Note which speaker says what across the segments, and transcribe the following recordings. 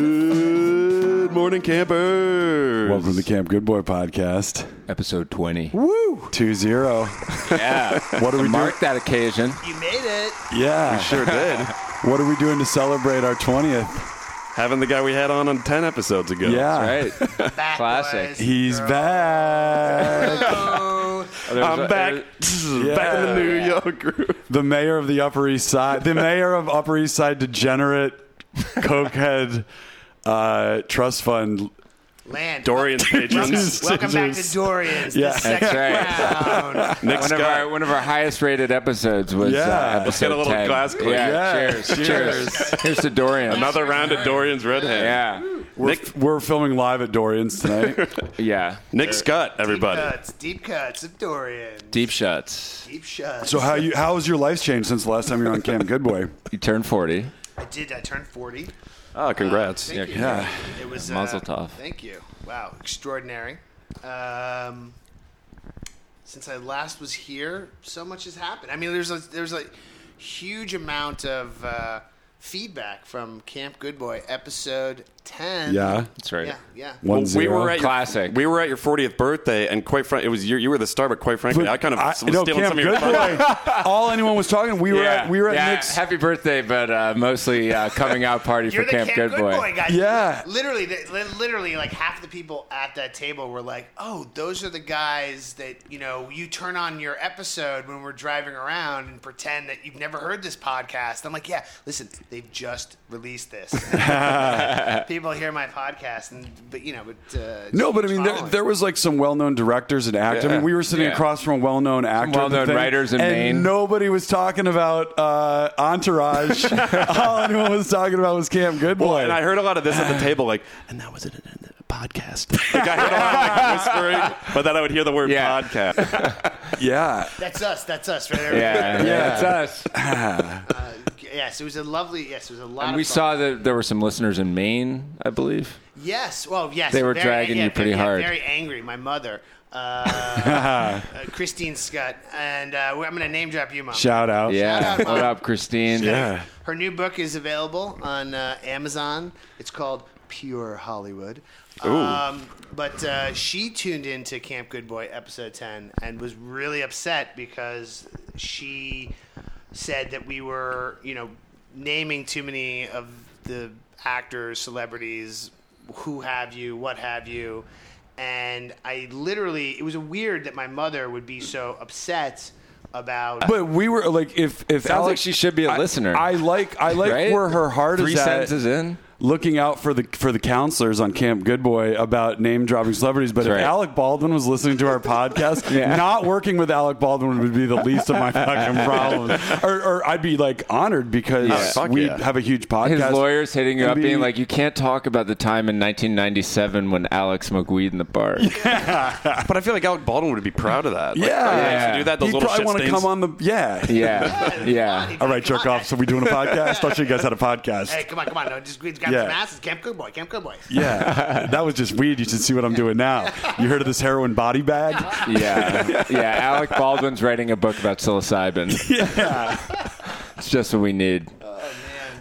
Speaker 1: Good morning, campers.
Speaker 2: Welcome to Camp Good Boy Podcast.
Speaker 3: Episode 20.
Speaker 2: Woo! 2 0.
Speaker 3: Yeah.
Speaker 2: What are we doing?
Speaker 3: Mark that occasion.
Speaker 2: Yeah.
Speaker 1: Sure did.
Speaker 2: What are we doing to celebrate our 20th?
Speaker 1: Having the guy we had on on ten episodes ago.
Speaker 2: yeah.
Speaker 3: Right. Classic.
Speaker 2: He's back.
Speaker 3: There's
Speaker 1: I'm
Speaker 3: a-
Speaker 1: back.
Speaker 3: there-
Speaker 1: Back in the New
Speaker 3: Yeah.
Speaker 1: York group.
Speaker 2: the mayor of the Upper East Side, the mayor of Upper East Side degenerate cokehead uh, trust fund.
Speaker 4: Land.
Speaker 1: Dorian's patrons.
Speaker 2: Yes.
Speaker 4: Welcome back to Dorian's.
Speaker 2: Yeah.
Speaker 4: The second
Speaker 3: That's
Speaker 4: round.
Speaker 1: Nick
Speaker 3: One of,
Speaker 1: Scott.
Speaker 3: our, one of our highest rated episodes was
Speaker 2: Yeah.
Speaker 3: uh, episode
Speaker 1: Get a little
Speaker 3: 10.
Speaker 1: glass clink.
Speaker 3: Yeah,
Speaker 2: Yeah.
Speaker 3: Cheers. Cheers. Here's to Dorian.
Speaker 1: Another round of Dorian's Red Hand.
Speaker 3: Yeah.
Speaker 1: Nick,
Speaker 2: We're filming live at Dorian's tonight.
Speaker 3: Yeah.
Speaker 1: Nick Scott,
Speaker 4: Deep
Speaker 1: everybody.
Speaker 4: cuts. Deep cuts of Dorian.
Speaker 3: Deep shots.
Speaker 4: Deep shots.
Speaker 2: so how you how has your life changed since the last time you were on Camp Good Boy?
Speaker 3: You turned 40.
Speaker 4: I did. I turned 40.
Speaker 1: Oh, congrats.
Speaker 4: Thank you.
Speaker 2: Yeah.
Speaker 4: It was.
Speaker 3: Mazel
Speaker 4: uh,
Speaker 3: tov.
Speaker 4: Thank you. Wow. Extraordinary. Um, since I last was here, so much has happened. I mean, there's a, there's a huge amount of uh, feedback from Camp Good Boy episode 10.
Speaker 2: Yeah.
Speaker 3: That's right.
Speaker 4: Yeah. Yeah.
Speaker 2: One
Speaker 1: we
Speaker 2: zero.
Speaker 1: were at
Speaker 3: Classic.
Speaker 1: Your, we were at your 40th birthday, and quite frankly, it was your, you were the star. But quite frankly, I kind of was
Speaker 2: no,
Speaker 1: stealing
Speaker 2: Camp
Speaker 1: some of your.
Speaker 2: Good Boy. All anyone was talking. We were at we were at
Speaker 3: yeah.
Speaker 2: Nick's.
Speaker 3: Happy birthday, but uh, mostly uh, coming out party
Speaker 4: You're
Speaker 3: for
Speaker 4: the
Speaker 3: Camp, Good Boy.
Speaker 4: guys.
Speaker 2: Yeah.
Speaker 4: Literally, the- li- literally, like half the people at that table were like, "Oh, those are the guys that you know you turn on your episode when we're driving around and pretend that you've never heard this podcast." I'm like, "Yeah, listen, they've just released this. people hear my podcast, and but you know, but uh,
Speaker 2: No, but I
Speaker 4: keep
Speaker 2: mean, there,
Speaker 4: following.
Speaker 2: there was like some well-known directors and actors. I mean,
Speaker 3: Yeah.
Speaker 2: we were sitting
Speaker 3: Yeah.
Speaker 2: across from a well-known actor,
Speaker 3: well-known
Speaker 2: thing,
Speaker 3: writers in
Speaker 2: and
Speaker 3: Maine.
Speaker 2: Nobody was talking about uh, Entourage. All anyone was talking about was Camp Good Boy.
Speaker 1: Well, and I heard a lot of this at the table, like, and that was in a, in a podcast. Like I heard a lot of like, whispering, but then I would hear the word
Speaker 3: Yeah.
Speaker 1: podcast.
Speaker 2: yeah,
Speaker 4: that's us. That's us, right?
Speaker 3: Yeah,
Speaker 2: Yeah.
Speaker 3: yeah, it's us.
Speaker 4: Uh, yes, it was a lovely. Yes, it was a lot.
Speaker 3: And
Speaker 4: of
Speaker 3: we
Speaker 4: fun.
Speaker 3: saw that there were some listeners in Maine, I believe.
Speaker 4: Yes. Well, yes.
Speaker 3: They were dragging you pretty hard.
Speaker 4: Very angry. My mother, uh, uh, Christine Scott, and uh, I'm going to name drop you, mom.
Speaker 2: shout out.
Speaker 3: Yeah.
Speaker 4: out, Mom.
Speaker 3: what up, Christine?
Speaker 2: yeah.
Speaker 4: Her new book is available on uh, Amazon. It's called Pure Hollywood. Um, but uh, she tuned into Camp Good Boy episode 10 and was really upset because she said that we were, you know, naming too many of the actors, celebrities, who have you, what have you. And I literally, it was weird that my mother would be so upset about.
Speaker 2: But we were like, if if
Speaker 3: Sounds like
Speaker 2: Alex-
Speaker 3: she should be a
Speaker 2: I-
Speaker 3: listener.
Speaker 2: I like I like
Speaker 3: Right?
Speaker 2: where her heart
Speaker 3: Three
Speaker 2: is at.
Speaker 3: sentences in.
Speaker 2: looking out for the for the counselors on Camp Good Boy about name dropping celebrities. But if
Speaker 3: right.
Speaker 2: Alec Baldwin was listening to our podcast, not working with Alec Baldwin would be the least of my fucking problems. Or, or I'd be like honored because
Speaker 1: fuck
Speaker 2: we
Speaker 1: yeah.
Speaker 2: have a huge podcast.
Speaker 3: His lawyers hitting you
Speaker 2: and
Speaker 3: up,
Speaker 2: be-
Speaker 3: being like, "You can't talk about the time in 1997 when Alex smoked weed in the bar."
Speaker 1: but I feel like Alec Baldwin would be proud of that. Like,
Speaker 2: Yeah.
Speaker 1: oh, yeah, you should do that. Those
Speaker 2: He'd
Speaker 1: little
Speaker 2: probably
Speaker 1: shit
Speaker 2: want to
Speaker 1: stains.
Speaker 2: come on the yeah.
Speaker 3: Yeah, yeah.
Speaker 2: All right, jerk off. So we doing a podcast? Thought you guys had a podcast.
Speaker 4: Hey, come on, come on. No, just, we got
Speaker 2: Yeah.
Speaker 4: some asses. Camp Good Boy, Camp Good Boy.
Speaker 2: Yeah, that was just weed. You should see what I'm doing now. You heard of this heroin body bag?
Speaker 3: Yeah, yeah. Alec Baldwin's writing a book about psilocybin. Yeah, it's just what we need.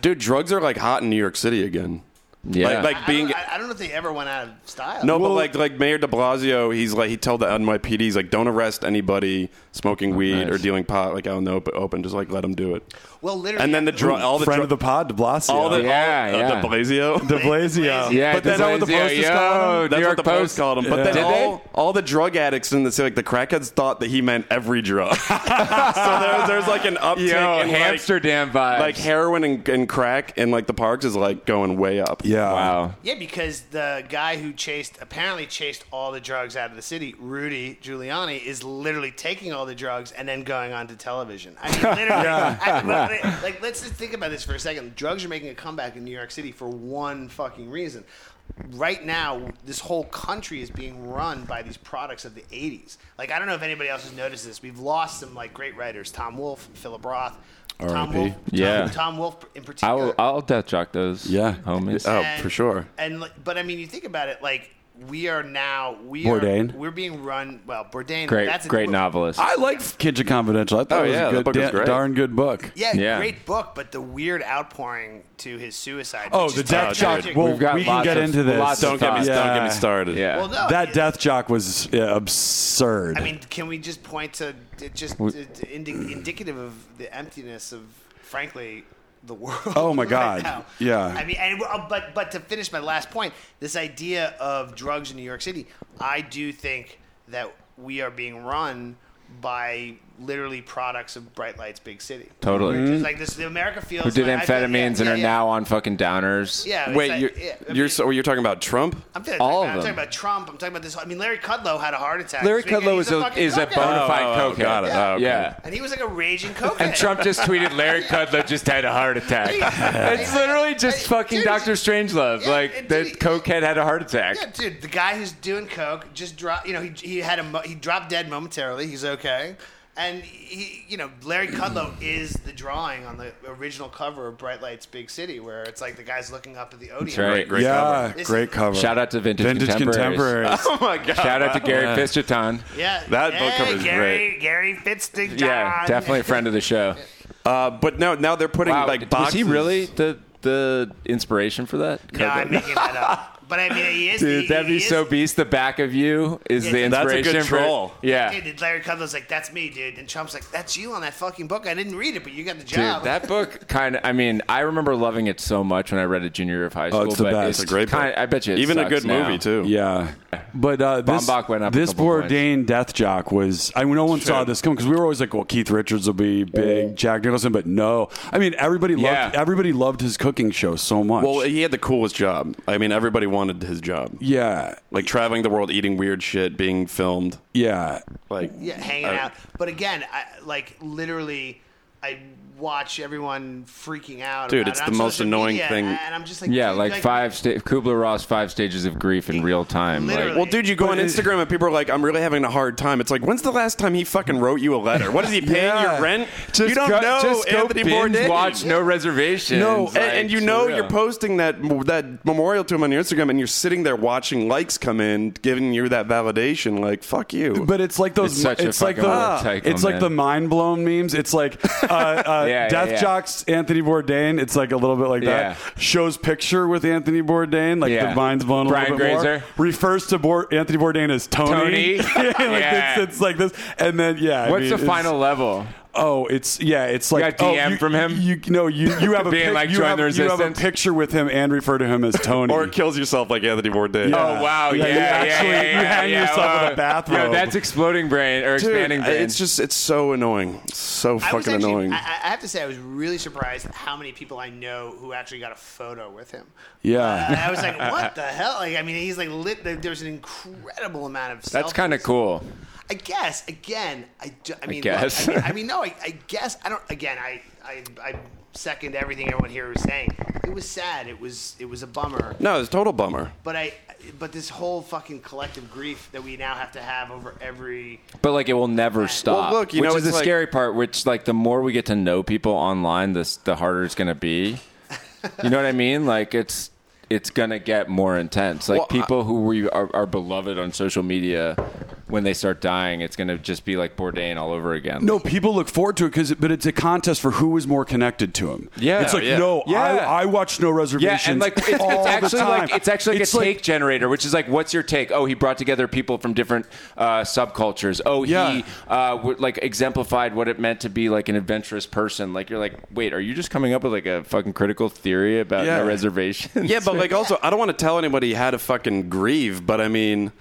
Speaker 1: Dude, drugs are like hot in New York City again.
Speaker 3: Yeah,
Speaker 1: Like, like
Speaker 4: I don't,
Speaker 1: being.
Speaker 4: I, I don't know if they ever went out of style.
Speaker 1: No, but like like Mayor De Blasio, he's like he told the NYPD, he's like, don't arrest anybody smoking weed
Speaker 3: nice.
Speaker 1: or dealing pot like out in the open, open. Just like let them do it.
Speaker 4: Well, literally.
Speaker 1: And then the dr- all the
Speaker 2: Friend
Speaker 1: dru-
Speaker 2: of the pod, De Blasio.
Speaker 1: all the
Speaker 3: Yeah,
Speaker 1: all, uh,
Speaker 3: yeah.
Speaker 1: De Blasio.
Speaker 2: De Blasio.
Speaker 3: yeah.
Speaker 2: but that's
Speaker 3: De
Speaker 2: not what the
Speaker 3: Blasio,
Speaker 2: posters
Speaker 3: yo,
Speaker 2: called him.
Speaker 1: That's
Speaker 3: New York
Speaker 1: what the Post,
Speaker 3: Post
Speaker 1: called him. But then
Speaker 3: Did they?
Speaker 1: all, all the drug addicts in the city, like the crackheads, thought that he meant every drug. so there, there's like an uptick
Speaker 3: Yo,
Speaker 1: in like,
Speaker 3: Amsterdam vibes.
Speaker 1: like heroin and, and crack in like the parks is like going way up.
Speaker 2: Yeah.
Speaker 3: wow.
Speaker 4: yeah, because the guy who chased, apparently chased all the drugs out of the city, Rudy Giuliani, is literally taking all the drugs and then going on to television. I mean, literally. I- like, let's just think about this for a second. Drugs are making a comeback in New York City for one fucking reason. Right now, this whole country is being run by these products of the 80s. Like, I don't know if anybody else has noticed this. We've lost some, like, great writers Tom Wolfe, Philip Roth. Tom
Speaker 2: R.I.P..
Speaker 4: Wolfe, Tom-
Speaker 3: Yeah.
Speaker 4: Tom Wolfe in particular.
Speaker 3: I'll I'll death jock those.
Speaker 2: Yeah.
Speaker 3: homies.
Speaker 1: Oh,
Speaker 4: And-
Speaker 1: for sure.
Speaker 4: And like, but I mean, you think about it, like we are now we
Speaker 2: Bourdain?
Speaker 4: are we're being run well Bourdain
Speaker 3: Great,
Speaker 4: that's a
Speaker 3: great
Speaker 4: book.
Speaker 3: novelist.
Speaker 2: I like Kitchen Confidential. I thought
Speaker 1: Oh,
Speaker 2: it was
Speaker 1: yeah,
Speaker 2: a
Speaker 1: that
Speaker 2: good,
Speaker 1: book was
Speaker 2: da-
Speaker 1: great.
Speaker 2: darn good book.
Speaker 4: yeah,
Speaker 3: Yeah.
Speaker 4: great book but the weird outpouring to his suicide
Speaker 2: Oh,
Speaker 4: which
Speaker 2: the
Speaker 4: is
Speaker 2: death
Speaker 1: Oh,
Speaker 2: jock.
Speaker 4: tragic.
Speaker 2: Well,
Speaker 3: We've got
Speaker 2: we can
Speaker 3: lots
Speaker 2: get
Speaker 3: of-
Speaker 2: into this.
Speaker 3: lots of
Speaker 1: Don't get me
Speaker 3: Yeah.
Speaker 1: don't get me started.
Speaker 3: yeah.
Speaker 4: well no
Speaker 2: That
Speaker 4: it-
Speaker 2: death jock was yeah, absurd.
Speaker 4: I mean, can we just point to it just it's indi- indicative of the emptiness of, frankly, the world?
Speaker 2: Oh, my
Speaker 4: right
Speaker 2: God.
Speaker 4: now?
Speaker 2: Yeah.
Speaker 4: I mean, and, uh, but but to finish my last point, this idea of drugs in New York City, I do think that we are being run by literally products of bright lights, big city.
Speaker 3: Totally.
Speaker 4: It's like this, the America feels
Speaker 3: Who did
Speaker 4: like- I feel- yeah,
Speaker 3: amphetamines and
Speaker 4: yeah,
Speaker 3: are
Speaker 4: yeah.
Speaker 3: now on fucking downers.
Speaker 4: Yeah, it's
Speaker 1: Wait,
Speaker 4: like-
Speaker 1: you're,
Speaker 4: yeah, I
Speaker 1: you're
Speaker 4: mean-
Speaker 1: so you're talking about Trump?
Speaker 4: I'm, talking,
Speaker 3: all
Speaker 4: I'm
Speaker 3: of
Speaker 4: talking
Speaker 3: them.
Speaker 4: about Trump. I'm talking about this. I mean, Larry Kudlow had a heart attack.
Speaker 3: Larry
Speaker 4: this weekend.
Speaker 3: Kudlow
Speaker 4: He's
Speaker 3: is a,
Speaker 4: fucking
Speaker 3: is a
Speaker 4: cokehead.
Speaker 3: bona fide
Speaker 1: Oh, oh, oh,
Speaker 3: cokehead.
Speaker 1: got it. Oh, okay.
Speaker 3: Yeah.
Speaker 4: and he was like a raging cokehead.
Speaker 3: And Trump just tweeted Larry Kudlow just had a heart attack. It's literally just
Speaker 4: Hey,
Speaker 3: fucking
Speaker 4: dude,
Speaker 3: Doctor Strangelove.
Speaker 4: yeah,
Speaker 3: like
Speaker 4: and
Speaker 3: the
Speaker 4: dude,
Speaker 3: cokehead had a heart attack.
Speaker 4: Yeah, dude, the guy who's doing coke just dropped. You know, he, he had a mo- he dropped dead momentarily. He's okay, and he, you know, Larry Kudlow is the drawing on the original cover of Bright Lights, Big City, where it's like the guy's looking up at the Odeon.
Speaker 3: right.
Speaker 1: Great
Speaker 2: yeah,
Speaker 4: cover.
Speaker 2: great cover.
Speaker 3: Shout out to Vintage,
Speaker 2: Vintage
Speaker 3: Contemporaries.
Speaker 2: Contemporaries.
Speaker 1: Oh my god.
Speaker 3: Shout out to Gary Fisterton.
Speaker 4: Yeah,
Speaker 1: That
Speaker 4: hey,
Speaker 1: book cover is
Speaker 4: Gary, Gary Fitzgerald.
Speaker 3: Yeah, definitely a friend of the show.
Speaker 1: Uh, but now now they're putting
Speaker 3: Wow,
Speaker 1: like
Speaker 3: was
Speaker 1: boxes.
Speaker 3: he really the the inspiration for that?
Speaker 4: No, I'm making that up. But I mean, he is.
Speaker 3: Dude,
Speaker 4: he,
Speaker 3: that'd
Speaker 4: he
Speaker 3: be
Speaker 4: is,
Speaker 3: so beast. The back of you is the
Speaker 4: That's
Speaker 1: a good
Speaker 3: inspiration for
Speaker 1: troll.
Speaker 3: Yeah,
Speaker 4: Dude,
Speaker 3: dude,
Speaker 4: and Larry Kudlow's like, "That's me, dude," and Trump's like, "That's you on that fucking book. I didn't read it, but you got the job."
Speaker 3: that book kind of. I mean, I remember loving it so much when I read it junior year of high school.
Speaker 2: it's the
Speaker 3: but
Speaker 2: best.
Speaker 1: It's a great book.
Speaker 3: kinda- I bet you it
Speaker 1: even a
Speaker 3: sucks
Speaker 1: good
Speaker 3: now.
Speaker 1: movie too.
Speaker 2: Yeah, but uh, this
Speaker 3: Bombach Oh. went up a
Speaker 2: this
Speaker 3: couple points.
Speaker 2: Bourdain death jock was. I mean, no one saw this coming because we were always like, "Well, Keith Richards will be big, Jack Nicholson," but no. I mean, everybody loved
Speaker 3: Yeah.
Speaker 2: everybody loved his cooking show so much.
Speaker 1: Well, he had the coolest job. I mean, everybody wanted his job.
Speaker 2: yeah,
Speaker 1: Like traveling the world, eating weird shit, being filmed.
Speaker 2: yeah,
Speaker 1: Like
Speaker 4: yeah, hanging
Speaker 1: Uh,
Speaker 4: out. But again, I, like literally, I watch everyone freaking out.
Speaker 1: Dude,
Speaker 4: about
Speaker 1: it's
Speaker 4: it
Speaker 1: the
Speaker 4: on
Speaker 1: most
Speaker 4: social
Speaker 1: annoying
Speaker 4: media,
Speaker 1: thing.
Speaker 4: And I'm just like,
Speaker 3: Yeah,
Speaker 4: dude,
Speaker 3: like, five sta- Kubler Ross five stages of grief in real time.
Speaker 4: Literally.
Speaker 1: Well, dude, you go
Speaker 2: But
Speaker 1: on
Speaker 2: it-
Speaker 1: Instagram and people are like, "I'm really having a hard time." It's like, when's the last time he fucking wrote you a letter? What is he paying
Speaker 2: Yeah.
Speaker 1: your rent?
Speaker 3: Like,
Speaker 1: you don't
Speaker 3: go-
Speaker 1: know
Speaker 3: Just go
Speaker 1: Anthony
Speaker 3: binge
Speaker 1: Bourdain.
Speaker 3: watch no reservations.
Speaker 1: No,
Speaker 3: like,
Speaker 1: and, and you
Speaker 3: for
Speaker 1: know
Speaker 3: real.
Speaker 1: you're posting that that memorial to him on your Instagram, and you're sitting there watching likes come in, giving you that validation. Like, fuck you.
Speaker 2: But it's like those. It's,
Speaker 3: It's such a
Speaker 2: like
Speaker 3: fucking
Speaker 2: the.
Speaker 3: work cycle,
Speaker 2: it's like
Speaker 3: man.
Speaker 2: the mind blown memes. It's like uh, uh,
Speaker 3: Yeah, yeah,
Speaker 2: Death
Speaker 3: yeah.
Speaker 2: Jocks Anthony Bourdain. It's like a little bit like that.
Speaker 3: Yeah.
Speaker 2: Shows picture with Anthony Bourdain. Like
Speaker 3: Yeah.
Speaker 2: the mind's blown a
Speaker 3: Brian
Speaker 2: little bit
Speaker 3: Grazer.
Speaker 2: more. Refers to Bour- Anthony Bourdain as Tony.
Speaker 3: Tony.
Speaker 2: like
Speaker 3: Yeah.
Speaker 2: it's, it's like this, and then yeah. I
Speaker 3: What's
Speaker 2: mean,
Speaker 3: the
Speaker 2: it's-
Speaker 3: final level?
Speaker 2: Oh, it's yeah. It's like
Speaker 3: got DM
Speaker 2: oh, you-
Speaker 3: from him?
Speaker 2: You no, you you have a
Speaker 3: Being
Speaker 2: pic-
Speaker 3: like,
Speaker 2: you
Speaker 3: join
Speaker 2: have,
Speaker 3: the
Speaker 2: you have a
Speaker 3: resistance.
Speaker 2: picture with him and refer to him as Tony.
Speaker 1: or kills yourself like Anthony Bourdain.
Speaker 2: Yeah.
Speaker 3: Oh wow! Yeah,
Speaker 2: Yeah, you
Speaker 3: yeah,
Speaker 2: actually-
Speaker 3: yeah, yeah,
Speaker 2: you hang
Speaker 3: yeah,
Speaker 2: yourself
Speaker 3: wow.
Speaker 2: in a bathrobe.
Speaker 3: Yo, that's exploding brain or
Speaker 1: Dude,
Speaker 3: expanding brain.
Speaker 1: it's just it's so annoying, It's so
Speaker 4: I was
Speaker 1: fucking
Speaker 4: actually-
Speaker 1: annoying.
Speaker 4: I, I have to say, I was really surprised at how many people I know who actually got a photo with him.
Speaker 2: yeah.
Speaker 4: And I was like, what the hell? Like, I mean, he's like lit. there- There's an incredible amount of.
Speaker 3: that's
Speaker 4: selfies.
Speaker 3: kind of cool.
Speaker 4: I guess again, I, do, I mean, look,
Speaker 3: guess.
Speaker 4: I, mean I mean, no, I, I guess I don't. Again, I, I, I second everything everyone here was saying. It was sad. It was, it was a bummer.
Speaker 1: no, it's a total bummer.
Speaker 4: But I, but this whole fucking collective grief that we now have to have over every.
Speaker 3: But like, it will never stop.
Speaker 1: look, you
Speaker 3: which
Speaker 1: know,
Speaker 3: is
Speaker 1: it's
Speaker 3: the
Speaker 1: like-
Speaker 3: scary part. Which like, the more we get to know people online, this the harder it's gonna be. You know what I mean? Like, it's it's gonna get more intense. Like
Speaker 1: Well, I-
Speaker 3: people who we are, are beloved on social media, when they start dying, it's gonna just be like Bourdain all over again.
Speaker 2: No, people look forward to it because, but it's a contest for who is more connected to him.
Speaker 3: Yeah.
Speaker 2: it's like
Speaker 1: Yeah.
Speaker 2: no,
Speaker 3: Yeah.
Speaker 2: I, I watch no
Speaker 3: Yeah,
Speaker 2: reservations.
Speaker 3: and like it's, it's
Speaker 2: all the
Speaker 3: actually
Speaker 2: time.
Speaker 3: like it's actually like a take generator, which is like, what's your take? Oh, he brought together people from different uh, subcultures. Oh,
Speaker 2: Yeah.
Speaker 3: he uh, w- like exemplified what it meant to be like an adventurous person. Like you're like, wait, are you just coming up with like a fucking critical theory about
Speaker 1: Yeah.
Speaker 3: no reservations?
Speaker 1: Yeah, but like also, I don't want to tell anybody how to fucking grieve, but I mean,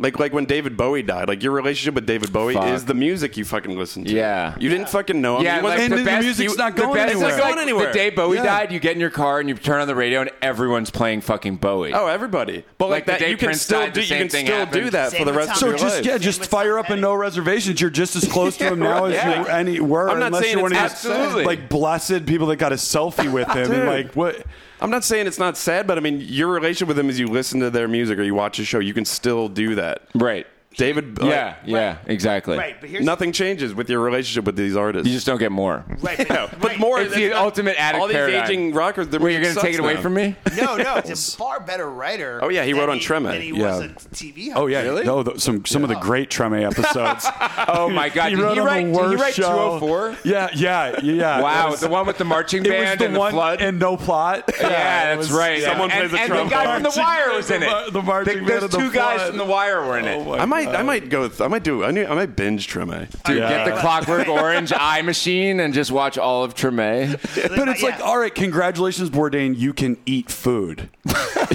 Speaker 1: like like when David Bowie died, like your relationship with David Bowie
Speaker 3: Fuck.
Speaker 1: is the music you fucking listen to.
Speaker 3: Yeah.
Speaker 1: you didn't fucking know him.
Speaker 3: Yeah,
Speaker 1: You wasn't-
Speaker 2: and the
Speaker 3: best-
Speaker 2: music's not
Speaker 3: the
Speaker 2: going
Speaker 3: best-
Speaker 2: anywhere.
Speaker 3: It's like,
Speaker 1: It's not going anywhere.
Speaker 3: The day Bowie
Speaker 2: Yeah.
Speaker 3: died, you get in your car and you turn on the radio and everyone's playing fucking Bowie.
Speaker 1: oh, everybody. But
Speaker 3: Like
Speaker 1: like,
Speaker 3: the
Speaker 1: that,
Speaker 3: day
Speaker 1: you can
Speaker 3: Prince
Speaker 1: still
Speaker 3: died, the
Speaker 1: do you
Speaker 3: same
Speaker 1: can
Speaker 3: thing
Speaker 1: still do
Speaker 3: happened.
Speaker 1: that
Speaker 4: Same
Speaker 1: for the
Speaker 4: with
Speaker 1: rest of
Speaker 4: Tom
Speaker 2: So
Speaker 1: your
Speaker 4: Cruise.
Speaker 2: just
Speaker 1: life.
Speaker 2: yeah,
Speaker 4: Same
Speaker 2: just
Speaker 4: with
Speaker 2: fire
Speaker 4: Tom
Speaker 2: up and
Speaker 4: Petty.
Speaker 2: no reservations. You're just as close to him now
Speaker 1: Yeah.
Speaker 2: as you any were,
Speaker 1: I'm not
Speaker 2: unless
Speaker 1: saying
Speaker 2: you're one of
Speaker 1: it's
Speaker 2: these
Speaker 1: absolutely-
Speaker 2: like blessed people that got a selfie with him. and
Speaker 1: Dude.
Speaker 2: like what?
Speaker 1: I'm not saying it's not sad, but I mean, your relationship with them is you listen to their music or you watch a show. You can still do that.
Speaker 3: right.
Speaker 1: David. like,
Speaker 3: Yeah, yeah, exactly.
Speaker 4: Right, but here's
Speaker 1: nothing changes with your relationship with these artists.
Speaker 3: You just don't get more.
Speaker 4: Right,
Speaker 1: Yeah,
Speaker 4: but,
Speaker 1: but
Speaker 4: right.
Speaker 1: more.
Speaker 3: It's the
Speaker 1: not-
Speaker 3: ultimate addict
Speaker 1: All these
Speaker 3: paradigm.
Speaker 1: aging rockers. Their
Speaker 3: Wait, you're
Speaker 1: going to
Speaker 3: take it away from me?
Speaker 4: No, no, it's a far better writer.
Speaker 1: Oh, yeah, he
Speaker 4: than
Speaker 1: wrote on Treme.
Speaker 4: Than he
Speaker 2: Yeah.
Speaker 4: was a TV.
Speaker 2: Oh yeah,
Speaker 1: Really?
Speaker 2: no, th- some some of the great Treme episodes.
Speaker 3: Oh my god!
Speaker 2: he
Speaker 3: did
Speaker 2: wrote
Speaker 3: he
Speaker 2: on
Speaker 3: write,
Speaker 2: the worst
Speaker 3: did he write
Speaker 2: show.
Speaker 3: 204?
Speaker 2: Yeah, yeah, yeah.
Speaker 3: Wow,
Speaker 2: It was-
Speaker 3: the one with the marching
Speaker 2: it was
Speaker 3: band
Speaker 2: the
Speaker 3: and the
Speaker 2: one
Speaker 3: flood.
Speaker 2: and no plot.
Speaker 3: yeah,
Speaker 2: it
Speaker 3: that's
Speaker 2: was-
Speaker 3: right.
Speaker 1: Someone
Speaker 3: and,
Speaker 1: plays the
Speaker 3: and the
Speaker 1: trumpet.
Speaker 3: guy from the
Speaker 2: Marching
Speaker 3: Wire
Speaker 2: band,
Speaker 3: was in
Speaker 2: the mar-
Speaker 3: it.
Speaker 2: the marching
Speaker 3: There's
Speaker 2: band and the
Speaker 3: two guys
Speaker 2: flood.
Speaker 3: from the Wire were in it.
Speaker 2: Oh, my
Speaker 1: I might. I might go. With, I might do. I, knew, I might binge Treme.
Speaker 3: Dude,
Speaker 2: Oh, Yeah.
Speaker 3: get the Clockwork Orange eye machine and just watch all of Treme.
Speaker 2: But it's
Speaker 4: yeah.
Speaker 2: like, all right, congratulations, Bourdain. You can eat food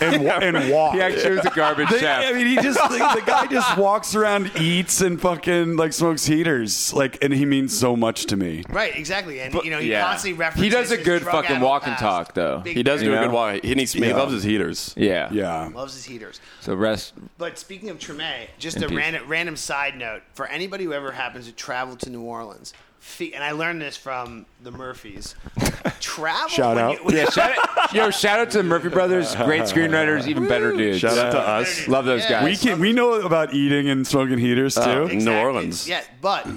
Speaker 2: and, wa- and walk.
Speaker 3: He actually was a garbage
Speaker 2: They-
Speaker 3: chef.
Speaker 2: I mean, he just the, the guy just walks around, eats, and fucking like smokes heaters. Like, and he means so much to me.
Speaker 4: Right, exactly, and you know he
Speaker 3: yeah.
Speaker 4: constantly references.
Speaker 3: He does a
Speaker 4: his
Speaker 3: good
Speaker 4: drug
Speaker 3: fucking
Speaker 4: addled
Speaker 3: walk and
Speaker 4: past.
Speaker 3: talk, though.
Speaker 4: Big
Speaker 1: He does
Speaker 4: Bird
Speaker 1: do a
Speaker 3: You
Speaker 1: good
Speaker 3: know?
Speaker 1: why. He, needs, he
Speaker 2: Yeah.
Speaker 1: loves his heaters.
Speaker 3: yeah.
Speaker 2: Yeah,
Speaker 4: Loves his heaters.
Speaker 3: So rest.
Speaker 4: But speaking of Treme, just
Speaker 3: In
Speaker 4: a
Speaker 3: peace.
Speaker 4: random, random side note for anybody who ever happens to travel to New Orleans, fe- and I learned this from the Murphys. Travel.
Speaker 2: Shout
Speaker 4: when
Speaker 2: out.
Speaker 4: You, when
Speaker 3: Yeah, shout out, yo, shout out to the Murphy Brothers, great screenwriters, even better dudes.
Speaker 1: Shout out to us.
Speaker 3: Love those
Speaker 4: Yeah.
Speaker 3: guys.
Speaker 2: we can. We know about eating and smoking heaters too.
Speaker 4: Oh,
Speaker 1: New Orleans.
Speaker 4: Yeah, but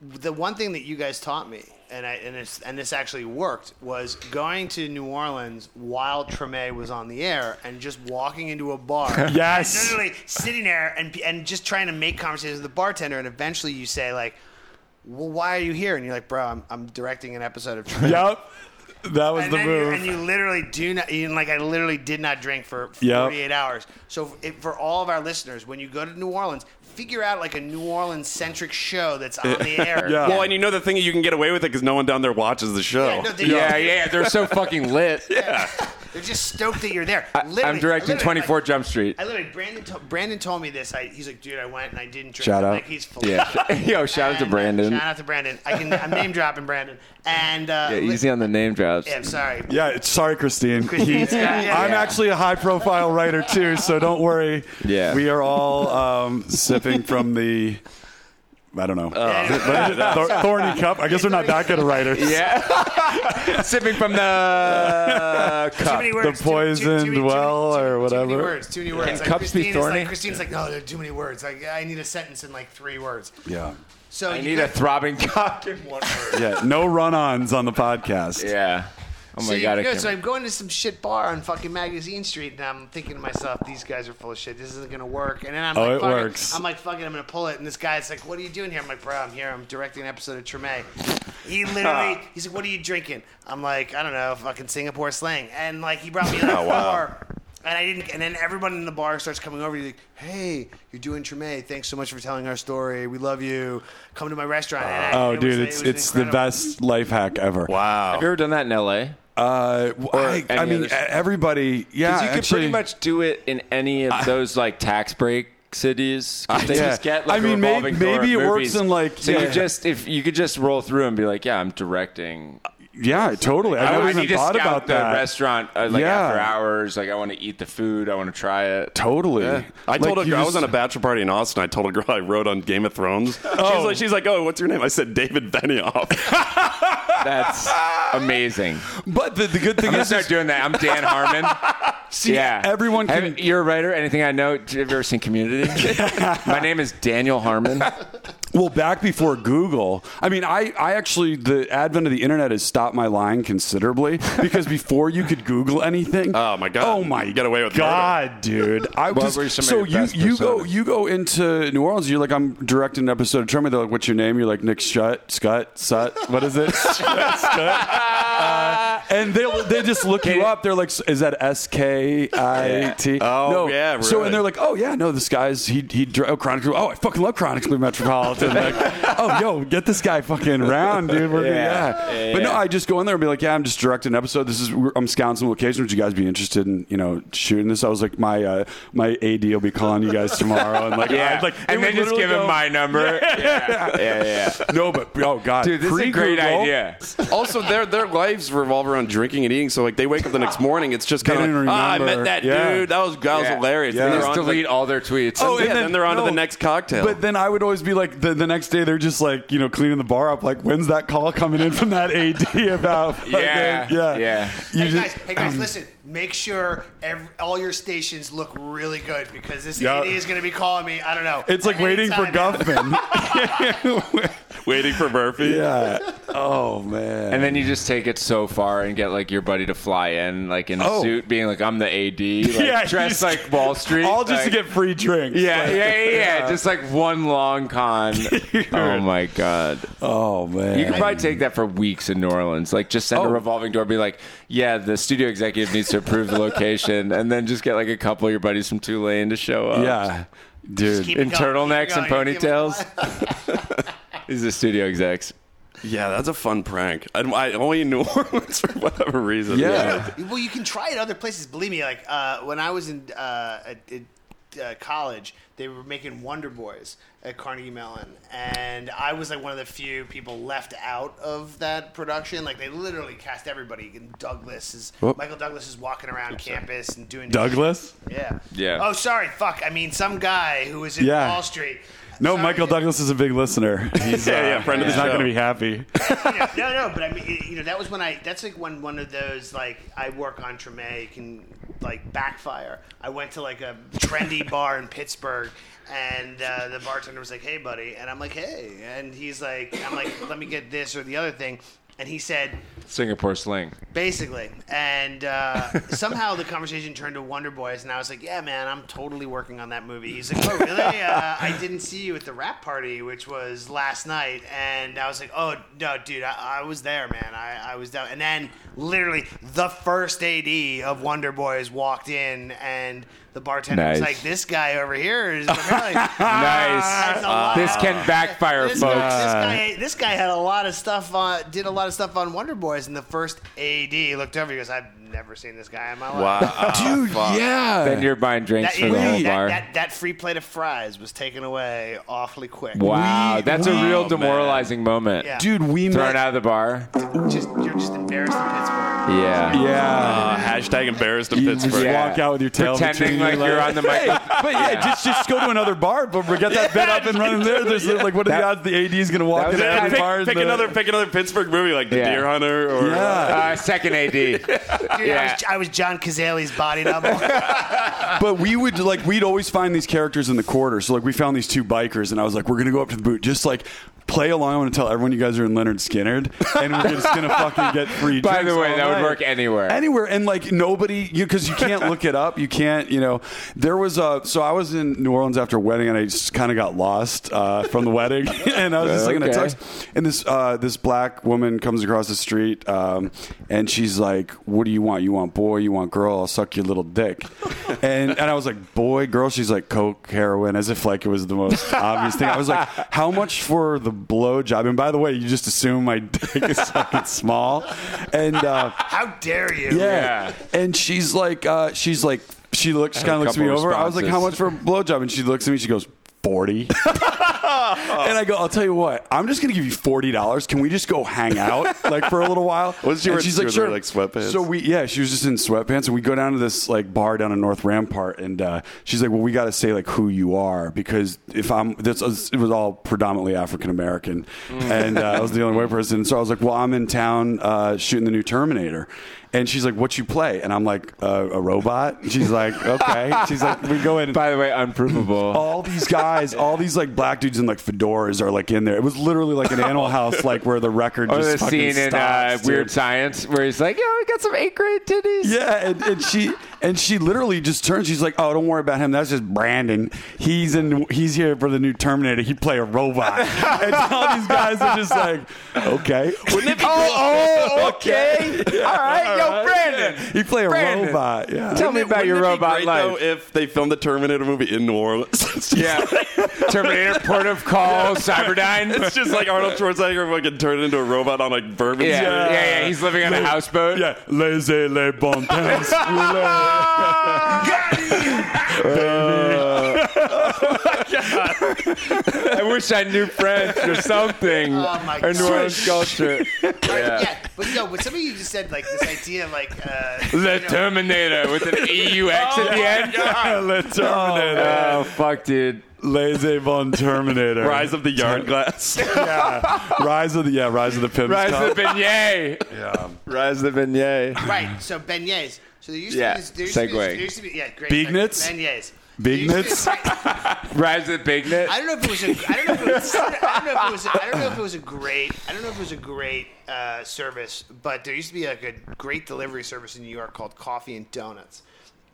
Speaker 4: the one thing that you guys taught me, and I and it's and this actually worked, was going to New Orleans while Treme was on the air and just walking into a bar.
Speaker 2: Yes.
Speaker 4: And literally sitting there and and just trying to make conversations with the bartender, and eventually you say like. Well, why are you here? And you're like, bro, I'm, I'm directing an episode of. Treme."
Speaker 2: Yep, that was
Speaker 4: and
Speaker 2: the
Speaker 4: then
Speaker 2: move.
Speaker 4: You, and you literally do not, you, like I literally did not drink for
Speaker 2: Yep.
Speaker 4: 48 hours. So if, for all of our listeners, when you go to New Orleans, figure out like a New Orleans centric show that's on the air.
Speaker 2: Yeah.
Speaker 1: Well, and you know the thing is you can get away with it because no one down there watches the show.
Speaker 4: Yeah, no, they-
Speaker 3: yeah, yeah, they're so fucking lit.
Speaker 4: They're just stoked that you're there.
Speaker 3: I'm
Speaker 4: Literally-
Speaker 3: directing
Speaker 4: literally,
Speaker 3: 24
Speaker 4: like-
Speaker 3: Jump Street.
Speaker 4: I literally Brandon. To- Brandon told me this. I, he's like, dude, I went and I didn't drink.
Speaker 2: Shout
Speaker 4: I'm
Speaker 2: out.
Speaker 4: Like he's full.
Speaker 3: Yeah. Yo, shout out to
Speaker 4: And, uh,
Speaker 3: Brandon.
Speaker 4: Shout out to Brandon. I can. I'm name dropping Brandon. And uh,
Speaker 3: Yeah,
Speaker 4: li-
Speaker 3: easy on the name drops.
Speaker 4: yeah, I'm sorry.
Speaker 2: yeah, it's- sorry, Christine.
Speaker 4: Christine's
Speaker 2: He-
Speaker 4: got- yeah,
Speaker 2: I'm
Speaker 4: yeah.
Speaker 2: actually a high profile writer too, so don't worry.
Speaker 3: Yeah.
Speaker 2: we are all um, sipping from the. I don't know.
Speaker 4: Oh,
Speaker 2: Thor- thorny cup. I guess they're not that good of writers.
Speaker 3: Yeah. Sipping from the
Speaker 4: Too
Speaker 3: cup.
Speaker 4: many words. too- too- too
Speaker 2: poisoned
Speaker 4: many- too many-
Speaker 2: well
Speaker 4: too-
Speaker 2: or
Speaker 4: Too many
Speaker 2: whatever.
Speaker 4: words. Too many words.
Speaker 3: Can
Speaker 4: Like,
Speaker 3: cups be
Speaker 4: Christine is
Speaker 3: thorny?
Speaker 4: Like, Christine's like, no, there are too many words. Like, I need a sentence in like three words.
Speaker 2: Yeah.
Speaker 4: So
Speaker 3: I
Speaker 4: you
Speaker 3: need a
Speaker 4: could-
Speaker 3: throbbing cock in one word.
Speaker 2: Yeah, no run-ons on the podcast.
Speaker 3: Yeah. Oh my
Speaker 4: so, you
Speaker 3: god. I
Speaker 4: go-
Speaker 3: can't
Speaker 4: so I'm going to some shit bar on fucking Magazine Street, and I'm thinking to myself, these guys are full of shit. This isn't gonna work. And then I'm
Speaker 2: Oh,
Speaker 4: like,
Speaker 2: it
Speaker 4: fuck
Speaker 2: works.
Speaker 4: I'm like, fuck it, I'm gonna pull it. And this guy's like, what are you doing here? I'm like, bro, I'm here. I'm directing an episode of Treme. He literally, he's like, what are you drinking? I'm like, I don't know, fucking Singapore slang. And like, he brought me to the
Speaker 2: Oh,
Speaker 4: bar. And I didn't. And then everyone in the bar starts coming over. You're like, "Hey, you're doing Treme. Thanks so much for telling our story. We love you. Come to my restaurant." And I-
Speaker 2: Oh,
Speaker 4: it was-
Speaker 2: dude,
Speaker 4: it
Speaker 2: it's
Speaker 4: was
Speaker 2: it's the
Speaker 4: incredible.
Speaker 2: best life hack ever.
Speaker 1: Wow.
Speaker 3: Have you ever done that in LA?
Speaker 2: Uh, I,
Speaker 3: any
Speaker 2: I mean,
Speaker 3: other-
Speaker 2: everybody. Yeah,
Speaker 3: you could
Speaker 2: actually,
Speaker 3: pretty much do it in any of those like tax break cities. 'Cause They
Speaker 2: Yeah.
Speaker 3: just get
Speaker 2: I
Speaker 3: like
Speaker 2: mean,
Speaker 3: a
Speaker 2: may-
Speaker 3: revolving door
Speaker 2: maybe
Speaker 3: of
Speaker 2: it works
Speaker 3: movies.
Speaker 2: in, like,
Speaker 3: so
Speaker 2: yeah.
Speaker 3: you just if you could just roll through and be like, yeah, I'm directing.
Speaker 2: Yeah, totally. I never
Speaker 3: would-
Speaker 2: even
Speaker 3: you just
Speaker 2: thought
Speaker 3: scout
Speaker 2: about
Speaker 3: the
Speaker 2: that.
Speaker 3: restaurant uh, like
Speaker 2: Yeah.
Speaker 3: after hours. Like I want to eat the food. I want to try it.
Speaker 2: Totally.
Speaker 1: I told
Speaker 2: Like,
Speaker 1: a
Speaker 2: you
Speaker 1: girl, I was
Speaker 2: just-
Speaker 1: on a bachelor party in Austin. I told a girl I wrote on Game of Thrones. She's, like, she's like, oh, what's your name? I said David Benioff.
Speaker 3: That's amazing.
Speaker 2: But the, the good
Speaker 3: I'm
Speaker 2: thing
Speaker 3: gonna
Speaker 2: is,
Speaker 3: start doing that. I'm Dan Harmon.
Speaker 2: see, everyone
Speaker 3: Have-
Speaker 2: can.
Speaker 3: you're a writer. Anything I know? Have you ever seen Community? My name is Daniel Harmon.
Speaker 2: Well, back before Google, I mean, I, I actually, the advent of the internet has stopped my lying considerably because before you could Google anything.
Speaker 1: Oh, my God.
Speaker 2: Oh my
Speaker 1: You get away with
Speaker 2: God, dude! I was
Speaker 3: were some of
Speaker 2: so
Speaker 3: your
Speaker 2: you
Speaker 3: best
Speaker 2: you go
Speaker 3: personas?
Speaker 2: you go into New Orleans. You're like, I'm directing an episode of Tremor. They're like, what's your name? You're like, Nick Scut Scut Sut. What is it? Scut. Scut. Uh, and they they just look you up. They're like, is that S K I T?
Speaker 1: Oh,
Speaker 2: no.
Speaker 1: yeah,
Speaker 2: So
Speaker 1: really.
Speaker 2: and they're like, oh yeah, no, this guy's he he dr- oh, Chronically. Oh, I fucking love Chronically Metropolitan. like, oh yo, get this guy fucking round, dude. We're gonna-
Speaker 3: Yeah.
Speaker 2: yeah.
Speaker 3: Yeah,
Speaker 2: But no,
Speaker 3: yeah.
Speaker 2: I just go in there and be like, yeah, I'm just directing an episode. This is we're- I'm scouting some locations. Would you guys be interested in you know shooting this? I was like, my uh, my AD will be calling you guys tomorrow, and like
Speaker 3: Yeah,
Speaker 2: I'd like it
Speaker 3: and
Speaker 2: would
Speaker 3: then just
Speaker 2: literally
Speaker 3: give
Speaker 2: go-
Speaker 3: him my number. Yeah, yeah, yeah.
Speaker 2: No, but oh god,
Speaker 3: Dude, this is a
Speaker 2: Pre-Google,
Speaker 3: great idea.
Speaker 1: also, their their lives revolve around drinking and eating So like they wake up the next morning, it's just
Speaker 2: They
Speaker 1: kind of
Speaker 2: don't
Speaker 1: like, ah, I
Speaker 2: remember.
Speaker 1: met that
Speaker 2: Yeah.
Speaker 1: dude. That was that was
Speaker 3: Yeah.
Speaker 1: hilarious.
Speaker 2: Yeah.
Speaker 1: And
Speaker 3: They
Speaker 1: they're
Speaker 3: just
Speaker 1: on to the-
Speaker 3: delete all their tweets.
Speaker 1: Oh, yeah, then they're on to
Speaker 2: no.
Speaker 1: the next cocktail.
Speaker 2: But then I would always be like, the, the next day they're just like, you know, cleaning the bar up. Like, when's that call coming in from that AD about? fucking-
Speaker 3: Yeah,
Speaker 2: yeah,
Speaker 3: yeah.
Speaker 2: You
Speaker 4: hey
Speaker 2: just- um,
Speaker 4: guys, hey guys, listen. Make sure every, all your stations look really good because this
Speaker 2: Yeah.
Speaker 4: idiot is going to be calling me. I don't know.
Speaker 2: It's like
Speaker 4: at any
Speaker 2: waiting for
Speaker 4: time.
Speaker 2: Guffman.
Speaker 1: waiting for Murphy.
Speaker 2: yeah. Oh man.
Speaker 3: And then you just take it so far and get like your buddy to fly in, like in a
Speaker 2: Oh.
Speaker 3: suit, being like, "I'm the AD," like,
Speaker 2: Yeah,
Speaker 3: dressed
Speaker 2: he's-
Speaker 3: like Wall Street,
Speaker 2: all just to
Speaker 3: like-
Speaker 2: get free drinks.
Speaker 3: Yeah,
Speaker 2: Like-
Speaker 3: yeah, yeah, yeah. Just like one long con. oh my god!
Speaker 2: Oh man.
Speaker 3: You could probably take that for weeks in New Orleans. Like, just send a revolving door. Be like, yeah, the studio executive needs to approve the location, and then just get like a couple of your buddies from Tulane to show up.
Speaker 2: yeah,
Speaker 4: Keep it
Speaker 2: dude.
Speaker 3: In
Speaker 4: going, keep it
Speaker 3: turtlenecks and
Speaker 4: going, keep it going.
Speaker 3: ponytails. These are studio execs.
Speaker 1: Yeah, that's a fun prank. I, I only in New Orleans for whatever reason.
Speaker 2: Yeah.
Speaker 4: Well, you can try it other places. Believe me, like uh, when I was in uh, at, at, uh, college, they were making Wonder Boys at Carnegie Mellon, and I was like one of the few people left out of that production. Like they literally cast everybody. And Douglas is Michael Douglas is walking around campus and doing
Speaker 2: Douglas.
Speaker 4: Yeah.
Speaker 3: Yeah.
Speaker 4: Oh, sorry. Fuck. I mean, some guy who was in
Speaker 2: Yeah.
Speaker 4: Wall Street.
Speaker 2: No,
Speaker 4: Sorry.
Speaker 2: Michael Douglas is a big listener. He's,
Speaker 1: Yeah, yeah, friend of the
Speaker 2: he's not
Speaker 1: show.
Speaker 2: going to be happy.
Speaker 4: Yeah, no, no, but I mean, it- you know, that was when I. That's like when one of those like I work on Treme can like backfire. I went to like a trendy bar in Pittsburgh, and uh, the bartender was like, "Hey, buddy," and I'm like, "Hey," and he's like, "I'm like, let me get this or the other thing," and he said,
Speaker 3: Singapore sling.
Speaker 4: Basically, and uh, somehow the conversation turned to Wonder Boys, and I was like, "Yeah, man, I'm totally working on that movie." He's like, "Oh, really? Uh, I didn't see you at the rap party, which was last night." And I was like, "Oh, no, dude, I, I was there, man. I, I was down." And then, literally, the first AD of Wonder Boys walked in, and the bartender was
Speaker 3: Nice.
Speaker 4: like, "This guy over here is really
Speaker 3: Nice.
Speaker 4: That's a lot.
Speaker 3: this can backfire,
Speaker 4: this
Speaker 3: folks.
Speaker 4: Guy, this, guy, this guy had a lot of stuff on, did a lot of stuff on Wonder Boys, and the first AD looked over. He goes, "I've never seen this guy in my life."
Speaker 1: Wow.
Speaker 2: Dude, yeah.
Speaker 3: Then you're buying drinks
Speaker 4: That,
Speaker 3: for the whole
Speaker 4: that,
Speaker 3: bar.
Speaker 4: that, that free plate of fries was taken away awfully quick.
Speaker 3: wow,
Speaker 2: We-
Speaker 3: that's a
Speaker 2: we-
Speaker 3: real demoralizing moment.
Speaker 4: Yeah.
Speaker 2: dude, we
Speaker 3: Thrown
Speaker 2: met.
Speaker 3: out of the bar.
Speaker 4: Just, you're just embarrassed in Pittsburgh.
Speaker 3: Yeah.
Speaker 2: Yeah.
Speaker 1: Uh, hashtag embarrassed in
Speaker 2: You
Speaker 1: Pittsburgh.
Speaker 2: just
Speaker 3: Yeah.
Speaker 2: walk out with your tail between
Speaker 3: Pretending
Speaker 2: your
Speaker 3: like you're
Speaker 2: legs.
Speaker 3: on the mic.
Speaker 2: But yeah, just just go to another bar, but we get that bed up and running there. There's like, what are the
Speaker 3: That-
Speaker 2: odds the AD is going to walk
Speaker 3: that
Speaker 2: in
Speaker 3: was-
Speaker 2: the
Speaker 3: Yeah,
Speaker 2: other
Speaker 1: pick,
Speaker 2: bar? and
Speaker 1: pick
Speaker 2: the-
Speaker 1: another pick another Pittsburgh movie like The
Speaker 3: Yeah.
Speaker 1: Deer Hunter or
Speaker 2: Yeah,
Speaker 3: Uh, second AD.
Speaker 4: Dude, I, was,
Speaker 3: Yeah.
Speaker 4: I was John Cazale's body double.
Speaker 2: but we would like we'd always find these characters in the quarter. So like we found these two bikers, and I was like, we're gonna go up to the boot, just like play along. I'm gonna tell everyone you guys are in Leonard Skinnard, and we're just gonna fucking get free.
Speaker 3: By
Speaker 2: drinks
Speaker 3: the way,
Speaker 2: all
Speaker 3: that would
Speaker 2: night.
Speaker 3: work anywhere.
Speaker 2: Anywhere, and like nobody, you because you can't look it up. You can't, you know. There was a so I was in New Orleans after a wedding, and I just kind of got lost uh, from the wedding, and I was just like in a
Speaker 3: Okay.
Speaker 2: text, and this uh, this black woman comes across the street, um, and she's like, "What do you want? You want boy? You want girl? I'll suck your little dick." And and I was like, "Boy, girl." She's like, "Coke, heroin," as if like it was the most obvious thing. I was like, "How much for the blowjob?" And by the way, you just assume my dick is fucking small, and uh,
Speaker 4: How dare you?
Speaker 2: yeah. And she's like, uh, she's like, she looks, kind of looks me
Speaker 3: couple
Speaker 2: over. I was like,
Speaker 3: responses.
Speaker 2: how much for a blowjob? And she looks at me, she goes, 40. and I go, I'll tell you what, I'm just going to give you $40. Can we just go hang out like for a little while?
Speaker 1: Was she
Speaker 2: and
Speaker 1: wearing- she was wearing, like, sweatpants?
Speaker 2: So we, yeah, she was just in sweatpants. And we go down to this like bar down in North Rampart. And uh, she's like, well, we got to say like who you are because if I'm, this was, it was all predominantly African American.
Speaker 3: Mm.
Speaker 2: And uh, I was the only white person. So I was like, well, I'm in town uh, shooting the new Terminator. And she's like, what you play? And I'm like, uh, a robot? And she's like, okay. She's like, we go in. and
Speaker 3: By the way, unprovable.
Speaker 2: all these guys, all these like black dudes in like fedoras are like in there. It was literally like an Animal House, like where the record
Speaker 3: Or
Speaker 2: just
Speaker 3: the
Speaker 2: fucking
Speaker 3: scene in uh,
Speaker 2: stops, dude.
Speaker 3: Weird Science where he's like, "Yo, we got some eighth grade titties."
Speaker 2: Yeah, and, and she and she literally just turns. She's like, "Oh, don't worry about him. That's just Brandon. He's in. He's here for the new Terminator. He'd play a robot." and all these guys are just like, "Okay,
Speaker 1: Wouldn't it be
Speaker 3: Oh, oh, okay. All right, yo,
Speaker 2: All right.
Speaker 3: Brandon.
Speaker 2: He play a
Speaker 3: Brandon.
Speaker 2: robot. Yeah,
Speaker 3: Tell me about your
Speaker 1: wouldn't it be
Speaker 3: robot
Speaker 1: great,
Speaker 3: life.
Speaker 1: Though, if they filmed the Terminator movie in New Orleans, it's just,
Speaker 3: Yeah. Terminator, port of call, Cyberdyne.
Speaker 1: it's just like Arnold Schwarzenegger fucking turned into a robot on like bourbon.
Speaker 3: Yeah,
Speaker 1: street.
Speaker 3: yeah, yeah. He's living on a houseboat.
Speaker 2: yeah, laissez les bon temps couler.
Speaker 3: I wish I knew French or something.
Speaker 4: Oh, my
Speaker 3: or New
Speaker 4: God. Oh
Speaker 1: Oh
Speaker 3: Orleans culture.
Speaker 4: Yeah. But no, but some of you just said like this idea of like uh,
Speaker 3: The Terminator with an EUX
Speaker 1: Oh
Speaker 3: at the end.
Speaker 2: Le Terminator.
Speaker 3: Oh, fuck, dude.
Speaker 2: Laissez von Terminator.
Speaker 1: Rise of the Yard Glass.
Speaker 2: Rise of the yeah, Rise of the Pimps.
Speaker 3: Rise
Speaker 2: Cup.
Speaker 3: of the beignet.
Speaker 2: yeah.
Speaker 3: Rise of the beignet.
Speaker 4: right. So beignets. So there used
Speaker 3: Yeah,
Speaker 4: to be this, there used to be this-
Speaker 3: segue.
Speaker 4: there used to be yeah great
Speaker 2: Beignets?
Speaker 4: beignets.
Speaker 2: Beignets?
Speaker 3: Rise of the beignet.
Speaker 4: I don't know if it was a. I don't know if it was. I don't know if it was. I don't know if it was a great. I don't know if it was a great uh, service, but there used to be like a great delivery service in New York called Coffee and Donuts,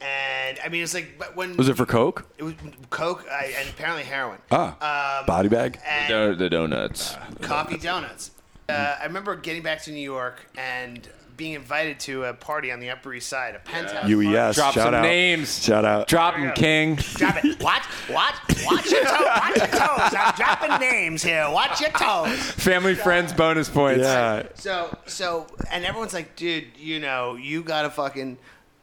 Speaker 4: and I mean it's like but when
Speaker 2: Was it for Coke?
Speaker 4: it was Coke uh, and apparently heroin.
Speaker 2: Ah.
Speaker 4: Um,
Speaker 2: Body bag?
Speaker 4: and
Speaker 3: The, the donuts.
Speaker 4: coffee donuts. Uh, I remember getting back to New York and being invited to a party on the Upper East Side, a penthouse.
Speaker 2: UES.
Speaker 3: Drop
Speaker 2: E shout
Speaker 3: some
Speaker 2: out.
Speaker 3: names.
Speaker 2: Shout out.
Speaker 3: Drop him, King.
Speaker 4: Drop it. Watch, watch, watch your, toe, watch your toes. I'm dropping names here. Watch your toes.
Speaker 3: Family friends bonus points.
Speaker 2: yeah.
Speaker 4: So, so, and everyone's like, dude, you know, you gotta fucking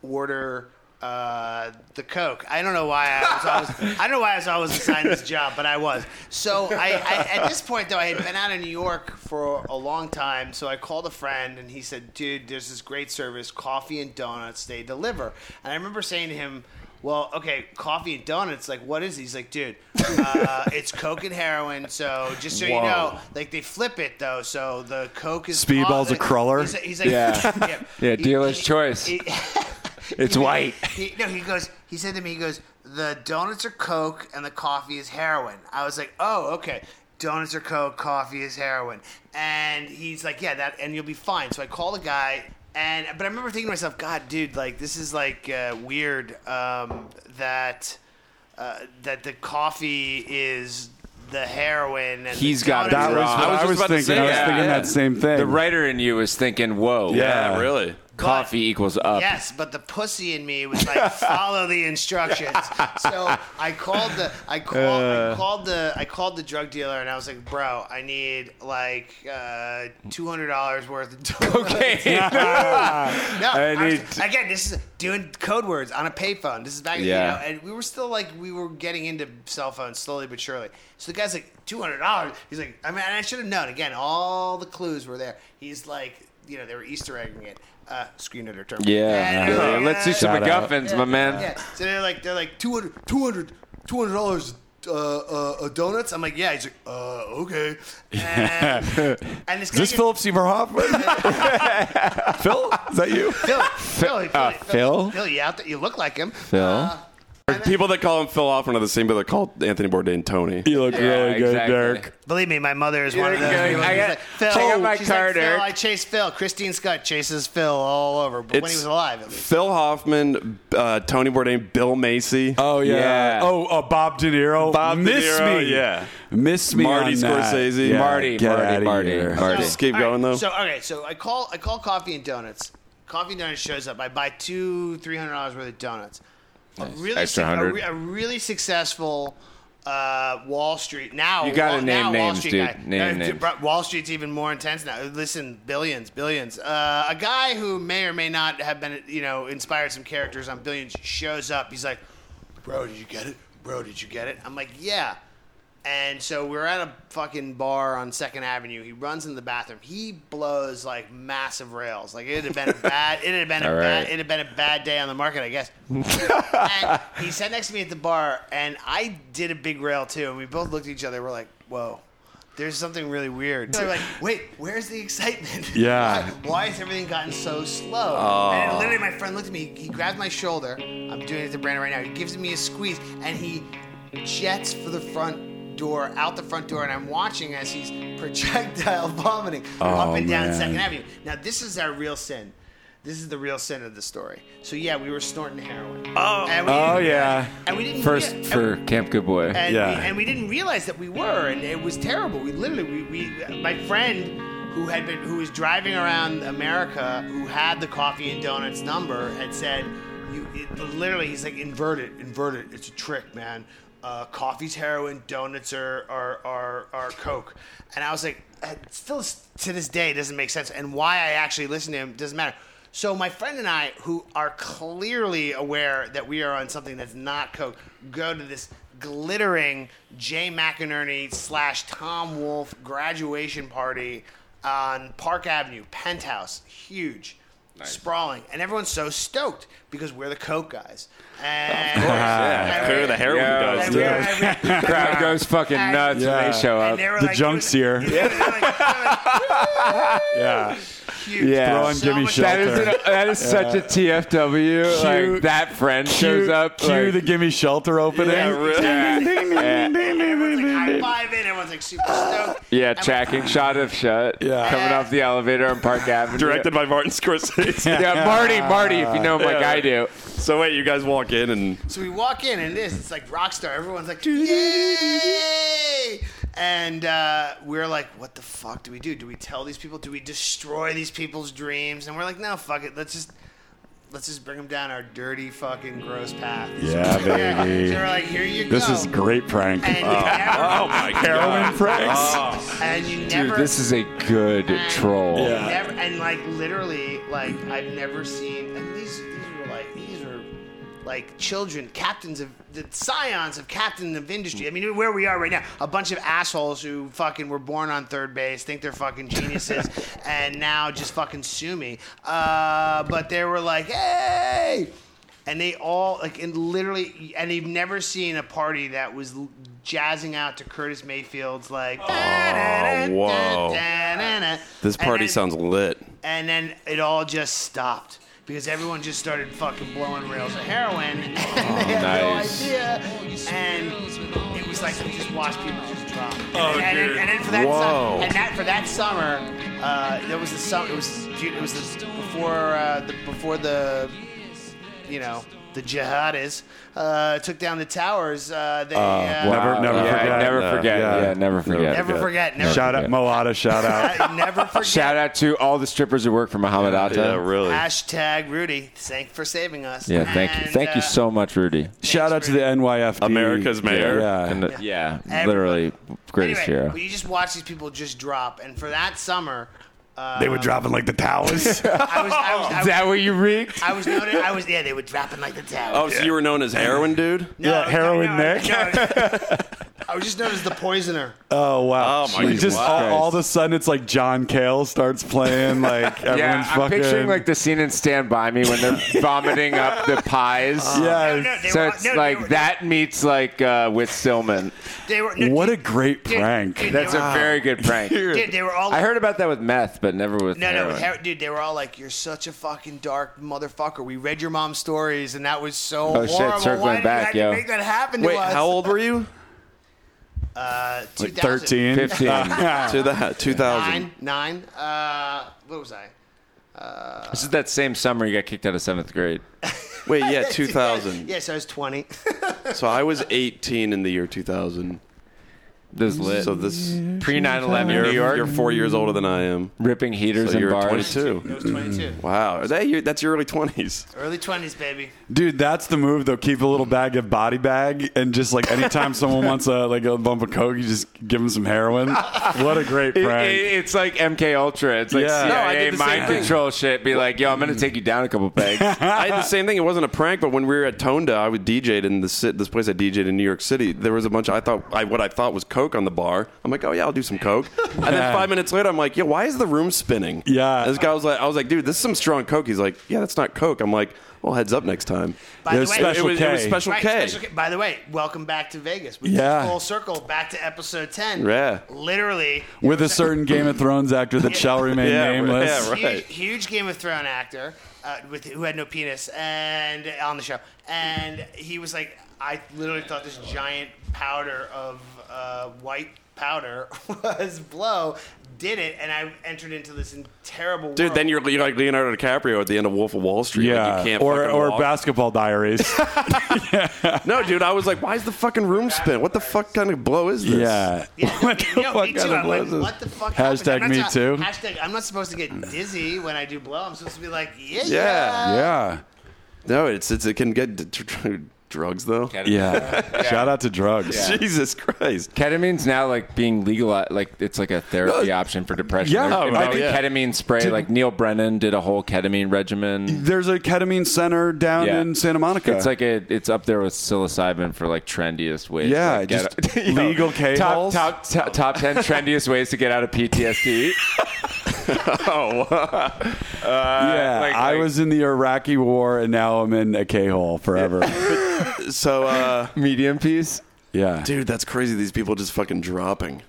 Speaker 4: order uh, the Coke. I don't know why I was always, I don't know why I was always assigned this job, but I was. So, I, I at this point though, I had been out of New York for a long time. So I called a friend, and he said, dude, there's this great service, coffee and donuts. They deliver. And I remember saying to him. Well, okay, coffee and donuts. Like, what is it? He's like, dude, uh, it's Coke and heroin. So, just so you
Speaker 2: Whoa.
Speaker 4: know, like, they flip it though. So the Coke is
Speaker 2: Speedball's a cruller?
Speaker 4: He's, he's like,
Speaker 3: Yeah.
Speaker 4: He-
Speaker 3: Yeah, dealer's
Speaker 4: he-
Speaker 3: choice.
Speaker 4: he-
Speaker 3: It's
Speaker 4: he-
Speaker 3: white.
Speaker 4: he- no, he goes. He said to me, he goes, the donuts are Coke and the coffee is heroin. I was like, oh, okay. Donuts are Coke, coffee is heroin. And he's like, yeah, that, and you'll be fine. So I call the guy. And but I remember thinking to myself, God, dude, like this is like uh, weird um, that uh, that the coffee is the heroin. And
Speaker 3: He's
Speaker 4: the
Speaker 3: got
Speaker 2: That
Speaker 4: donuts-
Speaker 2: was
Speaker 3: Wrong.
Speaker 2: what
Speaker 3: I was
Speaker 2: I
Speaker 3: just
Speaker 2: was
Speaker 1: about to
Speaker 2: thinking.
Speaker 1: say
Speaker 2: I was
Speaker 1: that.
Speaker 2: thinking
Speaker 1: Yeah.
Speaker 2: that same thing.
Speaker 3: The writer in you is thinking, whoa.
Speaker 1: yeah, really.
Speaker 3: Coffee equals up.
Speaker 4: Yes, but the pussy in me was like, follow the instructions. So I called the I called
Speaker 3: Uh.
Speaker 4: I called the I called the drug dealer and I was like, bro, I need like uh, two hundred dollars worth of donuts.
Speaker 3: Okay.
Speaker 4: No,
Speaker 3: I
Speaker 4: I was-
Speaker 3: need-
Speaker 4: again, this is doing code words on a payphone. This is back,
Speaker 3: Yeah.
Speaker 4: you know, and we were still like we were getting into cell phones slowly but surely. So the guy's like two hundred dollars. He's like, I mean, and I should have known. Again, all the clues were there. He's like, you know, they were Easter egging it. Uh, screen editor. term.
Speaker 3: Yeah.
Speaker 4: And they're
Speaker 3: Yeah,
Speaker 4: like,
Speaker 3: Let's do
Speaker 4: uh,
Speaker 2: Shout
Speaker 3: some
Speaker 2: out.
Speaker 3: MacGuffins, my man.
Speaker 4: yeah. So they're like, they're like 200 200 dollars. Uh, uh, uh, donuts. I'm like, yeah. He's like, uh, okay. And, and this
Speaker 2: Is this Philip Seymour Hoffman? Phil, is that you?
Speaker 4: Phil, Phil, Phil,
Speaker 3: uh, Phil?
Speaker 4: Phil, you out there? You look like him.
Speaker 3: Phil?
Speaker 4: Uh,
Speaker 1: People that call him Phil Hoffman are the same people that call Anthony Bourdain Tony.
Speaker 2: You look really good,
Speaker 3: exactly.
Speaker 2: Derek.
Speaker 4: believe me, my mother is one of those.
Speaker 3: Yeah,
Speaker 4: people
Speaker 3: I
Speaker 4: who's
Speaker 3: got-
Speaker 4: like, Phil,
Speaker 3: check out my
Speaker 4: she's
Speaker 3: card,
Speaker 4: like, Phil,
Speaker 3: Eric.
Speaker 4: I chase Phil. Christine Scott chases Phil all over, but when
Speaker 1: It's-
Speaker 4: he was alive, at least.
Speaker 1: Phil Hoffman, uh, Tony Bourdain, Bill Macy.
Speaker 2: Oh yeah.
Speaker 3: Yeah.
Speaker 2: Oh, uh, Bob De Niro.
Speaker 1: Bob De
Speaker 2: Miss
Speaker 1: Niro,
Speaker 2: me.
Speaker 1: yeah.
Speaker 2: Miss me.
Speaker 1: Marty
Speaker 2: on that.
Speaker 1: Scorsese.
Speaker 2: Yeah,
Speaker 3: Marty,
Speaker 2: get
Speaker 3: Marty,
Speaker 2: outta
Speaker 3: Marty,
Speaker 2: here.
Speaker 3: Marty.
Speaker 1: Just keep
Speaker 4: All right,
Speaker 1: going though.
Speaker 4: So okay, so I call I call coffee and donuts. Coffee and donuts shows up. I buy two three hundred dollars worth of donuts. A really
Speaker 3: Extra
Speaker 4: suc- a
Speaker 3: 100.
Speaker 4: re- A, really successful uh, Wall Street now.
Speaker 3: You gotta
Speaker 4: Wall,
Speaker 3: name
Speaker 4: now Wall
Speaker 3: names,
Speaker 4: Street
Speaker 3: dude.
Speaker 4: Guy.
Speaker 3: Name
Speaker 4: Uh,
Speaker 3: names.
Speaker 4: bro, Wall Street's even more intense now. Listen, billions, billions. Uh, a guy who may or may not have been, you know, inspired some characters on Billions shows up. He's like, "Bro, did you get it? Bro, did you get it?" I'm like, "Yeah." And so we're at a fucking bar on Second Avenue. He runs in the bathroom. He blows like massive rails. Like it had been a bad. It had been a
Speaker 3: All
Speaker 4: bad.
Speaker 3: right.
Speaker 4: It had been a bad day on the market, I guess. and he sat next to me at the bar, and I did a big rail too. And we both looked at each other. We're like, "Whoa, there's something really weird." So we're like, "Wait, where's the excitement?
Speaker 2: Yeah.
Speaker 4: why, why has everything gotten so slow?"
Speaker 2: Oh.
Speaker 4: And literally, my friend looked at me. He grabbed my shoulder. I'm doing it to Brandon right now. He gives me a squeeze, and he jets for the front door, out the front door, and I'm watching as he's projectile vomiting up and down
Speaker 2: Oh, man.
Speaker 4: Second Avenue. Now, this is our real sin. This is the real sin of the story. So yeah, we were snorting heroin. Oh, and we
Speaker 2: Oh
Speaker 4: didn't-
Speaker 2: yeah.
Speaker 4: and we didn't
Speaker 3: First
Speaker 4: rea-
Speaker 3: for
Speaker 4: and,
Speaker 3: Camp Good Boy.
Speaker 4: and
Speaker 2: Yeah.
Speaker 4: we, and we didn't realize that we were, and it was terrible. We literally, we, we my friend who had been who was driving around America, who had the coffee and donuts number, had said, "You it, literally," he's like, "Invert it, invert it. It's a trick, man. Uh, coffee's heroin, donuts are are are, are coke," and I was like, uh, "Still to this day doesn't make sense." And why I actually listened to him doesn't matter. So my friend and I, who are clearly aware that we are on something that's not Coke, go to this glittering Jay McInerney slash Tom Wolf graduation party uh, on Park Avenue, penthouse, huge, sprawling, and everyone's so stoked because we're the coke guys. And,
Speaker 3: yeah.
Speaker 4: and
Speaker 1: Clear
Speaker 4: we're-
Speaker 1: the heroin
Speaker 3: Yeah.
Speaker 1: guys.
Speaker 4: and we're- and we're-
Speaker 3: Crowd goes fucking
Speaker 4: And-
Speaker 3: nuts
Speaker 2: Yeah.
Speaker 3: when they show
Speaker 4: and
Speaker 3: up.
Speaker 4: they were
Speaker 2: The
Speaker 4: like-
Speaker 2: junk's here.
Speaker 4: Yeah, they're like- they're like
Speaker 2: Yeah.
Speaker 4: huge.
Speaker 3: Yeah. Throw
Speaker 2: on
Speaker 4: So
Speaker 2: Gimme
Speaker 4: much-
Speaker 3: That is,
Speaker 2: Shelter.
Speaker 3: an- that is such a TFW.
Speaker 2: Cue-
Speaker 3: like that friend shows
Speaker 2: Cue-
Speaker 3: up.
Speaker 2: Cue
Speaker 3: like,
Speaker 2: the gimme shelter opening.
Speaker 1: Yeah, really.
Speaker 4: Everyone's like high fiving. Everyone's like super stoked.
Speaker 3: yeah,
Speaker 4: And-
Speaker 3: tracking shot of shut.
Speaker 2: Yeah.
Speaker 3: coming off the elevator on Park Avenue.
Speaker 1: Directed by Martin Scorsese.
Speaker 3: Yeah, Marty, Marty, if you know him like
Speaker 1: Yeah.
Speaker 3: I do.
Speaker 1: So wait, you guys walk in and
Speaker 4: So we walk in, and it is. It's like rock star. Everyone's like, yay! And uh, we're like, what the fuck do we do? Do we tell these people? Do we destroy these people's dreams? And we're like, no, fuck it. Let's just. Let's just bring them down our dirty fucking gross path.
Speaker 2: Yeah, baby.
Speaker 4: So we're like, here you go.
Speaker 2: This is great prank.
Speaker 4: And, you never,
Speaker 1: oh my
Speaker 2: Heroin
Speaker 1: god,
Speaker 2: pranks.
Speaker 4: and you never,
Speaker 3: Dude, this is a good troll.
Speaker 2: Yeah.
Speaker 4: never, and like literally, like I've never seen. And these, these were like, these were like children, captains of the scions of captain of industry. I mean, where we are right now, a bunch of assholes who fucking were born on third base, think they're fucking geniuses, and now just fucking sue me. Uh, but they were like, hey. And they all like and literally, and you've never seen a party that was l- jazzing out to Curtis Mayfield's like. Oh,
Speaker 1: whoa. this party sounds lit.
Speaker 4: And then it all just stopped because everyone just started fucking blowing rails of heroin, and they had
Speaker 3: nice.
Speaker 4: no idea. And it was like we just watched people just drop. And,
Speaker 1: Oh,
Speaker 4: then, and, then-
Speaker 1: dude.
Speaker 4: and then for that,
Speaker 1: Whoa.
Speaker 4: summer, and that for that summer, uh, there was the summer. It was dude, it was the, before uh, the before the you know. The jihadis uh, took down the towers. Uh, they uh,
Speaker 2: Never-
Speaker 3: Wow.
Speaker 2: never
Speaker 3: yeah,
Speaker 2: forget.
Speaker 3: Never
Speaker 1: Yeah.
Speaker 3: forget.
Speaker 2: Yeah.
Speaker 3: Yeah, never forget.
Speaker 4: never forget. Never
Speaker 2: Shout out, Mulata. Shout out.
Speaker 4: forget. Never forget.
Speaker 3: Shout out to all the strippers who work for Muhammad Atta.
Speaker 1: Yeah, really.
Speaker 4: Hashtag Rudy, thank for saving us.
Speaker 3: Yeah, thank you.
Speaker 4: And,
Speaker 3: Thank you
Speaker 4: uh,
Speaker 3: so much, Rudy.
Speaker 2: shout out to the NYFD.
Speaker 1: America's mayor.
Speaker 2: Yeah.
Speaker 3: And the- yeah,
Speaker 4: Everybody.
Speaker 3: literally greatest
Speaker 4: Anyway,
Speaker 3: hero.
Speaker 4: well, you just watch these people just drop, and for that summer, uh,
Speaker 2: They were dropping like the
Speaker 4: I was,
Speaker 2: towers.
Speaker 4: I was, I
Speaker 3: Is
Speaker 4: was,
Speaker 3: that what you reeked?
Speaker 4: I was, noted, I was, yeah, they were dropping like the towers.
Speaker 1: Oh, so you were known as heroin dude?
Speaker 4: No,
Speaker 2: yeah, heroin Nick.
Speaker 4: no. I was just known as the poisoner.
Speaker 2: oh wow.
Speaker 1: Oh, my
Speaker 2: It's Just
Speaker 1: God.
Speaker 2: all, all of a sudden, it's like John Cale starts playing. Like everyone's
Speaker 3: Yeah, I'm
Speaker 2: fucking.
Speaker 3: picturing like the scene in Stand By Me when they're vomiting up the pies.
Speaker 2: Yeah.
Speaker 4: No, no, they
Speaker 3: So
Speaker 4: were,
Speaker 3: it's
Speaker 4: no, they
Speaker 3: like
Speaker 4: were-
Speaker 3: that meets like uh, with Stillman.
Speaker 4: They were, no,
Speaker 2: What a
Speaker 4: dude,
Speaker 2: great
Speaker 4: dude,
Speaker 2: prank.
Speaker 4: dude,
Speaker 3: That's
Speaker 4: they were,
Speaker 3: a very good prank.
Speaker 4: Dude, they were all.
Speaker 3: I heard about that with meth, but never with
Speaker 4: No, no,
Speaker 3: heroin.
Speaker 4: with her- dude, they were all like, "You're such a fucking dark motherfucker." We read your mom's stories, and that was so
Speaker 3: Oh, shit,
Speaker 4: horrible.
Speaker 3: circling
Speaker 4: Why did you
Speaker 3: back,
Speaker 4: have to
Speaker 3: yo.
Speaker 4: make that happen to
Speaker 1: Wait,
Speaker 4: us?
Speaker 1: how old were you?
Speaker 4: Uh, 2000.
Speaker 2: 13.
Speaker 3: 15.
Speaker 1: to that, 2000.
Speaker 4: Uh-huh. Nine, nine. Uh, what was I?
Speaker 3: this is that same summer you got kicked out of seventh grade.
Speaker 1: Wait, yeah, 2000.
Speaker 4: Yes, I was 20.
Speaker 1: So I was 18 in the year 2000.
Speaker 3: This is lit.
Speaker 1: So this
Speaker 3: Pre 9 11
Speaker 1: you're,
Speaker 3: New York.
Speaker 1: you're four years older than I am.
Speaker 3: ripping heaters
Speaker 1: So
Speaker 3: and
Speaker 1: you're
Speaker 3: bars.
Speaker 1: 22.
Speaker 4: I was 22.
Speaker 1: Wow, Is that your, that's your early 20s.
Speaker 4: Early 20s, baby.
Speaker 2: Dude, that's the move though. Keep a little bag of body bag, and just like anytime someone wants a like a bump of coke, you just give them some heroin. What a great
Speaker 3: It-
Speaker 2: prank!
Speaker 3: it- it's like MK Ultra. It's like
Speaker 2: Yeah. No, I
Speaker 3: CIA
Speaker 1: did the same
Speaker 3: mind
Speaker 1: thing.
Speaker 3: control shit. Be like, yo, I'm gonna take you down a couple pegs.
Speaker 1: I had the same thing. It wasn't a prank, but when we were at Tonda, I was DJed in the sit, this place I DJed in New York City. There was a bunch. I thought I, what I thought was coke on the bar. I'm like, oh yeah, I'll do some coke. And then five minutes later, I'm like, yeah, why is the room spinning?
Speaker 2: Yeah.
Speaker 1: And this guy was like, I was like, dude, this is some strong coke. He's like, yeah, that's not coke. I'm like, well, heads up next time.
Speaker 4: By
Speaker 2: There's
Speaker 4: the way,
Speaker 1: It
Speaker 2: special
Speaker 1: was, it was
Speaker 2: K.
Speaker 1: Special
Speaker 4: Right,
Speaker 1: K.
Speaker 4: Special K. By the way, welcome back to Vegas. We
Speaker 2: Yeah.
Speaker 4: just full circle back to episode 10.
Speaker 1: Yeah.
Speaker 4: Literally,
Speaker 2: With a certain Game of Thrones actor that shall remain
Speaker 1: Yeah,
Speaker 2: nameless.
Speaker 1: yeah,
Speaker 4: huge,
Speaker 1: right.
Speaker 4: huge Game of Thrones actor uh, with who had no penis and on the show, and he was like, I literally thought this giant powder of uh, white powder was blow. Did it, and I entered into this terrible.
Speaker 1: Dude,
Speaker 4: world.
Speaker 1: then you're, you're like Leonardo DiCaprio at the end of Wolf of Wall Street.
Speaker 2: Yeah,
Speaker 1: like you can't
Speaker 2: or
Speaker 1: fucking
Speaker 2: or
Speaker 1: walk.
Speaker 2: basketball diaries.
Speaker 1: No, dude, I was like, why is the fucking room spin? What the fuck kind of blow is this?
Speaker 2: yeah,
Speaker 4: Yeah,
Speaker 2: what the
Speaker 4: no,
Speaker 2: fuck
Speaker 4: me
Speaker 2: kind
Speaker 4: too.
Speaker 2: of
Speaker 4: I
Speaker 2: blows
Speaker 4: went,
Speaker 2: is-
Speaker 4: what the fuck?
Speaker 2: Hashtag
Speaker 4: happened? I'm
Speaker 2: me
Speaker 4: not-
Speaker 2: too.
Speaker 4: Hashtag I'm not supposed to get dizzy when I do blow. I'm supposed to be like, yeah,
Speaker 1: Yeah.
Speaker 2: Yeah,
Speaker 1: No, it's, it's it can get d- d- drugs though.
Speaker 2: yeah. Shout out to drugs.
Speaker 1: Jesus Christ.
Speaker 3: Ketamine's now like being legalized. Like it's like a therapy
Speaker 2: No.
Speaker 3: option for depression.
Speaker 2: Yeah.
Speaker 3: They're
Speaker 2: Oh,
Speaker 3: inventing
Speaker 1: yeah.
Speaker 3: ketamine spray. like Neil Brennan did a whole ketamine regimen.
Speaker 2: There's a ketamine center down
Speaker 3: Yeah.
Speaker 2: in Santa Monica.
Speaker 3: It's like a, it's up there with psilocybin for like trendiest ways.
Speaker 2: Yeah,
Speaker 3: to, like, get
Speaker 2: just
Speaker 3: out- you know,
Speaker 2: legal K-holes.
Speaker 3: Top, top, top, top ten trendiest ways to get out of PTSD.
Speaker 2: yeah,
Speaker 3: like-
Speaker 2: I
Speaker 3: like-
Speaker 2: was in the Iraqi war, and now I'm in a K hole forever.
Speaker 1: So, uh,
Speaker 3: Medium piece.
Speaker 2: yeah.
Speaker 1: dude, that's crazy. These people just fucking dropping.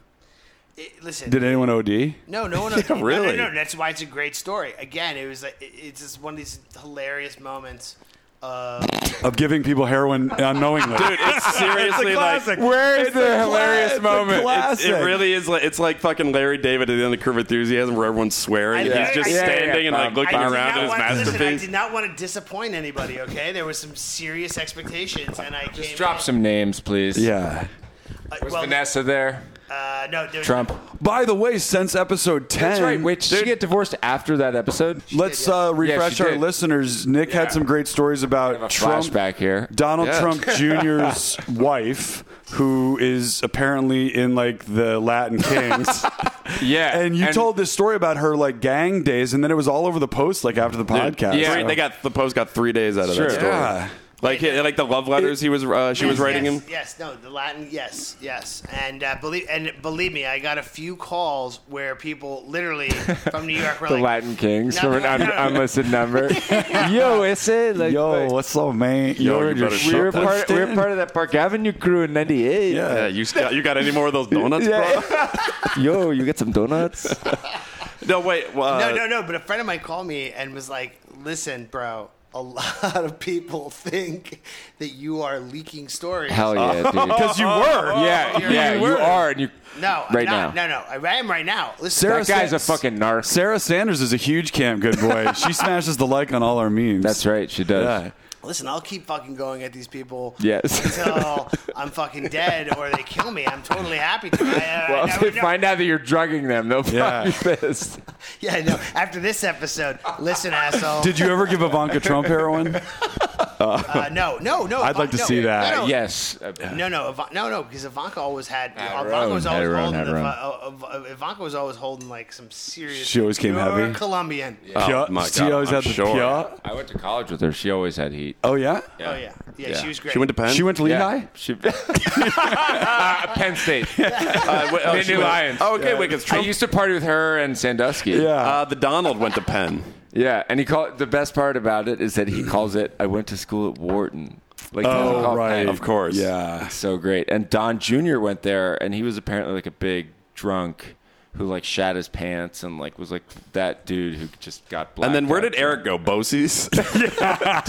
Speaker 4: It- listen,
Speaker 2: Did anyone OD?
Speaker 4: No, no one. no,
Speaker 1: really.
Speaker 4: No, no, That's why it's a great story. Again, it was like it- it's just one of these hilarious moments. Of,
Speaker 2: Of giving people heroin unknowingly.
Speaker 1: Dude, it's seriously like
Speaker 2: Where is the
Speaker 1: hilarious moment. It's,
Speaker 2: classic.
Speaker 1: it really is. Like, it's like fucking Larry David at the end of Curve of Enthusiasm, where everyone's swearing.
Speaker 4: I-
Speaker 1: He's just
Speaker 4: I- Yeah,
Speaker 3: yeah,
Speaker 1: standing
Speaker 3: yeah.
Speaker 1: and like
Speaker 3: Um,
Speaker 1: looking
Speaker 4: I did
Speaker 1: around
Speaker 4: not
Speaker 1: at his
Speaker 4: want- listen, I
Speaker 1: masterpiece.
Speaker 4: did not want to disappoint anybody. Okay, there was some serious expectations, and I
Speaker 3: Just
Speaker 4: came
Speaker 3: drop
Speaker 4: in-
Speaker 3: some names, please.
Speaker 2: Yeah.
Speaker 4: uh,
Speaker 3: Was
Speaker 4: well,
Speaker 3: Vanessa there?
Speaker 4: Uh, no, there was-
Speaker 3: Trump.
Speaker 2: By the way, since episode 10,
Speaker 3: That's right. Wait, did she get divorced after that episode?
Speaker 2: let's
Speaker 4: did, yeah.
Speaker 2: uh, refresh
Speaker 3: Yeah, she
Speaker 2: our
Speaker 3: did.
Speaker 2: listeners. Nick had some great stories
Speaker 3: I have a
Speaker 2: about Trump,
Speaker 3: flashback here.
Speaker 2: Donald
Speaker 1: Yeah.
Speaker 2: Trump Jr.'s wife, who is apparently in like the Latin Kings.
Speaker 3: Yeah,
Speaker 2: And you told this story about her like gang days, and then it was all over the post like after the podcast.
Speaker 1: Three-
Speaker 3: Yeah.
Speaker 1: they got the post got three days out of
Speaker 3: Sure.
Speaker 1: that story.
Speaker 2: Yeah.
Speaker 1: Like he- like the love letters he was uh, she was
Speaker 4: Yes,
Speaker 1: writing
Speaker 4: yes,
Speaker 1: him.
Speaker 4: Yes, no, the Latin. Yes, yes, and uh, believe and believe me, I got a few calls where people literally from New York were
Speaker 3: the
Speaker 4: like,
Speaker 3: Latin Kings
Speaker 4: No,
Speaker 3: from an
Speaker 4: no,
Speaker 3: un-
Speaker 4: no, no.
Speaker 3: unlisted number. Yo, it's it. Like,
Speaker 2: Yo, what's up, man?
Speaker 1: Yo,
Speaker 2: You're
Speaker 1: you better
Speaker 2: just-
Speaker 3: we
Speaker 1: shut
Speaker 3: were
Speaker 1: that
Speaker 3: part. We were
Speaker 2: down.
Speaker 3: part of that Park Avenue crew in '98.
Speaker 2: Yeah.
Speaker 1: Yeah, you got you got any more of those donuts,
Speaker 3: Yeah.
Speaker 1: bro?
Speaker 3: Yo, you get some donuts.
Speaker 1: No, wait. well, Uh,
Speaker 4: No, no, no. But a friend of mine called me and was like, "Listen, bro, a lot of people think that you are leaking stories."
Speaker 3: Hell yeah, dude.
Speaker 2: Because you were.
Speaker 3: Yeah, yeah, Oh. you are, and you.
Speaker 4: No, I'm
Speaker 3: right
Speaker 4: not.
Speaker 3: now.
Speaker 4: No, no. I am right now. Listen,
Speaker 2: Sarah
Speaker 3: That guy's a
Speaker 2: Sanders-
Speaker 3: fucking narc.
Speaker 2: Sarah Sanders is a huge cam good boy. she smashes the like on all our memes.
Speaker 3: That's right, she does.
Speaker 2: Yeah.
Speaker 4: listen. I'll keep fucking going at these people.
Speaker 3: Yes.
Speaker 4: Until I'm fucking dead or they kill me. I'm totally happy to. I, uh, I,
Speaker 3: Well,
Speaker 4: I,
Speaker 3: if
Speaker 4: I,
Speaker 3: they
Speaker 4: no.
Speaker 3: find out that you're drugging them, they'll
Speaker 2: Yeah.
Speaker 3: probably be pissed.
Speaker 4: Yeah, no. After this episode, listen, asshole.
Speaker 2: Did you ever give Ivanka Trump heroin?
Speaker 4: uh, no, no, no.
Speaker 2: I'd like to
Speaker 4: no,
Speaker 2: see that.
Speaker 4: No, no,
Speaker 3: Yes.
Speaker 4: No, no, Ivan- no, no, because Ivanka always had. Ivanka
Speaker 3: Rome,
Speaker 4: was
Speaker 3: had
Speaker 4: always
Speaker 3: Rome,
Speaker 4: holding.
Speaker 3: had
Speaker 4: the-
Speaker 3: Rome.
Speaker 4: uh, uh, Ivanka was always holding like some serious.
Speaker 2: She always came
Speaker 4: pure
Speaker 2: heavy.
Speaker 4: Colombian.
Speaker 1: Oh,
Speaker 2: Pure-
Speaker 1: my
Speaker 2: she
Speaker 1: God,
Speaker 2: always
Speaker 1: I'm
Speaker 2: had the
Speaker 1: sure.
Speaker 2: pure-
Speaker 3: I went to college with her. She always had heat.
Speaker 2: Oh yeah?
Speaker 4: Oh yeah. yeah, she was great.
Speaker 1: She went to Penn.
Speaker 2: She went to Lehigh.
Speaker 3: She, Penn State.
Speaker 1: Uh, wait, oh,
Speaker 3: They
Speaker 1: she
Speaker 3: knew
Speaker 1: went-
Speaker 3: Lions.
Speaker 1: Oh, okay, wait, 'cause
Speaker 3: I
Speaker 1: Trump.
Speaker 3: used to party with her and Sandusky.
Speaker 2: Yeah.
Speaker 1: uh, the Donald went to Penn.
Speaker 3: Yeah, and he called the best part about it is that he calls it I went to school at Wharton. Like he doesn't call
Speaker 2: oh
Speaker 3: it
Speaker 2: right.
Speaker 3: Penn.
Speaker 1: Of course.
Speaker 2: Yeah.
Speaker 3: So great. And Don Jr. went there and he was apparently like a big drunk who like shat his pants and like was like that dude who just got blacked
Speaker 1: And then where
Speaker 3: out.
Speaker 1: did Eric go? Bosie's.
Speaker 3: Dude, Eric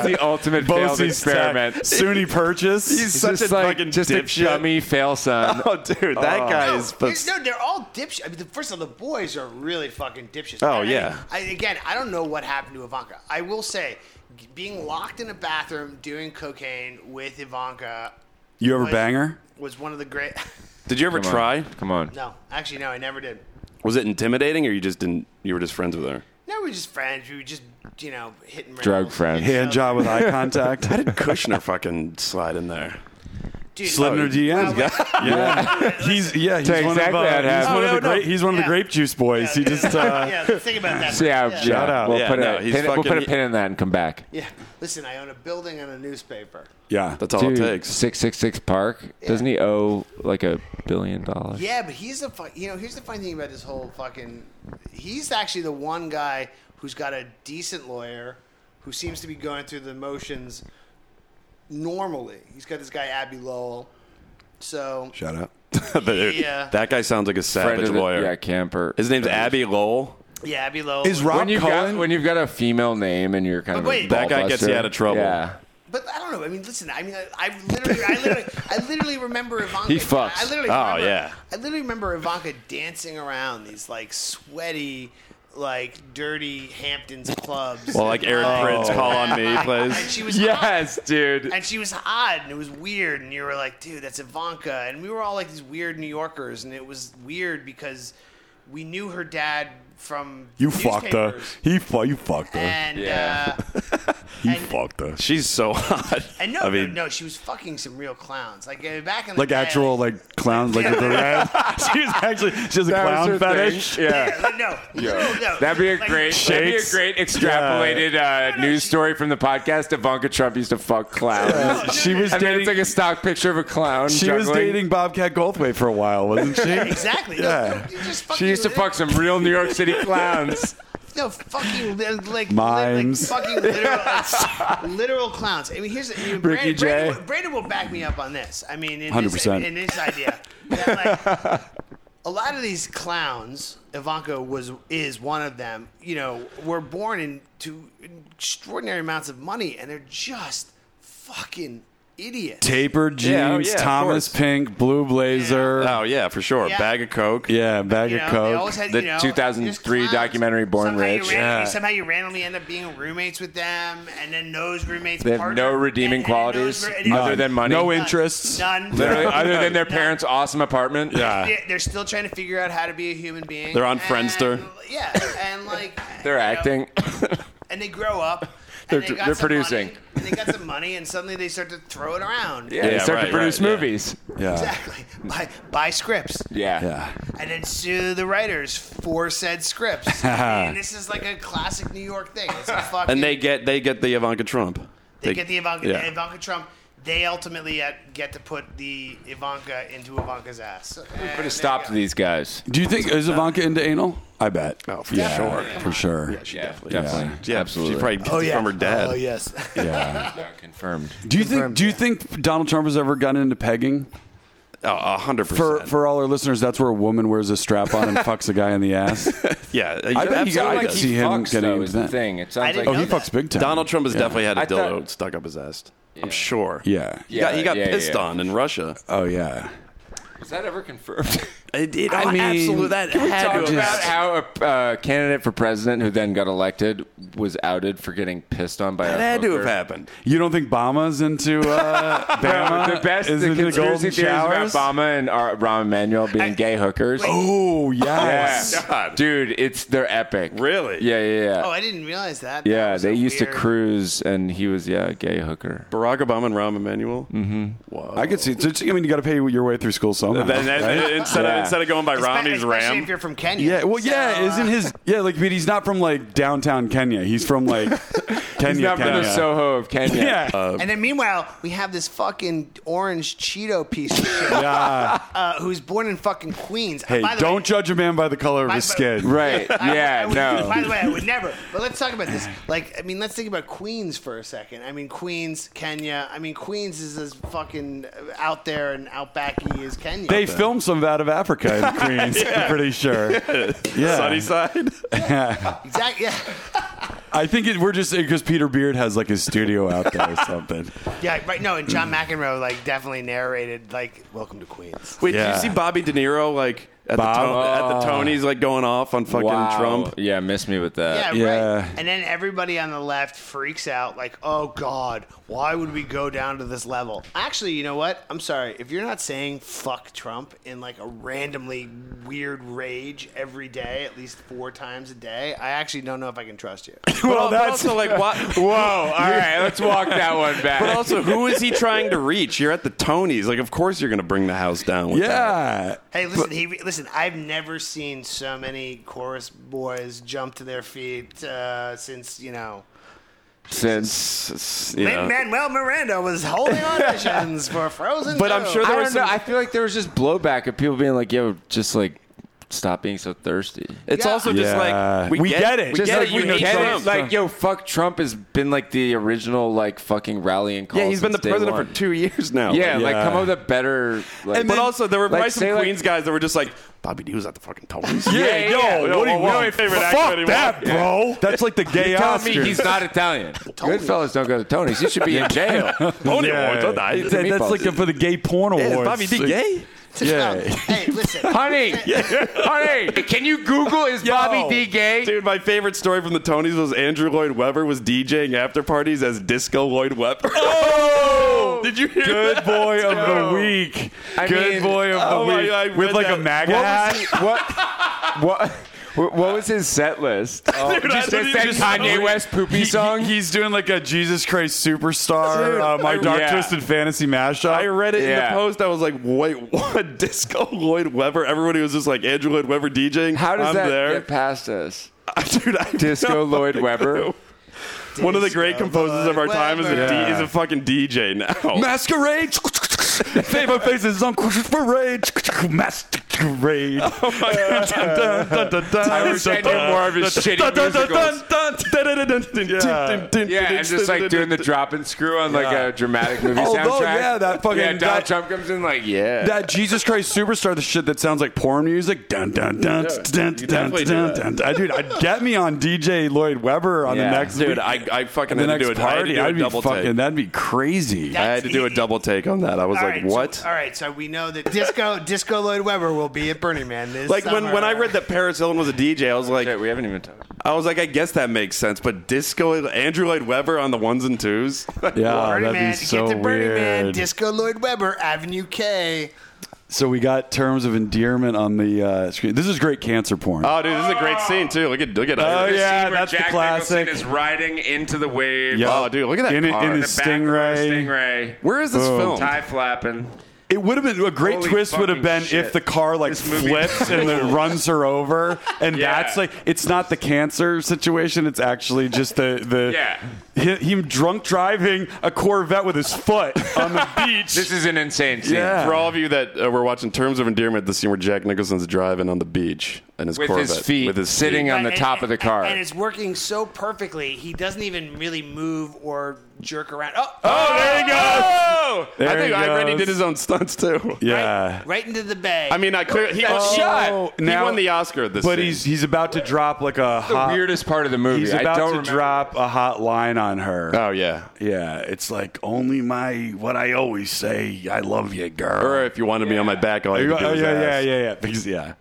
Speaker 3: is the ultimate failed
Speaker 2: Bosie's
Speaker 3: experiment.
Speaker 2: experiment. SUNY purchase.
Speaker 1: He's such
Speaker 3: just
Speaker 1: a
Speaker 3: like
Speaker 1: fucking
Speaker 3: just a
Speaker 1: dipshit.
Speaker 3: chummy fail son.
Speaker 1: Oh, dude, that guy
Speaker 4: No,
Speaker 1: is.
Speaker 4: it's- no, they're all dipshits. I mean, the, first of all, the boys are really fucking dipshits.
Speaker 1: Oh,
Speaker 4: I- I-
Speaker 1: yeah.
Speaker 4: I, again, I don't know what happened to Ivanka. I will say, g- being locked in a bathroom doing cocaine with Ivanka
Speaker 2: you ever
Speaker 4: was-
Speaker 2: bang her?
Speaker 4: was one of the great.
Speaker 1: Did you ever
Speaker 3: Come on.
Speaker 1: try?
Speaker 3: Come on.
Speaker 4: no, actually, no, I never did.
Speaker 1: Was it intimidating, or you just didn't? You were just friends with her.
Speaker 4: No, we were just friends. We were just, you know, hitting
Speaker 3: Drug friends.
Speaker 2: Hand job with eye contact.
Speaker 1: How did Kushner fucking slide in there?
Speaker 4: Dude, oh,
Speaker 2: Slid in her DMs.
Speaker 4: Well,
Speaker 2: yeah. He's yeah. He's
Speaker 3: Oh, Tell you
Speaker 2: one
Speaker 3: exactly
Speaker 2: of
Speaker 3: how
Speaker 2: uh,
Speaker 3: it
Speaker 2: he's
Speaker 3: happened.
Speaker 2: one of
Speaker 1: Oh,
Speaker 2: the
Speaker 1: no, no.
Speaker 2: grape. He's one of the
Speaker 4: Yeah.
Speaker 2: grape juice boys. He just. Uh,
Speaker 4: yeah, think about that.
Speaker 3: Yeah, yeah.
Speaker 2: Shout out.
Speaker 3: We'll
Speaker 1: Yeah,
Speaker 3: put
Speaker 1: no,
Speaker 3: a
Speaker 1: he's
Speaker 3: pin, we'll put a
Speaker 1: fucking-
Speaker 3: pin in that and come back.
Speaker 4: yeah. Listen, I own a building and a newspaper.
Speaker 2: yeah.
Speaker 1: That's all
Speaker 3: Dude,
Speaker 1: it takes.
Speaker 3: six six six Park. Doesn't he owe like a billion dollars?
Speaker 4: Yeah, but he's the fu- you know here's the funny thing about this whole fucking. He's actually the one guy who's got a decent lawyer, who seems to be going through the motions. Normally, he's got this guy Abby Lowell. So
Speaker 2: Shout out.
Speaker 1: Dude,
Speaker 4: Yeah.
Speaker 1: That guy sounds like a
Speaker 3: Friend
Speaker 1: savage
Speaker 3: of the-
Speaker 1: lawyer.
Speaker 3: Yeah, camper.
Speaker 1: His name's Abby Lowell.
Speaker 4: yeah, Abby Lowell.
Speaker 2: Is Rob
Speaker 3: when you've
Speaker 2: Cohen?
Speaker 3: got when you've got a female name and you're kind of a
Speaker 4: wait. That
Speaker 1: guy gets
Speaker 3: ballbuster.
Speaker 1: you out of trouble.
Speaker 3: Yeah,
Speaker 4: but I don't know. I mean, listen. I mean, I, I literally, I literally, I literally remember Ivanka.
Speaker 3: He fucks.
Speaker 4: I literally
Speaker 1: Oh,
Speaker 4: remember,
Speaker 1: yeah.
Speaker 4: I literally remember Ivanka dancing around these like sweaty, like dirty Hamptons clubs.
Speaker 1: Well, like Eric
Speaker 4: Oh.
Speaker 1: Prince, call on me,
Speaker 4: and
Speaker 1: please.
Speaker 4: she was
Speaker 3: yes, dude.
Speaker 4: and she was odd and it was weird and you were like dude that's ivanka and we were all like these weird new yorkers and it was weird because we knew her dad from
Speaker 2: You fucked her.
Speaker 4: newspapers.
Speaker 2: He fu- You fucked
Speaker 3: Eh.
Speaker 2: her.
Speaker 4: And
Speaker 3: Yeah.
Speaker 4: uh,
Speaker 2: He
Speaker 4: and-
Speaker 2: fucked her.
Speaker 1: She's so hot.
Speaker 4: and no,
Speaker 1: I mean,
Speaker 4: no, no, she was fucking some real clowns. Like uh, back in the
Speaker 2: Like
Speaker 4: day,
Speaker 2: actual like clowns like with the red. She's actually she has a
Speaker 3: That was
Speaker 2: clown
Speaker 3: her thing.
Speaker 2: fetish.
Speaker 3: Yeah.
Speaker 4: Yeah, like, no, literal, no.
Speaker 3: That'd be a
Speaker 4: Like,
Speaker 3: great, that'd be a
Speaker 2: Shakes.
Speaker 3: great extrapolated uh, news story from the podcast. Ivanka Trump used to fuck clowns.
Speaker 2: She was
Speaker 3: and then it's
Speaker 2: dating
Speaker 3: like a stock picture of a clown.
Speaker 2: she was
Speaker 3: juggling.
Speaker 2: dating Bobcat Goldthwait for a while, wasn't she?
Speaker 4: Exactly.
Speaker 2: Yeah.
Speaker 4: Yeah. No, you just fucking
Speaker 3: She used to
Speaker 4: lit-
Speaker 3: fuck some real New York City clowns.
Speaker 4: No, fucking li- like
Speaker 2: Mimes.
Speaker 4: Like, fucking literal, like, literal clowns. I mean, here's I mean,
Speaker 2: Ricky
Speaker 4: Brandon,
Speaker 2: Jay.
Speaker 4: Brandon, will- Brandon will back me up on this. I mean, in this,
Speaker 2: 100%.
Speaker 4: in this idea, that, like, a lot of these clowns, Ivanka was is one of them. You know, were born into extraordinary amounts of money, and they're just fucking idiots.
Speaker 2: Tapered jeans,
Speaker 1: Yeah, oh, yeah, of
Speaker 2: Thomas
Speaker 1: course.
Speaker 2: Pink, blue blazer. Yeah,
Speaker 1: oh yeah, for sure.
Speaker 4: Yeah.
Speaker 1: Bag of coke.
Speaker 2: bag
Speaker 4: You
Speaker 2: of
Speaker 4: know, they
Speaker 2: coke.
Speaker 4: always had,
Speaker 3: The
Speaker 4: you know,
Speaker 3: 2003
Speaker 4: just clowns.
Speaker 3: documentary Born
Speaker 4: somehow
Speaker 3: Rich.
Speaker 4: You randomly,
Speaker 2: Yeah.
Speaker 4: Somehow you randomly end up being reroommates with them, and then those roommates.
Speaker 3: They have
Speaker 4: partner,
Speaker 3: no
Speaker 4: and-
Speaker 3: redeeming
Speaker 4: and then those
Speaker 3: qualities
Speaker 4: re- and then-
Speaker 2: None.
Speaker 3: other than money.
Speaker 2: Uh, No interests.
Speaker 4: None.
Speaker 3: Literally, other than their
Speaker 4: None.
Speaker 3: parents' awesome apartment.
Speaker 2: Yeah.
Speaker 4: They- They're still trying to figure out how to be a human being.
Speaker 1: They're on
Speaker 4: And-
Speaker 1: Friendster.
Speaker 4: Yeah, and like
Speaker 3: They're
Speaker 4: you know,
Speaker 3: acting.
Speaker 4: and they grow up. and
Speaker 3: They're-
Speaker 4: they got
Speaker 3: they're
Speaker 4: some
Speaker 3: producing.
Speaker 4: money, and they got some money, and suddenly they start to throw it around.
Speaker 3: Yeah, they
Speaker 1: Yeah,
Speaker 3: start
Speaker 1: right,
Speaker 3: to produce
Speaker 1: right, yeah.
Speaker 3: movies.
Speaker 2: Yeah.
Speaker 4: exactly. Buy buy scripts.
Speaker 3: Yeah.
Speaker 2: Yeah.
Speaker 4: and then sue the writers for said scripts. I mean, this is like a classic New York thing. It's a fucking,
Speaker 1: And they get they get the Ivanka Trump.
Speaker 4: they get the Ivanka,
Speaker 1: yeah.
Speaker 4: Ivanka Trump. They ultimately uh, get to put the Ivanka into Ivanka's ass. And
Speaker 3: Put
Speaker 4: there
Speaker 3: a stop
Speaker 4: you
Speaker 3: to
Speaker 4: go.
Speaker 3: these guys.
Speaker 2: Do you think is Ivanka into anal? I bet.
Speaker 1: Oh, for
Speaker 2: yeah,
Speaker 1: sure.
Speaker 2: For sure.
Speaker 3: Yeah, definitely.
Speaker 1: Yeah,
Speaker 3: Absolutely.
Speaker 1: She probably gets
Speaker 4: Oh
Speaker 1: it
Speaker 4: yeah,
Speaker 1: from her dad.
Speaker 4: Oh yes.
Speaker 2: Yeah.
Speaker 3: Yeah, confirmed.
Speaker 2: Do you think do you think Donald Trump has ever gotten into pegging?
Speaker 1: Oh, A hundred
Speaker 2: For
Speaker 1: percent.
Speaker 2: for all our listeners, that's where a woman wears a strap on and fucks a guy in the ass.
Speaker 1: Yeah,
Speaker 2: I bet you
Speaker 1: absolutely.
Speaker 2: got- I
Speaker 3: Like
Speaker 2: could
Speaker 3: he
Speaker 2: see him
Speaker 3: fucks,
Speaker 2: getting
Speaker 3: though,
Speaker 2: into
Speaker 3: is
Speaker 2: that.
Speaker 3: The thing. It sounds
Speaker 4: I didn't
Speaker 2: Oh,
Speaker 3: like
Speaker 2: he
Speaker 4: know that.
Speaker 2: fucks big time.
Speaker 1: Donald Trump has definitely had a
Speaker 3: I
Speaker 1: dildo
Speaker 3: thought-
Speaker 1: stuck up his ass. I'm sure.
Speaker 2: Yeah.
Speaker 1: He got, he got
Speaker 3: Yeah, yeah,
Speaker 1: pissed
Speaker 3: yeah.
Speaker 1: on in Russia.
Speaker 2: Oh yeah.
Speaker 3: Was that ever confirmed?
Speaker 1: It, it,
Speaker 2: I mean,
Speaker 1: absolutely. That
Speaker 2: can we
Speaker 1: had
Speaker 2: talk
Speaker 1: to have-
Speaker 2: Just-
Speaker 3: about how a uh, candidate for president who then got elected was outed for getting pissed on by
Speaker 1: that
Speaker 3: a
Speaker 1: had to
Speaker 3: hooker.
Speaker 1: have happened.
Speaker 2: You don't think Bama's into uh, Bama?
Speaker 3: No, the best
Speaker 2: is
Speaker 3: the
Speaker 2: into
Speaker 3: conspiracy
Speaker 2: golden
Speaker 3: theories
Speaker 2: showers?
Speaker 3: about Obama and uh, Rahm Emanuel being gay hookers.
Speaker 2: Oh yes.
Speaker 3: yeah.
Speaker 1: God.
Speaker 3: dude, it's they're epic.
Speaker 1: Really?
Speaker 3: Yeah, yeah, yeah.
Speaker 4: Oh, I didn't realize that. That
Speaker 3: yeah,
Speaker 4: was
Speaker 3: they
Speaker 4: a
Speaker 3: used to
Speaker 4: weird-
Speaker 3: cruise, and he was yeah, a gay hooker.
Speaker 1: Barack Obama and Rahm Emanuel. Mm-hmm. Wow.
Speaker 2: I could see. It's, I mean, you got to pay your way through school somehow.
Speaker 1: Then, then-
Speaker 2: right?
Speaker 1: instead,
Speaker 3: Yeah.
Speaker 1: of, instead of going by
Speaker 4: Espe-
Speaker 1: Romney's
Speaker 4: especially
Speaker 1: Ram,
Speaker 4: if you're from Kenya.
Speaker 2: Yeah, well, yeah,
Speaker 4: So, uh,
Speaker 2: isn't his yeah? Like, but he's not from like downtown Kenya. He's from like Kenya.
Speaker 3: He's not from
Speaker 2: Kenya.
Speaker 3: the Soho of Kenya.
Speaker 2: yeah, Uh,
Speaker 4: And then meanwhile, we have this fucking orange Cheeto piece of shit
Speaker 2: yeah.
Speaker 4: uh, who's born in fucking Queens. Uh,
Speaker 2: Hey,
Speaker 4: by the
Speaker 2: don't
Speaker 4: way,
Speaker 2: judge a man by the color of
Speaker 4: By
Speaker 2: his
Speaker 4: the-
Speaker 2: skin.
Speaker 3: Right.
Speaker 4: I-
Speaker 3: Yeah.
Speaker 4: I would-
Speaker 3: no.
Speaker 4: By the way, I would never. But let's talk about this. Like, I mean, let's think about Queens for a second. I mean, Queens, Kenya. I mean, Queens is as fucking out there and outbacky as Kenya.
Speaker 2: They filmed some out of Africa in Queens. I'm pretty sure. Yeah,
Speaker 1: sunny side.
Speaker 4: exactly. Yeah.
Speaker 2: I think it, we're just because Peter Beard has like his studio out there or something.
Speaker 4: Yeah. Right. No. And John McEnroe like definitely narrated like, "Welcome to Queens."
Speaker 1: Wait,
Speaker 2: Yeah.
Speaker 1: did you see Bobby De Niro like at,
Speaker 2: Bob-
Speaker 1: the, to- at the Tonys like going off on fucking
Speaker 3: Wow.
Speaker 1: Trump?
Speaker 3: Yeah, miss me with
Speaker 4: Yeah,
Speaker 3: that.
Speaker 2: Yeah.
Speaker 4: right. And then everybody on the left freaks out, like, oh God, why would we go down to this level? Actually, you know what? I'm sorry. If you're not saying fuck Trump in like a randomly weird rage every day, at least four times a day, I actually don't know if I can trust you.
Speaker 1: Well, but
Speaker 2: that's-
Speaker 1: also like what?
Speaker 3: Whoa. All right, let's walk that one back.
Speaker 1: But also, who is he trying to reach? You're at the Tonys. Like, of course, you're going to bring the house down. With that.
Speaker 2: Yeah,
Speaker 4: hey, listen, he, listen, I've never seen so many chorus boys jump to their feet uh, since, you know.
Speaker 3: since
Speaker 1: S- you know.
Speaker 4: Manuel Miranda was holding auditions for Frozen.
Speaker 1: But I'm
Speaker 4: 2.
Speaker 1: sure
Speaker 3: I
Speaker 1: there
Speaker 3: don't
Speaker 1: was some-
Speaker 3: know. I feel like there was just blowback of people being like, "Yo, just like stop being so thirsty."
Speaker 1: It's
Speaker 4: Yeah.
Speaker 1: also just
Speaker 2: Yeah.
Speaker 1: like we,
Speaker 2: We get it.
Speaker 1: We
Speaker 2: Just
Speaker 1: get
Speaker 2: like
Speaker 1: it. You
Speaker 2: we
Speaker 1: hate
Speaker 2: get it.
Speaker 1: Trump.
Speaker 3: Like, yo, fuck Trump has been like the original like fucking rallying call.
Speaker 1: yeah, he's been the
Speaker 3: since day
Speaker 1: president
Speaker 3: one.
Speaker 1: for two years now.
Speaker 3: Yeah,
Speaker 1: Like,
Speaker 3: like
Speaker 2: Yeah.
Speaker 3: come up with a better. Like,
Speaker 1: but also there were
Speaker 3: like,
Speaker 1: probably
Speaker 3: say,
Speaker 1: some
Speaker 3: like-
Speaker 1: Queens guys that were just like Bobby D was at the fucking Tonys.
Speaker 3: Yeah, yeah, yeah.
Speaker 2: yo, what do you
Speaker 1: Well, well,
Speaker 2: want?
Speaker 1: my favorite actor
Speaker 2: Fuck
Speaker 1: anymore.
Speaker 2: that, bro. That's like the gay
Speaker 3: You're telling me
Speaker 2: Oscars.
Speaker 3: he's not Italian. Goodfellas don't go to Tony's. He should be in jail.
Speaker 1: Tony
Speaker 2: Yeah.
Speaker 1: Awards, aren't I?
Speaker 2: That- that's like for the gay porn awards.
Speaker 1: Is Bobby D
Speaker 2: Like-
Speaker 1: gay?
Speaker 2: Yeah.
Speaker 4: Hey, listen.
Speaker 3: honey, honey, can you Google is Bobby D gay?
Speaker 1: Dude, my favorite story from the Tonys was Andrew Lloyd Webber was DJing after parties as Disco Lloyd Webber.
Speaker 2: Oh,
Speaker 1: Did you hear
Speaker 2: good
Speaker 1: that?
Speaker 2: boy of
Speaker 3: No.
Speaker 2: the week.
Speaker 3: I
Speaker 2: good
Speaker 3: mean-
Speaker 2: boy of the
Speaker 1: Oh my
Speaker 2: week
Speaker 1: God, I
Speaker 2: with
Speaker 1: read
Speaker 2: like a
Speaker 1: that.
Speaker 2: MAGA
Speaker 3: What
Speaker 2: hat.
Speaker 3: was he- what? What? What was his set list?
Speaker 2: Dude,
Speaker 3: just
Speaker 2: I
Speaker 3: just Oh. that
Speaker 2: literally just-
Speaker 3: Kanye West poopy
Speaker 2: He- he-
Speaker 3: song.
Speaker 2: he's doing like a Jesus Christ superstar, uh, my dark
Speaker 3: Yeah.
Speaker 2: twisted fantasy mashup.
Speaker 1: I read it in
Speaker 3: Yeah.
Speaker 1: the post. I was like, wait, what? Disco Lloyd Webber? Everybody was just like, Andrew Lloyd Webber DJing.
Speaker 3: How does
Speaker 1: I'm
Speaker 3: that
Speaker 1: there.
Speaker 3: get past us? Oh
Speaker 1: Dude, I
Speaker 3: Disco
Speaker 1: no
Speaker 3: Lloyd
Speaker 1: fucking
Speaker 3: Webber?
Speaker 1: clue. One of the great
Speaker 4: Disco
Speaker 1: composers of our
Speaker 4: Lloyd
Speaker 1: time is a,
Speaker 4: Webber.
Speaker 1: D- is a fucking DJ now.
Speaker 2: Masquerade. Save our faces on parade. Masquerade.
Speaker 1: Oh
Speaker 3: I wish I knew more of his shitty musicals. Yeah, and just like doing the drop and screw on like a dramatic movie
Speaker 2: Although,
Speaker 3: soundtrack.
Speaker 2: yeah, that fucking-
Speaker 3: yeah. Donald
Speaker 2: that-
Speaker 3: Trump comes in like yeah.
Speaker 2: That Jesus Christ superstar, the shit that sounds like porn music. Dun dun dun dun
Speaker 1: you
Speaker 2: dun
Speaker 1: definitely do
Speaker 2: dun
Speaker 1: that.
Speaker 2: dun. dun. Dude, I'd get me on DJ Lloyd Webber on the
Speaker 3: Yeah.
Speaker 2: next
Speaker 1: Dude,
Speaker 2: week-
Speaker 1: I, I fucking
Speaker 2: the
Speaker 1: had to
Speaker 2: next
Speaker 1: do it. I had to
Speaker 2: party.
Speaker 1: do a
Speaker 2: I'd be
Speaker 1: double
Speaker 2: fucking.
Speaker 1: take.
Speaker 2: That'd be crazy.
Speaker 1: I had to do a double take on that. I was
Speaker 4: All
Speaker 1: like,
Speaker 4: right,
Speaker 1: what?
Speaker 4: So, all right, so we know that disco disco Lloyd Webber will be at Burning Man this
Speaker 1: like when, when I
Speaker 4: summer.
Speaker 1: read that Paris Hilton was a DJ, I was like,
Speaker 3: Shit, we haven't even talked.
Speaker 1: I was like, I guess that makes sense. But disco Andrew Lloyd Webber on the ones and twos.
Speaker 2: Yeah,
Speaker 4: Burning
Speaker 2: that'd
Speaker 4: Man,
Speaker 2: be so
Speaker 4: get to Burning Man,
Speaker 2: weird.
Speaker 4: Disco Lloyd Webber, Avenue K.
Speaker 2: so we got terms of endearment on the uh, screen. This is great cancer porn.
Speaker 1: oh, dude, this is a great scene too. Look at look at.
Speaker 2: Oh,
Speaker 1: Iris.
Speaker 2: yeah,
Speaker 3: Where
Speaker 2: that's the
Speaker 3: Jack
Speaker 2: classic.
Speaker 3: Nicholson is riding into the wave.
Speaker 2: Yeah.
Speaker 1: Oh, dude, look at that
Speaker 2: in,
Speaker 1: car.
Speaker 2: in
Speaker 1: The
Speaker 2: his
Speaker 3: Back of a
Speaker 2: stingray.
Speaker 3: Stingray.
Speaker 1: Where is this
Speaker 2: Boom.
Speaker 1: film?
Speaker 3: Tie flapping.
Speaker 2: It would have been a great
Speaker 3: Holy
Speaker 2: twist. Would have
Speaker 3: fucking
Speaker 2: been
Speaker 3: shit.
Speaker 2: if the car like
Speaker 3: This movie-
Speaker 2: flips and then runs her over, and
Speaker 3: Yeah.
Speaker 2: that's like it's not the cancer situation. It's actually just the the
Speaker 3: Yeah.
Speaker 2: hi- him drunk driving a Corvette with his foot on the beach.
Speaker 3: This is an insane scene.
Speaker 2: Yeah.
Speaker 1: For all of you that uh, were watching Terms of Endearment, the scene where Jack Nicholson's driving on the beach and his
Speaker 3: With
Speaker 1: Corvette
Speaker 3: his feet,
Speaker 1: with his
Speaker 3: sitting
Speaker 1: feet.
Speaker 3: on the
Speaker 4: And-
Speaker 3: top
Speaker 4: and-
Speaker 3: of the car.
Speaker 4: And it's working so perfectly, he doesn't even really move or jerk around. Oh,
Speaker 1: Oh, there he goes! I
Speaker 2: There
Speaker 1: think
Speaker 2: he
Speaker 1: Oh! I read he
Speaker 2: goes.
Speaker 1: did his own stunts too.
Speaker 2: yeah.
Speaker 4: right into the bay.
Speaker 1: I mean, I clear he,
Speaker 2: That's
Speaker 1: he-
Speaker 2: shot.
Speaker 1: He
Speaker 2: Now-
Speaker 1: won the Oscar this.
Speaker 2: But
Speaker 1: scene.
Speaker 2: he's he's about to drop like a
Speaker 3: the
Speaker 2: hot,
Speaker 3: weirdest part of the movie.
Speaker 2: He's
Speaker 3: I
Speaker 2: about
Speaker 3: don't
Speaker 2: to
Speaker 3: remember. Uh.
Speaker 2: drop a hot line on her.
Speaker 1: oh yeah.
Speaker 2: yeah, it's like only my what I always say. I love you, girl.
Speaker 1: Or if you wanted me on my back, all
Speaker 2: Oh,
Speaker 1: you could do
Speaker 2: yeah,
Speaker 1: was
Speaker 2: yeah,
Speaker 1: ask.
Speaker 2: yeah, yeah, yeah. Because yeah,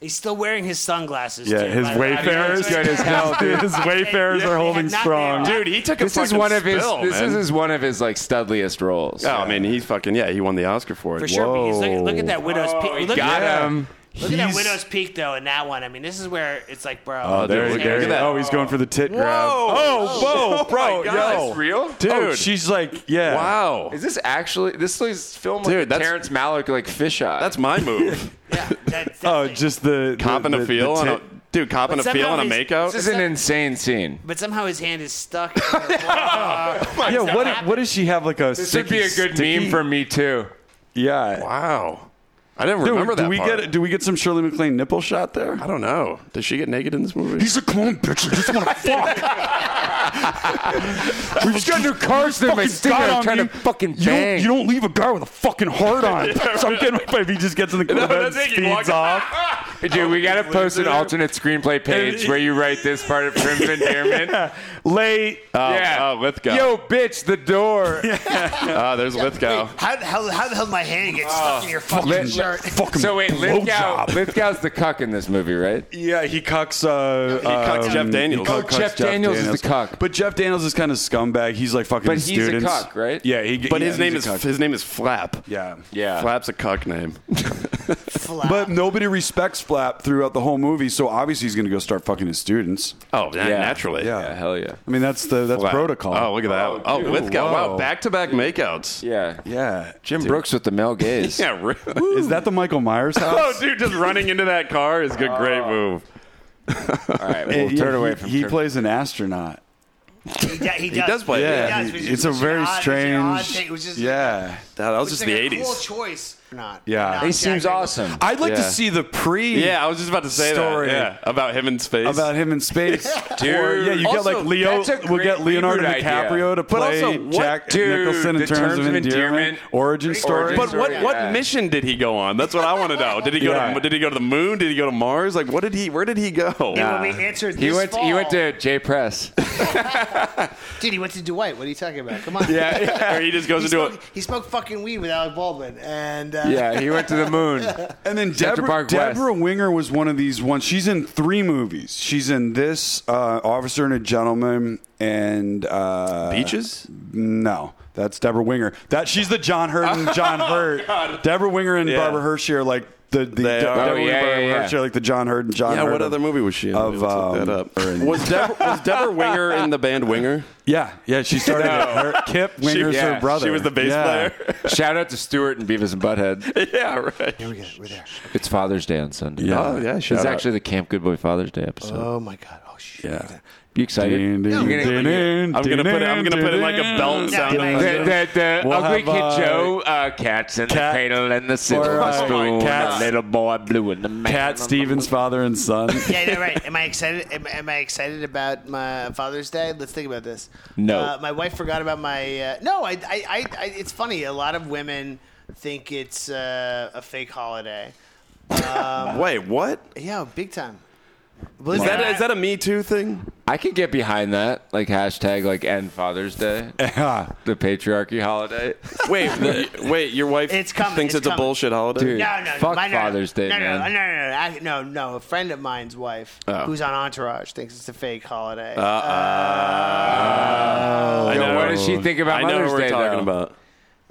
Speaker 4: he's still wearing his sunglasses.
Speaker 2: yeah.
Speaker 4: too,
Speaker 2: His
Speaker 4: by the way.
Speaker 2: wayfarers,
Speaker 3: good as hell,
Speaker 2: dude. His wayfarers
Speaker 4: They
Speaker 2: are
Speaker 4: have
Speaker 2: holding
Speaker 4: not been
Speaker 2: strong.
Speaker 4: on.
Speaker 1: Dude, he took a
Speaker 3: This is
Speaker 1: fucking
Speaker 3: one of his.
Speaker 1: spill,
Speaker 3: this
Speaker 1: man.
Speaker 3: is his- one of his like studliest roles.
Speaker 1: Oh, I mean, he's fucking yeah. He won the Oscar for it.
Speaker 4: For sure. but he's-
Speaker 2: Whoa.
Speaker 4: Look, look at that widow's
Speaker 3: Oh,
Speaker 4: peak.
Speaker 3: he
Speaker 4: Look,
Speaker 3: got
Speaker 4: at, that-
Speaker 3: him.
Speaker 4: look at that
Speaker 2: He's-
Speaker 4: widow's peak though in that one. I mean, this is where it's like, bro.
Speaker 2: Oh, there,
Speaker 1: Dude,
Speaker 2: he-
Speaker 1: look
Speaker 2: there
Speaker 1: at
Speaker 2: he-
Speaker 1: that.
Speaker 2: Oh, he's going for the tit grab.
Speaker 3: Whoa.
Speaker 2: Oh, whoa, bro,
Speaker 3: my God,
Speaker 2: yo,
Speaker 3: that's real?
Speaker 2: dude.
Speaker 1: Dude.
Speaker 2: She's like, yeah,
Speaker 1: Wow,
Speaker 3: Is this actually this is film
Speaker 1: Dude,
Speaker 3: like a
Speaker 1: that's-
Speaker 3: Terrence Malick like fisheye?
Speaker 1: that's my move.
Speaker 4: yeah, that's
Speaker 2: Oh,
Speaker 4: definitely-
Speaker 2: just the
Speaker 1: cop
Speaker 2: the,
Speaker 1: in
Speaker 2: the-
Speaker 1: a
Speaker 2: the
Speaker 1: feel, and a,
Speaker 2: tit-
Speaker 1: dude, cop in a
Speaker 4: But
Speaker 1: feel
Speaker 4: somehow
Speaker 1: and a
Speaker 4: he's-
Speaker 1: makeup.
Speaker 3: this is an insane scene.
Speaker 4: But somehow his hand is stuck. in her forearm.
Speaker 2: yeah, what what does she have like a?
Speaker 3: This would be a good meme for me too.
Speaker 2: Yeah.
Speaker 1: Wow, I didn't
Speaker 2: Dude,
Speaker 1: remember
Speaker 2: do
Speaker 1: that.
Speaker 2: we
Speaker 1: part.
Speaker 2: get do we get some Shirley MacLaine nipple shot there?
Speaker 1: I don't know. Does she get naked in this movie?
Speaker 2: a clone bitch. I just want to fuck. we just got new
Speaker 3: cars there, my stinger, I'm trying to fucking bang.
Speaker 2: don't leave a guy with a fucking heart on. so I'm getting if he just gets in the club
Speaker 1: that's it, he walks-
Speaker 2: off.
Speaker 3: Dude, we gotta post an alternate screenplay page where you write this part of Terms of Endearment. Yeah.
Speaker 2: Late.
Speaker 1: oh, Lithgow.
Speaker 3: Yo, bitch, the door.
Speaker 1: Ah, there's Lithgow.
Speaker 4: how, how, how the hell did my hand get stuck in your fucking
Speaker 3: Let-
Speaker 4: shirt?
Speaker 2: fucking
Speaker 3: So wait, Lithgow,
Speaker 2: blowjob.
Speaker 3: Lithgow's the cuck in this movie, right?
Speaker 2: Yeah, he cucks. Uh, he
Speaker 1: cucks Jeff Daniels. Oh,
Speaker 3: Jeff Daniels is the cuck.
Speaker 2: But Jeff Daniels is kind of scumbag. He's like fucking
Speaker 3: But he's a
Speaker 2: students.
Speaker 3: cuck, right?
Speaker 2: Yeah, he.
Speaker 1: But
Speaker 2: yeah,
Speaker 1: his name is
Speaker 2: he's a cuck.
Speaker 1: his name is Flap.
Speaker 2: yeah.
Speaker 3: Yeah.
Speaker 1: Flap's a cuck name.
Speaker 4: Flap.
Speaker 2: But nobody respects Flap throughout the whole movie, so obviously he's going to go start fucking his students.
Speaker 1: Oh, yeah,
Speaker 3: Yeah.
Speaker 1: naturally.
Speaker 2: Yeah.
Speaker 3: Yeah, hell yeah.
Speaker 2: I mean, that's the that's
Speaker 1: Flap.
Speaker 2: protocol.
Speaker 1: Oh, look at that. Oh,
Speaker 3: dude.
Speaker 1: Lithgow. Wow,
Speaker 2: Whoa.
Speaker 1: back to back makeouts.
Speaker 3: Yeah.
Speaker 2: yeah,
Speaker 3: Jim Brooks with the male gaze.
Speaker 1: Yeah, really.
Speaker 2: Is that the Michael Myers
Speaker 1: Oh,
Speaker 2: house?
Speaker 1: dude, just running into that car is a good, great move.
Speaker 3: All right,
Speaker 2: Eh,
Speaker 3: we'll
Speaker 2: yeah,
Speaker 3: turn
Speaker 2: he,
Speaker 3: away from
Speaker 2: He
Speaker 3: Terms-
Speaker 2: plays an astronaut.
Speaker 4: he, d- he, does.
Speaker 1: does play- Yeah,
Speaker 4: He does, which is-
Speaker 2: it's a
Speaker 4: which is
Speaker 2: very
Speaker 4: an odd- which is an odd
Speaker 2: strange.
Speaker 4: thing. It was just-
Speaker 2: yeah,
Speaker 1: That, that was
Speaker 4: Which is
Speaker 1: just
Speaker 4: like
Speaker 1: the
Speaker 4: a Cool
Speaker 1: 80s.
Speaker 4: choice. or Not.
Speaker 2: Yeah.
Speaker 4: Not
Speaker 2: He
Speaker 3: He
Speaker 4: Jack
Speaker 3: seems
Speaker 4: Nicholson.
Speaker 3: awesome.
Speaker 2: I'd like
Speaker 1: Yeah.
Speaker 2: to see the pre.
Speaker 1: Yeah, I was just about to say
Speaker 2: Story.
Speaker 1: that. Yeah, about him in space.
Speaker 2: About him in space,
Speaker 3: Dude.
Speaker 2: Or, yeah, you
Speaker 3: Also,
Speaker 2: get like Leo.
Speaker 3: that's a
Speaker 2: We'll get
Speaker 3: great
Speaker 2: Leonardo
Speaker 3: reboot
Speaker 2: DiCaprio
Speaker 3: idea.
Speaker 2: to
Speaker 3: But
Speaker 2: play
Speaker 1: also, what-
Speaker 2: Jack
Speaker 3: Dude,
Speaker 2: Nicholson in
Speaker 3: the
Speaker 2: terms, of endearment, origin story.
Speaker 3: Origin
Speaker 1: but
Speaker 3: story.
Speaker 1: what,
Speaker 3: Yeah.
Speaker 1: what mission did he go on? That's what I want to know. Did he go
Speaker 2: Yeah.
Speaker 1: to did he go to the moon? Did he go to Mars? Like what did he where did he go?
Speaker 4: And when we answered
Speaker 3: He
Speaker 4: this
Speaker 3: went.
Speaker 4: fall,
Speaker 3: He went to J Press.
Speaker 4: Dude, he went to Dwight. What are you talking about? Come on.
Speaker 1: or he just goes
Speaker 4: He
Speaker 1: into a
Speaker 4: smoked, he smoked fucking weed with Alec Baldwin, and uh,
Speaker 3: Yeah, he went to the moon.
Speaker 2: And then
Speaker 3: Central
Speaker 2: Deborah,
Speaker 3: Park West.
Speaker 2: Deborah Winger was one of these ones. She's in three movies. She's in this uh, Officer and a Gentleman, and uh,
Speaker 1: Beaches?
Speaker 2: No, that's Deborah Winger. That she's the John Hurt and John Hurt. Deborah Winger and Barbara Hershey are like the, the
Speaker 1: Oh, They
Speaker 2: Deborah
Speaker 1: are.
Speaker 3: Oh, yeah,
Speaker 2: Burr
Speaker 3: yeah, yeah.
Speaker 2: Hurt show, like the John Hurd and John.
Speaker 1: Yeah,
Speaker 2: Hurd
Speaker 1: what
Speaker 2: of-
Speaker 1: other movie was she in?
Speaker 2: of,
Speaker 1: Let's look that
Speaker 2: um,
Speaker 1: up. was, Deb- was Deborah Winger in the band Winger?
Speaker 2: Yeah, yeah, she started it. Her, Kip Winger's
Speaker 3: yeah,
Speaker 2: her brother.
Speaker 1: she was the bass
Speaker 2: Yeah.
Speaker 1: player.
Speaker 3: Shout out to Stewart and Beavis and Butthead.
Speaker 1: yeah, right.
Speaker 4: Here we go. We're there.
Speaker 3: It's Father's Day on Sunday.
Speaker 2: Yeah. Uh,
Speaker 1: Oh, yeah,
Speaker 3: It's
Speaker 1: shout out.
Speaker 3: actually the Camp Good Boy Father's Day episode.
Speaker 4: Oh my god. Oh shit.
Speaker 2: Yeah.
Speaker 3: you excited?
Speaker 2: Ding, ding,
Speaker 3: You're gonna-
Speaker 2: ding, ding,
Speaker 1: I'm gonna put it- I'm gonna put it like a belt
Speaker 2: ding,
Speaker 1: sound
Speaker 2: ding,
Speaker 4: effect.
Speaker 2: ding.
Speaker 4: That-
Speaker 3: The, the, the
Speaker 2: We'll
Speaker 3: ugly
Speaker 2: have,
Speaker 3: kid
Speaker 2: uh,
Speaker 3: Joe, uh, cats in
Speaker 2: Cat-
Speaker 3: the cradle and the
Speaker 2: Or,
Speaker 3: silver
Speaker 2: uh,
Speaker 3: spoon,
Speaker 2: Cat-
Speaker 3: the little boy blue and the man.
Speaker 2: Cat Stevens, father and son.
Speaker 4: yeah, yeah, right. Am I excited? Am, am I excited about my Father's Day? Let's think about this.
Speaker 3: No.
Speaker 4: uh, my wife forgot about my. Uh, no, I, I, I, I, it's funny. A lot of women think it's uh, a fake holiday.
Speaker 1: Wait, what?
Speaker 4: Yeah, big time.
Speaker 1: Is that is that a Me Too thing?
Speaker 3: I can get behind that, like hashtag like end Father's Day,
Speaker 2: yeah.
Speaker 3: the patriarchy holiday.
Speaker 1: Wait, y- wait, your wife
Speaker 4: It's coming,
Speaker 1: thinks
Speaker 4: it's
Speaker 1: it's, a
Speaker 4: coming.
Speaker 1: bullshit holiday.
Speaker 3: Dude.
Speaker 4: No, no,
Speaker 3: Fuck
Speaker 4: my- no,
Speaker 3: Father's Day,
Speaker 4: no, no,
Speaker 3: man.
Speaker 4: No, no, no, I- no, no. A friend of mine's wife,
Speaker 1: Oh.
Speaker 4: who's on Entourage, thinks it's a fake holiday.
Speaker 1: I
Speaker 3: Yo,
Speaker 1: know.
Speaker 3: what does she think about
Speaker 1: I know
Speaker 3: Mother's
Speaker 1: what we're
Speaker 3: Day,
Speaker 1: talking
Speaker 3: though?
Speaker 1: about.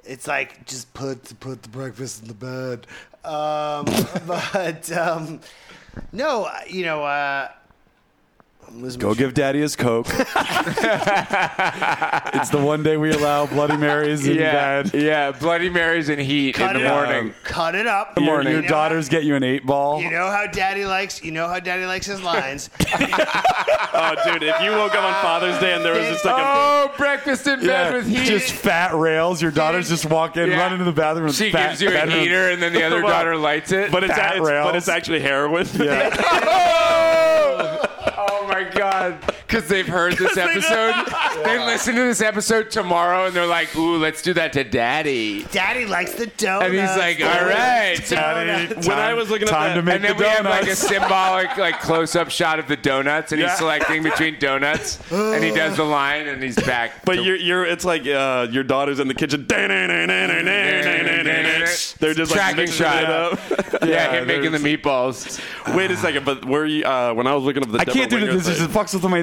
Speaker 4: it's like just put put the breakfast in the bed. Um, but um, no, I- you know, uh, I'm losing my
Speaker 2: Go give daddy his Coke. it's the one day we allow Bloody Marys in
Speaker 3: yeah,
Speaker 2: bed.
Speaker 3: yeah, Bloody Marys and heat
Speaker 4: Cut
Speaker 3: in
Speaker 4: it
Speaker 3: the
Speaker 4: up.
Speaker 3: morning.
Speaker 4: Cut it up.
Speaker 2: Um, Your- Your,
Speaker 4: You know-
Speaker 2: daughters get you an eight ball.
Speaker 4: You know how daddy likes. You know how daddy likes his lines.
Speaker 1: Oh, dude, if you woke up on Father's Day and there was just like a
Speaker 3: Oh, breakfast in bed with heat.
Speaker 2: just fat rails. Your daughters just walk in,
Speaker 3: Yeah.
Speaker 2: run into the bathroom. with
Speaker 3: she
Speaker 2: fat
Speaker 3: gives you a
Speaker 2: bedroom.
Speaker 3: heater, and then the other
Speaker 1: Well,
Speaker 3: daughter lights it.
Speaker 1: but it's,
Speaker 2: Fat
Speaker 1: it's but
Speaker 2: rails.
Speaker 1: it's actually heroin.
Speaker 2: Yeah.
Speaker 3: Oh, oh my God. Because they've heard this episode. They listen to this episode tomorrow and they're like, ooh, let's do that to daddy.
Speaker 4: daddy likes the donuts.
Speaker 3: And he's like, all right.
Speaker 2: Daddy,
Speaker 1: When
Speaker 2: time-
Speaker 1: I was looking at
Speaker 2: time
Speaker 1: that-
Speaker 2: to make
Speaker 3: And then
Speaker 2: the
Speaker 3: we have like a
Speaker 2: donuts.
Speaker 3: symbolic like close up shot of the donuts and
Speaker 2: Yeah.
Speaker 3: he's selecting between donuts and he does the line and he's back.
Speaker 1: But
Speaker 3: to-
Speaker 1: you're, you're, it's like uh, your daughter's in the kitchen. They're just like
Speaker 3: tracking
Speaker 1: mixing
Speaker 3: shot.
Speaker 1: it up.
Speaker 3: Yeah, him making the meatballs.
Speaker 1: Wait a second, but were you uh, when I was looking up the
Speaker 2: I can't do
Speaker 1: Deborah
Speaker 2: the
Speaker 1: Winger
Speaker 2: dishes. It
Speaker 1: thing,
Speaker 2: fucks with my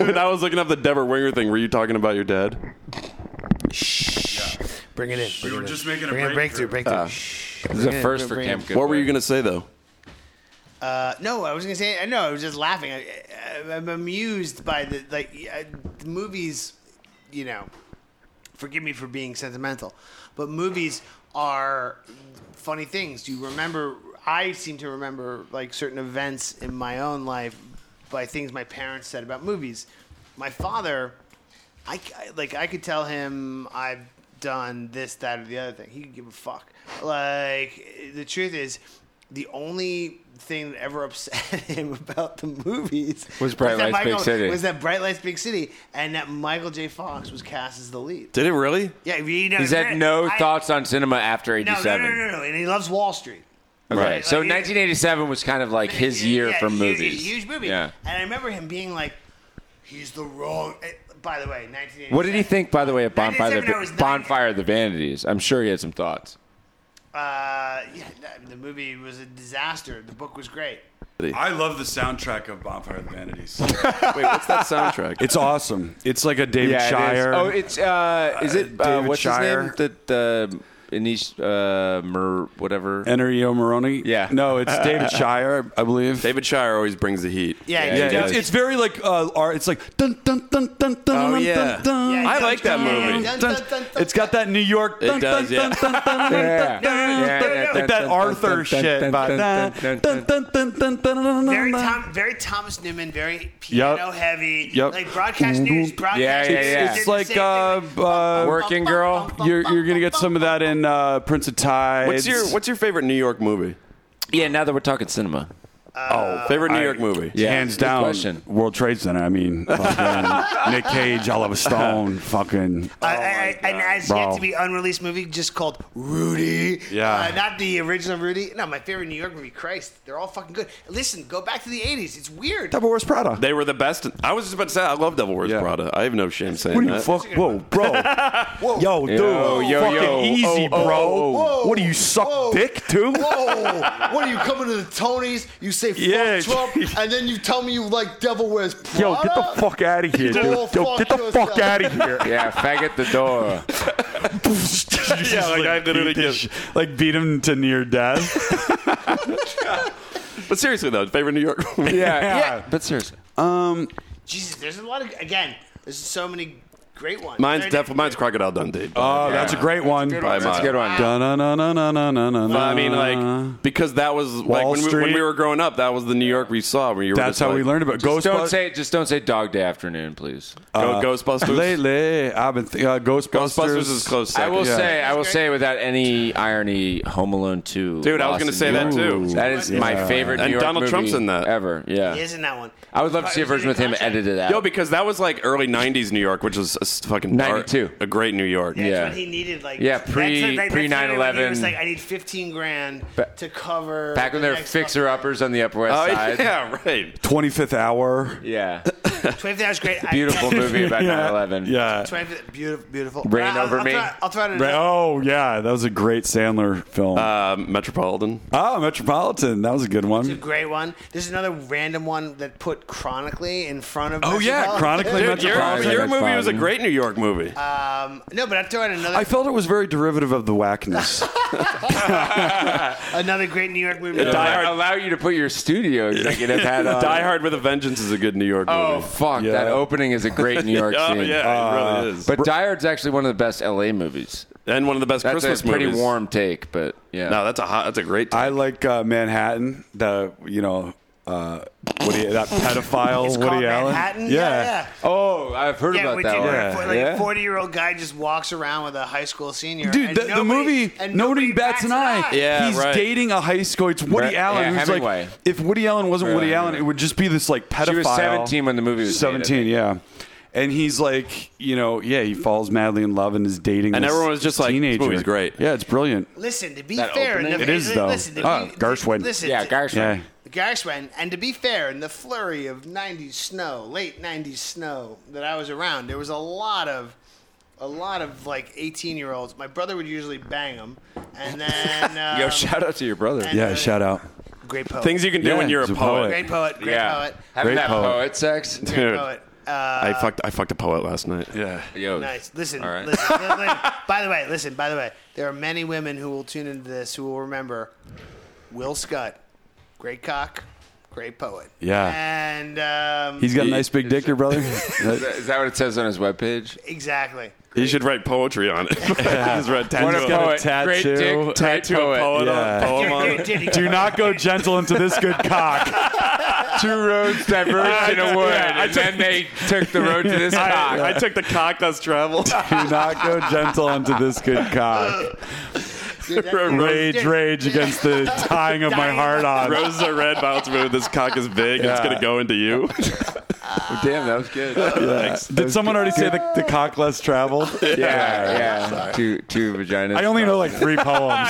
Speaker 1: when I was looking up the Deborah Winger thing, were you talking about your dad?
Speaker 4: bring it in. Bring we were just making a breakthrough. Breakthrough.
Speaker 3: Uh.
Speaker 4: Shh.
Speaker 3: This is a first for Camp Good
Speaker 1: What were
Speaker 3: Boy.
Speaker 1: you gonna say though?
Speaker 4: Uh, no, I was gonna say. No, I was just laughing. I, I, I'm amused by the like uh, the movies. You know, forgive me for being sentimental, but movies are funny things. Do you remember? I seem to remember like certain events in my own life by things my parents said about movies. My father, I c- I- like I could tell him I've done this, that, or the other thing. He could give a fuck. Like the truth is, the only thing that ever upset him about the movies
Speaker 3: Was Bright
Speaker 4: that
Speaker 3: Lights, Big
Speaker 4: Michael-
Speaker 3: City.
Speaker 4: Was that Bright Lights Big City, and that Michael J. Fox was cast as the lead.
Speaker 1: Did it really?
Speaker 4: Yeah, you know,
Speaker 3: He's had no
Speaker 4: I-
Speaker 3: thoughts on cinema after
Speaker 4: No, no,
Speaker 3: 87.
Speaker 4: no, no, no, and he loves Wall Street.
Speaker 3: Right. So
Speaker 4: Like, it-
Speaker 3: 1987 was kind of like his year
Speaker 4: Yeah,
Speaker 3: for
Speaker 4: huge,
Speaker 3: movies.
Speaker 4: Huge movie.
Speaker 3: Yeah.
Speaker 4: And I remember him being like, "He's the wrong." eh, By the way, 1980.
Speaker 3: What did he think, by the way, of Bonfire,
Speaker 4: 1987 was
Speaker 3: the,
Speaker 4: nine-
Speaker 3: Bonfire of the Vanities? I'm sure he had some thoughts.
Speaker 4: Uh, yeah, that- the movie was a disaster. The book was great.
Speaker 2: I love the soundtrack of Bonfire of the Vanities.
Speaker 1: Wait, what's that soundtrack?
Speaker 2: It's awesome. It's like a David Shire.
Speaker 3: Oh, it's uh, is it
Speaker 2: Uh,
Speaker 3: uh,
Speaker 2: David
Speaker 3: what's
Speaker 2: Shire.
Speaker 3: his name? That uh, Anish uh, Mer, whatever.
Speaker 2: Enrico Moroni.
Speaker 3: Yeah.
Speaker 2: No, it's David Shire, I believe.
Speaker 1: David Shire always brings the heat.
Speaker 4: Yeah,
Speaker 3: Yeah,
Speaker 4: he
Speaker 3: yeah,
Speaker 4: does.
Speaker 2: It's, it's very like uh, art. It's like dun dun dun dun dun dun
Speaker 1: yeah.
Speaker 2: dun dun.
Speaker 4: Yeah,
Speaker 1: I like that
Speaker 4: dun, dun,
Speaker 1: movie.
Speaker 4: dun,
Speaker 2: Dun-
Speaker 4: dun, dun, dun,
Speaker 2: It's got that New York.
Speaker 1: It does, yeah.
Speaker 3: Yeah.
Speaker 4: Yeah.
Speaker 2: Like that Arthur shit. but dun, dun, dun, dun, dun, dun, dun, dun,
Speaker 4: Very,
Speaker 2: dun.
Speaker 4: Tom, very Thomas Newman, very piano heavy.
Speaker 2: Yep.
Speaker 4: Like broadcast news, broadcast
Speaker 3: yeah,
Speaker 4: news
Speaker 3: yeah.
Speaker 4: did
Speaker 2: It's
Speaker 4: the
Speaker 2: like
Speaker 4: same thing,
Speaker 2: uh, uh,
Speaker 3: Working Girl.
Speaker 2: you're you're gonna get some of that in uh, Prince of Tides.
Speaker 1: What's your What's your favorite New York movie?
Speaker 3: Yeah. Now that we're talking cinema.
Speaker 1: Oh, favorite New York movie.
Speaker 3: Yeah.
Speaker 2: hands
Speaker 3: good
Speaker 2: down
Speaker 3: question.
Speaker 2: World Trade Center? I mean, fucking Nick Cage, Oliver Stone, fucking
Speaker 4: I- I- I- an as
Speaker 2: Bro.
Speaker 4: yet to be unreleased movie just called Rudy.
Speaker 2: Yeah.
Speaker 4: Uh, not the original Rudy. No, my favorite New York movie, Christ. They're all fucking good. Listen, go back to the 80s. It's weird.
Speaker 2: Double Horse Prada.
Speaker 1: They were the best. I was just about to say I love Devil Wears
Speaker 2: Yeah.
Speaker 1: Prada. I have no shame saying
Speaker 2: What do you
Speaker 1: that.
Speaker 2: fuck? Whoa, bro. Yo, dude.
Speaker 3: Yo, yo,
Speaker 2: fucking
Speaker 3: yo.
Speaker 2: easy,
Speaker 3: Oh, oh,
Speaker 2: bro.
Speaker 3: oh,
Speaker 2: What do you suck
Speaker 4: Whoa.
Speaker 2: dick too?
Speaker 4: Oh, Whoa! what are you coming to the Tonys? You say fuck
Speaker 2: Yeah.
Speaker 4: Trump, and then you tell me you like Devil Wears Prada.
Speaker 5: Yo, get the fuck out of here,
Speaker 4: Go
Speaker 5: dude. Yo,
Speaker 4: fuck
Speaker 5: get the fuck
Speaker 4: yourself.
Speaker 5: out of here.
Speaker 3: Yeah, faggot the door.
Speaker 2: yeah, like, I literally just like beat him to near death.
Speaker 1: But seriously, though, favorite New York movie?
Speaker 3: Yeah,
Speaker 2: Yeah.
Speaker 3: yeah. But seriously,
Speaker 2: Um,
Speaker 4: Jesus, there's a lot of again. There's so many great ones.
Speaker 1: Mine's
Speaker 4: They're-
Speaker 1: definitely mine's Crocodile Dundee.
Speaker 2: oh, that's a great one.
Speaker 1: By a
Speaker 3: that's a
Speaker 1: mile.
Speaker 3: good one.
Speaker 2: Dun-dun-dun-dun-dun-dun-dun.
Speaker 1: But I mean, like, because that was like
Speaker 2: uh, Wall
Speaker 1: when we, when
Speaker 2: Street.
Speaker 1: we were growing up, that was the New York we saw. When you were
Speaker 2: that's
Speaker 1: just
Speaker 2: how
Speaker 1: like,
Speaker 2: we learned about
Speaker 3: Just don't
Speaker 2: Ghostbusters.
Speaker 3: say just don't say Dog Day Afternoon, please.
Speaker 1: Go, Ghostbusters.
Speaker 2: Lately, I've been th- uh, Ghostbusters.
Speaker 1: Ghostbusters is close.
Speaker 3: I
Speaker 1: Second.
Speaker 3: will
Speaker 2: Yeah.
Speaker 3: say I will say without any irony, Home Alone Two.
Speaker 1: Dude, I was
Speaker 3: Lost
Speaker 1: gonna
Speaker 3: in
Speaker 1: say
Speaker 3: New
Speaker 1: that,
Speaker 3: York.
Speaker 1: too.
Speaker 3: That is my favorite.
Speaker 1: And
Speaker 3: New York
Speaker 1: Donald
Speaker 3: movie
Speaker 1: Trump's in that.
Speaker 3: ever. Yeah,
Speaker 4: He is in that one.
Speaker 3: I would love to see a
Speaker 4: Is he in
Speaker 3: version
Speaker 4: the
Speaker 3: with him
Speaker 4: contract?
Speaker 3: edited out.
Speaker 1: Yo, because that was like early '90s New York, which was a s- fucking dark-
Speaker 3: 92.
Speaker 1: a great New York.
Speaker 4: That's
Speaker 3: Yeah.
Speaker 4: when he needed like
Speaker 3: Yeah,
Speaker 4: that's
Speaker 3: pre-
Speaker 4: when- that's
Speaker 3: pre-
Speaker 4: when he
Speaker 3: 9/11.
Speaker 4: was like I need 15 grand
Speaker 3: Ba-
Speaker 4: to cover
Speaker 3: back when
Speaker 4: the
Speaker 3: they were
Speaker 4: next
Speaker 3: fixer uppers on the Upper West
Speaker 1: Oh
Speaker 3: Side.
Speaker 1: yeah, right.
Speaker 2: 25th hour.
Speaker 3: Yeah.
Speaker 4: Twenty Hours Great. I-
Speaker 3: beautiful movie about 9/11.
Speaker 2: Yeah.
Speaker 4: 25 beautiful, beautiful.
Speaker 3: Rain
Speaker 4: I'll-
Speaker 3: Over
Speaker 4: I'll
Speaker 3: Me.
Speaker 4: Try, I'll try to.
Speaker 2: Right. Oh yeah, that was a great Sandler film.
Speaker 1: Uh, Metropolitan.
Speaker 2: oh, Metropolitan. That was a good
Speaker 4: It's a
Speaker 2: one.
Speaker 4: great one. There's another random one that put Chronically in front of.
Speaker 2: Oh, yeah,
Speaker 4: Metropolitan.
Speaker 2: Chronically
Speaker 1: Dude, your,
Speaker 2: Metropolitan.
Speaker 1: your movie was a great New York movie.
Speaker 4: Um, no, but I'm throwing another
Speaker 2: I felt it was very derivative of the whackness.
Speaker 4: another great New York movie.
Speaker 3: Die Hard allow you to put your studio executive hat on.
Speaker 1: Die Hard with a Vengeance is a good New York movie.
Speaker 3: Oh fuck!
Speaker 2: Yeah.
Speaker 3: That opening is a great New York
Speaker 1: Oh,
Speaker 3: scene. Uh,
Speaker 1: yeah, it really is.
Speaker 3: But Die Hard's actually one of the best LA movies.
Speaker 1: and one of the best
Speaker 3: That's
Speaker 1: Christmas
Speaker 3: a pretty
Speaker 1: movies.
Speaker 3: warm take, but yeah.
Speaker 1: No, that's a hot. That's a great.
Speaker 2: I like uh, Manhattan. The you know. Uh, Woody, that pedophile
Speaker 4: It's called
Speaker 2: Woody Allen.
Speaker 4: Manhattan.
Speaker 2: Yeah.
Speaker 4: yeah.
Speaker 3: oh, I've heard
Speaker 4: Yeah,
Speaker 3: about
Speaker 4: which
Speaker 3: that
Speaker 4: is
Speaker 3: one.
Speaker 4: where a fo- like
Speaker 3: Yeah.
Speaker 4: a forty-year-old guy just walks around with a high school senior.
Speaker 2: Dude,
Speaker 4: and
Speaker 2: the, the
Speaker 4: nobody-
Speaker 2: movie
Speaker 4: and
Speaker 2: Nobody Bats an Eye.
Speaker 1: Yeah,
Speaker 2: he's
Speaker 1: right.
Speaker 2: dating a high school. It's Woody
Speaker 3: Right.
Speaker 2: Allen.
Speaker 3: Yeah,
Speaker 2: who's
Speaker 3: Hemingway.
Speaker 2: like, if Woody Allen wasn't Woody
Speaker 3: Right.
Speaker 2: Allen, it would just be this like pedophile.
Speaker 3: She was 17 when the movie was made, I
Speaker 2: seventeen. Yeah, and he's like, you know, yeah, he falls madly in love and is dating.
Speaker 1: And
Speaker 2: this
Speaker 1: everyone was just like, this
Speaker 2: teenager.
Speaker 1: movie's great.
Speaker 2: Yeah, it's brilliant.
Speaker 4: Listen, to be
Speaker 3: That
Speaker 4: fair,
Speaker 3: opening?
Speaker 4: and the-
Speaker 2: It is, though.
Speaker 4: Listen, to
Speaker 2: Ah,
Speaker 4: be,
Speaker 2: Gershwin.
Speaker 4: Listen,
Speaker 3: Yeah,
Speaker 4: to-
Speaker 3: Gershwin.
Speaker 2: Yeah,
Speaker 4: Gershwin, and to be fair, in the flurry of '90s snow, late '90s snow that I was around, there was a lot of, a lot of like 18-year-olds. My brother would usually bang them, and then um,
Speaker 3: Yo, shout out to your brother.
Speaker 4: and
Speaker 2: yeah.
Speaker 4: then-
Speaker 2: Shout out.
Speaker 4: great poet,
Speaker 1: Things you can do
Speaker 2: Yeah,
Speaker 1: when you're a
Speaker 2: he's a
Speaker 1: poet.
Speaker 2: poet.
Speaker 4: great poet, great
Speaker 3: yeah.
Speaker 4: poet,
Speaker 3: Having
Speaker 2: Great
Speaker 3: that
Speaker 2: poet.
Speaker 3: poet, sex.
Speaker 1: Dude,
Speaker 4: poet. Uh,
Speaker 1: I fucked. I fucked a poet last night.
Speaker 2: Yeah.
Speaker 3: Yo.
Speaker 4: Nice. Listen,
Speaker 3: All right.
Speaker 4: listen, li- li- By the way, listen. By the way, there are many women who will tune into this who will remember Will Scott, great cock, great poet.
Speaker 2: Yeah.
Speaker 4: And um,
Speaker 2: He's got a nice big dick, your brother.
Speaker 3: Is that- is that what it says on his webpage?
Speaker 4: exactly.
Speaker 1: He should write poetry on it. He's read
Speaker 2: What a
Speaker 1: tattoo.
Speaker 2: poet.
Speaker 1: poet.
Speaker 3: Great
Speaker 2: tattoo.
Speaker 3: dick, great
Speaker 1: Tattoo
Speaker 3: poet.
Speaker 1: a poet
Speaker 2: Yeah.
Speaker 1: on, poem on
Speaker 4: Dude,
Speaker 1: it.
Speaker 4: dude, he-
Speaker 2: Do not go gentle into this good cock.
Speaker 3: Two roads diverged in a wood,
Speaker 1: Yeah, I
Speaker 3: and then they took the road to this cock.
Speaker 1: I, I took the cock that's traveled.
Speaker 2: Do not go gentle into this good cock.
Speaker 4: dude, that-
Speaker 2: Rage,
Speaker 4: dude,
Speaker 2: rage against the tying of my heart on.
Speaker 1: Roses are red, violets are blue. This cock is big. and It's
Speaker 2: Yeah.
Speaker 1: gonna go into you.
Speaker 3: Oh, damn, that was good. Yeah,
Speaker 1: Thanks.
Speaker 2: Did someone already say the, the cock less traveled?
Speaker 3: yeah. Two, two vaginas.
Speaker 2: I only know like three
Speaker 1: I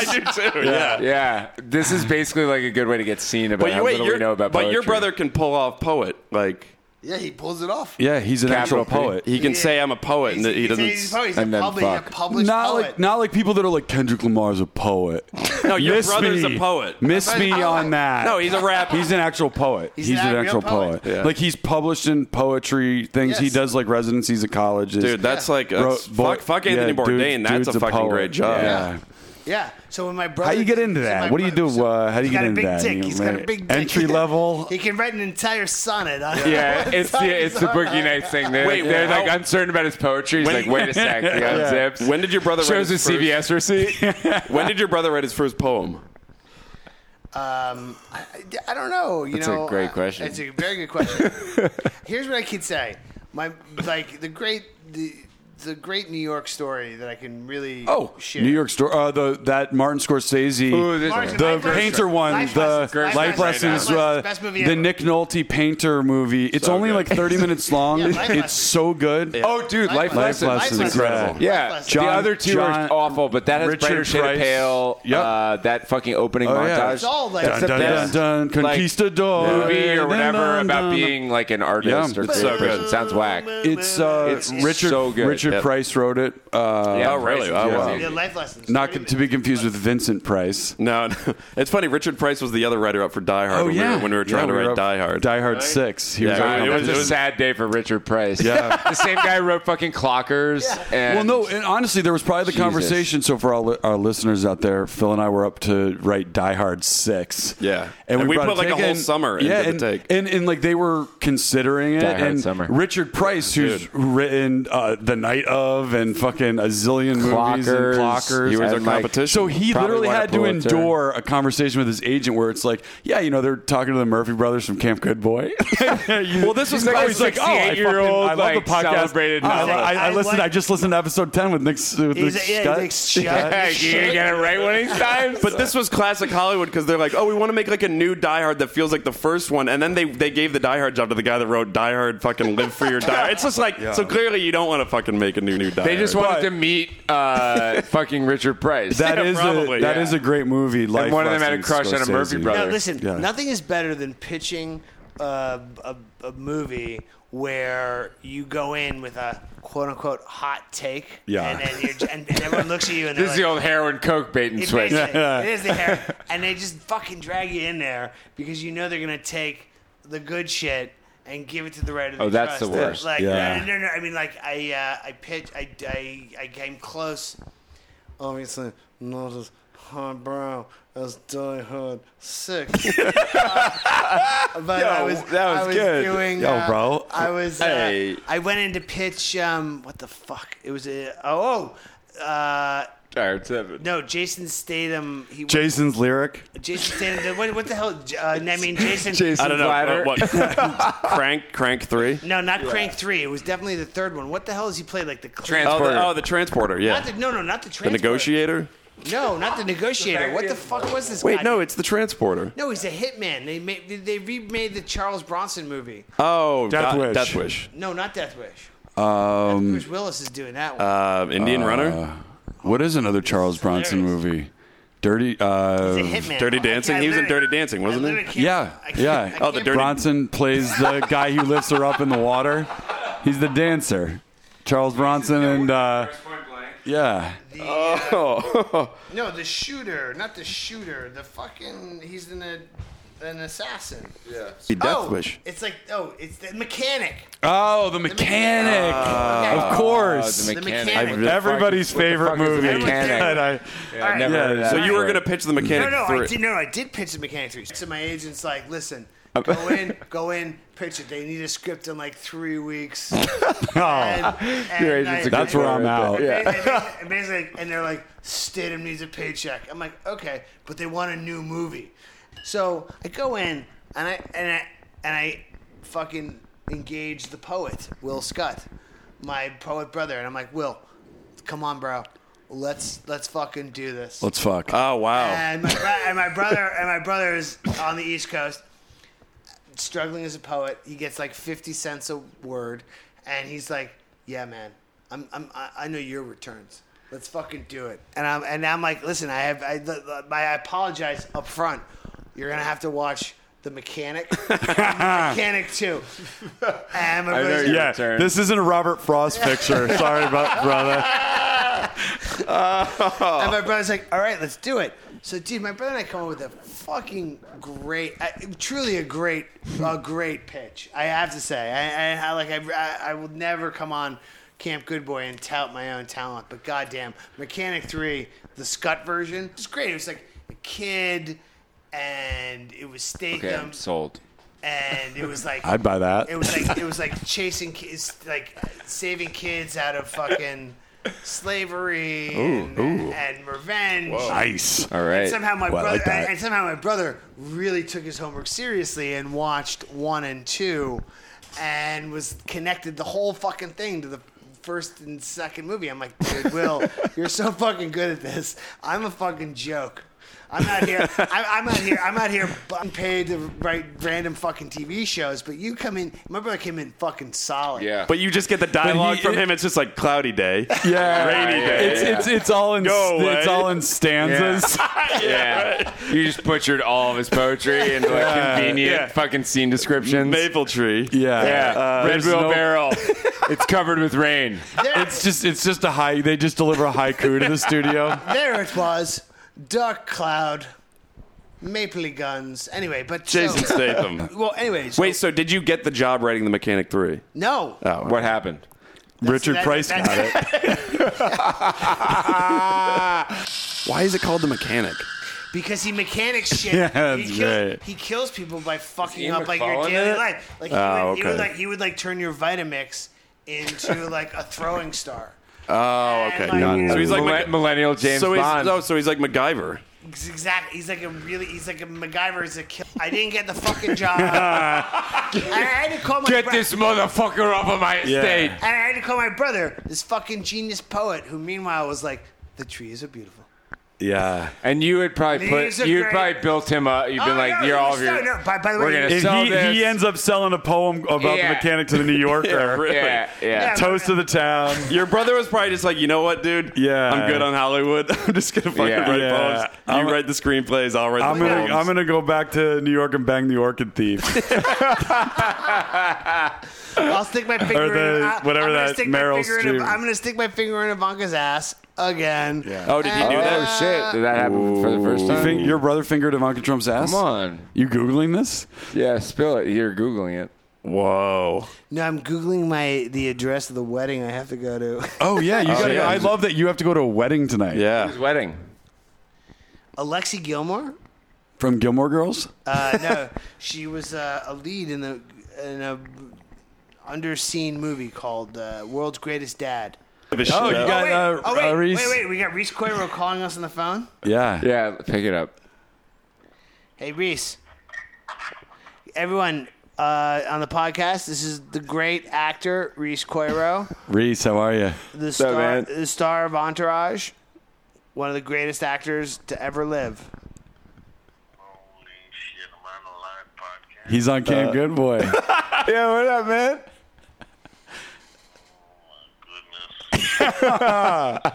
Speaker 2: poems.
Speaker 1: do too. Yeah.
Speaker 3: Yeah, this is basically like a good way to get seen about
Speaker 1: But you
Speaker 3: how
Speaker 1: wait.
Speaker 3: little
Speaker 1: your-
Speaker 3: we know about
Speaker 1: but your
Speaker 3: poetry.
Speaker 1: brother can pull off poet. Like
Speaker 4: Yeah, he pulls it off.
Speaker 2: Yeah, he's an
Speaker 3: Capital
Speaker 2: actual
Speaker 3: P.
Speaker 2: poet.
Speaker 1: he can
Speaker 4: Yeah.
Speaker 1: say I'm a poet, and that he doesn't.
Speaker 4: He's, he's, probably- he's a
Speaker 3: and then
Speaker 4: public- he's a
Speaker 3: fuck.
Speaker 4: published
Speaker 2: Not
Speaker 4: poet.
Speaker 2: like not like people that are like Kendrick Lamar's a poet.
Speaker 1: no, your
Speaker 2: Miss
Speaker 1: brother's
Speaker 2: me.
Speaker 1: a poet.
Speaker 2: Miss me
Speaker 4: poet.
Speaker 2: on that.
Speaker 1: No, he's a rapper.
Speaker 2: He's an actual poet. Oh. He's,
Speaker 4: an
Speaker 2: an
Speaker 4: real
Speaker 2: actual
Speaker 4: poet.
Speaker 2: poet. Like he's published in poetry things. He
Speaker 4: Yes.
Speaker 2: does like residencies at colleges.
Speaker 1: Dude, that's like
Speaker 2: Bro-
Speaker 1: that's,
Speaker 2: boy-
Speaker 1: fuck, fuck Anthony
Speaker 2: yeah, dude-
Speaker 1: Bourdain. that's
Speaker 2: dude's
Speaker 1: a fucking
Speaker 2: poet.
Speaker 1: great job.
Speaker 2: Yeah.
Speaker 4: yeah. So when my brother,
Speaker 2: How do you get into
Speaker 4: so my
Speaker 2: that? What do you do?
Speaker 4: bro- so
Speaker 2: uh, how do you
Speaker 4: he's
Speaker 2: get
Speaker 4: got a
Speaker 2: into
Speaker 4: big
Speaker 2: that?
Speaker 4: Dick.
Speaker 2: You
Speaker 4: He's got a
Speaker 2: ma-
Speaker 4: big dick.
Speaker 2: entry level.
Speaker 4: He can write an entire sonnet on it.
Speaker 3: Yeah, it's the it's the boogie nights thing. They're,
Speaker 1: Wait,
Speaker 3: they're
Speaker 1: how-
Speaker 3: like uncertain about his poetry. He's
Speaker 1: When-
Speaker 3: like, wait a sec, he unzips.
Speaker 1: When did your brother
Speaker 3: shows
Speaker 1: write
Speaker 3: his
Speaker 1: his
Speaker 3: CVS receipt?
Speaker 1: First, when did your brother write his first poem?
Speaker 4: Um, I, I- I don't know. You
Speaker 3: That's a
Speaker 4: know,
Speaker 3: great
Speaker 1: uh,
Speaker 4: I-
Speaker 3: question.
Speaker 4: It's uh, a very good question. Here's what I could say. My like the great the the great New York story that I can really
Speaker 2: Oh,
Speaker 4: share.
Speaker 2: New York store. Uh, the that Martin Scorsese.
Speaker 3: Ooh, this-
Speaker 4: Martin,
Speaker 2: the
Speaker 4: Life Lessons-
Speaker 2: painter one,
Speaker 4: Life
Speaker 2: the
Speaker 4: Lessons,
Speaker 2: life,
Speaker 4: Life
Speaker 2: lessons,
Speaker 4: Life
Speaker 2: uh,
Speaker 4: best movie
Speaker 2: the
Speaker 4: ever.
Speaker 2: Nick Nolte painter movie. It's only
Speaker 1: good.
Speaker 2: like thirty minutes long.
Speaker 4: Yeah, Life
Speaker 2: it's
Speaker 4: Lessons.
Speaker 2: so good.
Speaker 3: Oh, dude, life,
Speaker 2: Life
Speaker 3: lessons.
Speaker 2: Lessons
Speaker 4: Life
Speaker 2: is incredible.
Speaker 4: Lessons. Life
Speaker 3: Yeah,
Speaker 4: Lessons.
Speaker 2: John-
Speaker 3: the other two
Speaker 2: John-
Speaker 3: are awful, but that has
Speaker 2: Richard
Speaker 3: brighter shade of
Speaker 2: Price.
Speaker 3: pale.
Speaker 2: Yep.
Speaker 3: Uh, that fucking opening
Speaker 2: Oh, yeah.
Speaker 3: montage.
Speaker 4: It's all like
Speaker 2: Dun,
Speaker 3: That's the
Speaker 2: dun,
Speaker 3: best.
Speaker 2: dun, dun,
Speaker 3: like,
Speaker 2: conquistador
Speaker 3: movie or
Speaker 2: Dun,
Speaker 3: whatever
Speaker 2: dun,
Speaker 3: about
Speaker 2: dun.
Speaker 3: being like an artist
Speaker 2: Yeah.
Speaker 3: or
Speaker 2: It's
Speaker 3: creative
Speaker 1: so
Speaker 3: person.
Speaker 1: good.
Speaker 3: Sounds whack.
Speaker 2: It's uh,
Speaker 3: It's
Speaker 2: Richard
Speaker 3: so good.
Speaker 2: Richard Richard
Speaker 1: hit.
Speaker 2: Price wrote it. Uh,
Speaker 3: Yeah,
Speaker 1: Oh, really? Oh,
Speaker 2: Yeah.
Speaker 1: wow.
Speaker 4: The life lessons.
Speaker 2: Not
Speaker 4: Thirty
Speaker 2: to be
Speaker 4: minutes.
Speaker 2: confused with Vincent Price.
Speaker 1: No, no, it's funny. Richard Price was the other writer up for Die
Speaker 3: Oh,
Speaker 1: Hard when, we were, when we were trying to
Speaker 2: Oh, Yeah, were
Speaker 1: write
Speaker 2: up-
Speaker 1: Die Hard.
Speaker 2: Die Hard Six. He was
Speaker 1: Yeah,
Speaker 2: our
Speaker 1: it
Speaker 3: it
Speaker 1: was-
Speaker 3: was a
Speaker 1: it
Speaker 2: competition.
Speaker 1: was-
Speaker 3: sad day for Richard Price.
Speaker 2: Yeah.
Speaker 3: the same guy who wrote fucking Clockers. And
Speaker 2: well, no, and honestly, there was probably the
Speaker 3: Jesus.
Speaker 2: conversation. So for all li- our listeners out there, Phil and I were up to write Die Hard Six.
Speaker 1: Yeah. And we
Speaker 2: brought
Speaker 1: put, like, a
Speaker 2: take
Speaker 1: whole
Speaker 2: in-
Speaker 1: summer into
Speaker 2: Yeah,
Speaker 1: the
Speaker 2: and,
Speaker 1: take.
Speaker 2: and and like they were considering it.
Speaker 3: Die Hard
Speaker 2: and
Speaker 3: summer.
Speaker 2: Richard Price, who's
Speaker 1: Dude.
Speaker 2: written uh, The Night of and fucking a zillion movies and
Speaker 3: Clockers.
Speaker 2: Clockers.
Speaker 3: He was
Speaker 2: and,
Speaker 3: our
Speaker 2: like,
Speaker 1: competition.
Speaker 2: So he
Speaker 3: Probably
Speaker 2: literally
Speaker 3: won a
Speaker 2: had to
Speaker 3: Pulitzer.
Speaker 2: endure a conversation with his agent where it's like, yeah, you know, they're talking to the Murphy brothers from Camp Good Boy. well,
Speaker 3: this was
Speaker 2: like,
Speaker 3: like a
Speaker 2: he's like, oh, I
Speaker 3: 68-year-old,
Speaker 2: fucking- I love
Speaker 3: like,
Speaker 2: the podcast.
Speaker 3: celebrated
Speaker 2: I,
Speaker 3: nothing.
Speaker 2: I, I
Speaker 4: I
Speaker 2: listened.
Speaker 4: like-
Speaker 2: I just listened to episode ten with Nick. S- With
Speaker 4: He's
Speaker 2: Nick
Speaker 4: a- yeah,
Speaker 2: Scott.
Speaker 4: Nick Scott.
Speaker 3: Hey, you get it right one of these times.
Speaker 1: But this was classic Hollywood because they're like, oh, we want to make like a new Die Hard that feels like the first one, and then they they gave the Die Hard job to the guy that wrote Die Hard, fucking Live for Your Die. Hard. It's just like so clearly you don't want to fucking make a new new Die.
Speaker 3: they just
Speaker 1: Hard.
Speaker 3: wanted
Speaker 2: But-
Speaker 3: to meet uh, fucking Richard Price.
Speaker 2: That
Speaker 1: Yeah,
Speaker 2: is
Speaker 1: probably,
Speaker 2: a that
Speaker 1: yeah.
Speaker 2: is a great movie. Life
Speaker 3: one of them had a
Speaker 2: Lessons,
Speaker 3: crush on a Murphy
Speaker 2: Scorsese.
Speaker 3: brother.
Speaker 4: No, listen.
Speaker 2: Yeah.
Speaker 4: Nothing is better than pitching uh, a, a movie where you go in with a quote unquote hot take,
Speaker 2: Yeah.
Speaker 4: and, then you're, and, and everyone looks at you and they're
Speaker 3: this is
Speaker 4: like,
Speaker 3: the old heroin coke bait and
Speaker 4: It
Speaker 3: switch.
Speaker 4: basically- it is the hair, and they just fucking drag you in there because you know they're gonna take the good shit and give it to the right of the
Speaker 3: Oh, that's
Speaker 4: trust.
Speaker 3: the worst.
Speaker 4: Like,
Speaker 2: Yeah.
Speaker 4: no, no, no, I mean, like, I, uh, I pitched, I, I, I came close. Obviously, not as highbrow as Die Hard Six. Uh, but I was,
Speaker 2: that was
Speaker 4: I was
Speaker 2: good.
Speaker 4: doing,
Speaker 2: Yo,
Speaker 4: uh,
Speaker 2: bro.
Speaker 4: I was, uh,
Speaker 1: Hey.
Speaker 4: I went in to pitch, um, what the fuck? It was a, oh, oh, uh.
Speaker 3: Tired seven.
Speaker 4: No, Jason Statham. He
Speaker 2: Jason's lyric.
Speaker 4: Jason Statham. did- What, what the hell? J- Uh, I mean, Jason.
Speaker 1: I don't know
Speaker 3: Ladder.
Speaker 1: uh, what crank crank three.
Speaker 4: No, not Crank Three. It was definitely the third one. What the hell has he played? Like the
Speaker 3: Trans-
Speaker 1: Oh,
Speaker 3: Transporter.
Speaker 1: the, oh, the transporter. Yeah,
Speaker 4: Not the, no, no, not the
Speaker 1: the
Speaker 4: transporter.
Speaker 1: negotiator.
Speaker 4: No, not the negotiator. What the fuck was this?
Speaker 1: Wait,
Speaker 4: guy?
Speaker 1: no, it's the transporter.
Speaker 4: No, he's a hitman. They made, they remade the Charles Bronson movie.
Speaker 1: Oh,
Speaker 2: Death
Speaker 1: God,
Speaker 2: Wish.
Speaker 1: Death Wish.
Speaker 4: No, not Death Wish.
Speaker 2: Um,
Speaker 4: Bruce Willis is doing that one.
Speaker 1: Uh, Indian Runner.
Speaker 2: what is another Charles Bronson
Speaker 4: hilarious.
Speaker 2: movie? Dirty. Uh,
Speaker 4: he's a hitman.
Speaker 1: um, Dirty
Speaker 4: I can't-
Speaker 1: Dancing?
Speaker 4: I
Speaker 1: He was in
Speaker 4: literally-
Speaker 1: Dirty Dancing,
Speaker 4: I
Speaker 1: wasn't he?
Speaker 4: literally can't-
Speaker 2: yeah,
Speaker 4: I can't- I
Speaker 2: yeah.
Speaker 4: can't
Speaker 1: Oh, the Dirty-
Speaker 2: Bronson plays the guy who lifts her up in the water. He's the dancer. Charles Bronson and uh, yeah,
Speaker 4: No, the shooter, not the shooter. The fucking he's in a, an assassin. Yeah.
Speaker 1: The Death
Speaker 4: oh,
Speaker 1: Wish.
Speaker 4: It's like oh, it's the mechanic.
Speaker 2: Oh, the mechanic.
Speaker 3: Ah,
Speaker 2: of course.
Speaker 3: The
Speaker 4: The
Speaker 3: mechanic.
Speaker 4: Mechanic.
Speaker 3: What the
Speaker 2: Everybody's
Speaker 3: fuck is- what
Speaker 2: favorite
Speaker 3: the fuck is
Speaker 2: movie.
Speaker 3: The
Speaker 2: God,
Speaker 3: mechanic.
Speaker 2: I-
Speaker 3: Yeah, I never
Speaker 2: Yeah.
Speaker 3: heard of that
Speaker 1: So you were
Speaker 3: before.
Speaker 1: gonna pitch the
Speaker 4: No,
Speaker 1: mechanic
Speaker 4: no, I
Speaker 1: three.
Speaker 4: did. No, I did pitch the mechanic three. So my agent's like, listen, go in, go in, pitch it. They need a script in like three weeks. and, and
Speaker 3: Your agent's a
Speaker 2: That's
Speaker 3: good
Speaker 2: where
Speaker 3: guy
Speaker 2: I'm
Speaker 3: right
Speaker 2: out.
Speaker 3: there.
Speaker 4: And basically- and basically, and they're like, Statham needs a paycheck. I'm like, okay, but they want a new movie. So I go in and I and I and I fucking engage the poet Will Scott, my poet brother, and I'm like, Will, come on, bro, let's let's fucking do this.
Speaker 2: Let's fuck.
Speaker 1: Oh wow.
Speaker 4: Uh, and my, bro- and my brother and my brother is on the East Coast, struggling as a poet. He gets like fifty cents a word, and he's like, "Yeah, man, I'm, I'm I I know your returns. Let's fucking do it." And I'm and I'm like, "Listen, I have I, the- the- my- I apologize up front. You're gonna have to watch." The Mechanic, Mechanic Two, and my brother's like,
Speaker 3: you're-
Speaker 2: yeah,
Speaker 3: Return.
Speaker 2: this isn't a Robert Frost picture. Sorry about brother.
Speaker 4: And my brother's like, all right, let's do it. So, dude, my brother and I come up with a fucking great, uh, truly a great, a great pitch. I have to say, I, I, I like, I, I, I will never come on Camp Good Boy and tout my own talent, but goddamn, Mechanic Three, the Scut version, it's great. It was like a kid, and it was
Speaker 3: Okay,
Speaker 4: Statham,
Speaker 3: I'm sold.
Speaker 4: and it was like
Speaker 2: I'd buy that.
Speaker 4: it was like it was like chasing kids, like saving kids out of fucking slavery and, and revenge.
Speaker 2: nice.
Speaker 3: All right.
Speaker 4: And somehow my
Speaker 2: Well,
Speaker 4: brother
Speaker 2: I like that.
Speaker 4: and somehow my brother really took his homework seriously and watched one and two, and was connected the whole fucking thing to the first and second movie. I'm like, dude, Will, you're so fucking good at this. I'm a fucking joke. I'm not here. I, I'm not here. I'm not here. I'm paid to write random fucking TV shows. But you come in. My brother came in fucking solid.
Speaker 3: Yeah.
Speaker 1: But you just get the dialogue from him. It's just like cloudy day.
Speaker 2: Yeah,
Speaker 1: Rainy
Speaker 3: yeah,
Speaker 1: day.
Speaker 2: It's, it's it's all in
Speaker 1: Go away.
Speaker 2: it's all in stanzas.
Speaker 3: yeah. You just butchered all of his poetry into like convenient
Speaker 1: Yeah. uh,
Speaker 3: fucking scene descriptions.
Speaker 1: Maple tree.
Speaker 2: Yeah,
Speaker 3: Yeah. Red
Speaker 2: there's
Speaker 3: Bull
Speaker 2: no-
Speaker 3: barrel. it's covered with rain.
Speaker 4: There,
Speaker 2: It's just it's just a high. They just deliver a haiku to the studio.
Speaker 4: there it was. Dark cloud, mapley guns. Anyway, but
Speaker 1: Jason
Speaker 4: so,
Speaker 1: Statham.
Speaker 4: Well, anyways. oh,
Speaker 1: Wait, so did you get the job writing The Mechanic 3?
Speaker 4: No.
Speaker 1: Oh.
Speaker 3: What happened?
Speaker 2: Richard
Speaker 4: that-
Speaker 2: Price
Speaker 4: that-
Speaker 2: got it.
Speaker 1: Why is it called The Mechanic?
Speaker 4: Because he mechanics shit.
Speaker 2: Yeah,
Speaker 4: he,
Speaker 2: that's
Speaker 4: kills,
Speaker 2: right.
Speaker 4: he kills people by fucking
Speaker 3: Ian
Speaker 4: up like your
Speaker 3: McCullen in
Speaker 4: daily
Speaker 3: it?
Speaker 4: life. Like he,
Speaker 1: Oh,
Speaker 4: would, he would
Speaker 1: okay.
Speaker 4: like he would like turn your Vitamix into like a throwing star.
Speaker 1: Oh,
Speaker 4: And,
Speaker 1: okay.
Speaker 4: like, you know,
Speaker 1: So he's like
Speaker 3: Mille-
Speaker 1: Mac-
Speaker 3: millennial James
Speaker 1: so he's,
Speaker 3: Bond.
Speaker 1: oh, so he's like MacGyver.
Speaker 4: He's exactly. He's like a really. He's like a MacGyver. He's a kill. I didn't get the fucking job. I, I had to call my
Speaker 3: Get
Speaker 4: bro-
Speaker 3: this motherfucker off of my estate.
Speaker 4: And I had to call my brother, this fucking genius poet, who meanwhile was like, "The trees are beautiful."
Speaker 1: Yeah.
Speaker 3: And you would probably
Speaker 4: These
Speaker 3: put,
Speaker 4: are
Speaker 3: you would
Speaker 4: great.
Speaker 3: probably built him up. You've been
Speaker 4: Oh,
Speaker 3: like,
Speaker 4: no,
Speaker 3: you're
Speaker 4: no,
Speaker 3: all of
Speaker 4: no,
Speaker 3: your.
Speaker 4: no. By, by the
Speaker 3: we're
Speaker 4: way,
Speaker 3: gonna
Speaker 2: If
Speaker 3: sell
Speaker 2: he,
Speaker 3: this.
Speaker 2: he ends up selling a poem about
Speaker 3: Yeah.
Speaker 2: the mechanic to the New Yorker.
Speaker 3: yeah, yeah.
Speaker 2: Toast to the town.
Speaker 1: Your brother was probably just like, you know what, dude?
Speaker 2: Yeah.
Speaker 1: I'm good on Hollywood. I'm just going to fucking
Speaker 3: Yeah.
Speaker 1: write
Speaker 2: Yeah.
Speaker 1: poems. You
Speaker 2: I'm-
Speaker 1: write the screenplays. I'll write
Speaker 2: I'm
Speaker 1: the
Speaker 2: gonna
Speaker 1: poems.
Speaker 2: I'm gonna go back to New York and bang the orchid thief.
Speaker 4: I'll stick my finger in
Speaker 2: the-
Speaker 4: I-
Speaker 2: whatever
Speaker 4: I'm gonna
Speaker 2: that
Speaker 4: stick my
Speaker 2: Meryl
Speaker 4: finger in,
Speaker 2: Streep.
Speaker 4: I'm gonna stick my finger in Ivanka's ass again.
Speaker 1: Oh, did he do
Speaker 3: oh
Speaker 1: that?
Speaker 3: shit! Did that happen for the first time?
Speaker 2: Think your brother fingered Ivanka Trump's ass.
Speaker 3: Come on.
Speaker 2: You googling this?
Speaker 3: Yeah, spill it. You're googling it.
Speaker 1: Whoa.
Speaker 4: No, I'm googling my the address of the wedding I have to go to.
Speaker 2: Oh yeah, you gotta,
Speaker 1: yeah.
Speaker 2: I love that you have to go to a wedding tonight.
Speaker 1: Yeah.
Speaker 3: His wedding.
Speaker 4: Alexi Gilmore.
Speaker 2: From Gilmore Girls?
Speaker 4: Uh, no, she was uh, a lead in the in a underseen movie called uh, World's Greatest Dad.
Speaker 2: Oh, you
Speaker 4: Oh
Speaker 2: got
Speaker 4: wait,
Speaker 2: uh,
Speaker 4: oh, wait,
Speaker 2: uh, Reese.
Speaker 4: wait, wait, we got Reese Coiro calling us on the phone.
Speaker 2: Yeah.
Speaker 3: Yeah, pick it up.
Speaker 4: Hey Reese, everyone uh, on the podcast, this is the great actor Reese Coiro,
Speaker 2: Reese, how are you?
Speaker 4: the star,
Speaker 3: man?
Speaker 4: the star of Entourage, one of the greatest actors to ever live.
Speaker 5: Holy shit, I'm on a live podcast.
Speaker 2: He's on Camp Good Boy.
Speaker 3: Uh, Yeah, what up, man?
Speaker 5: Goodness.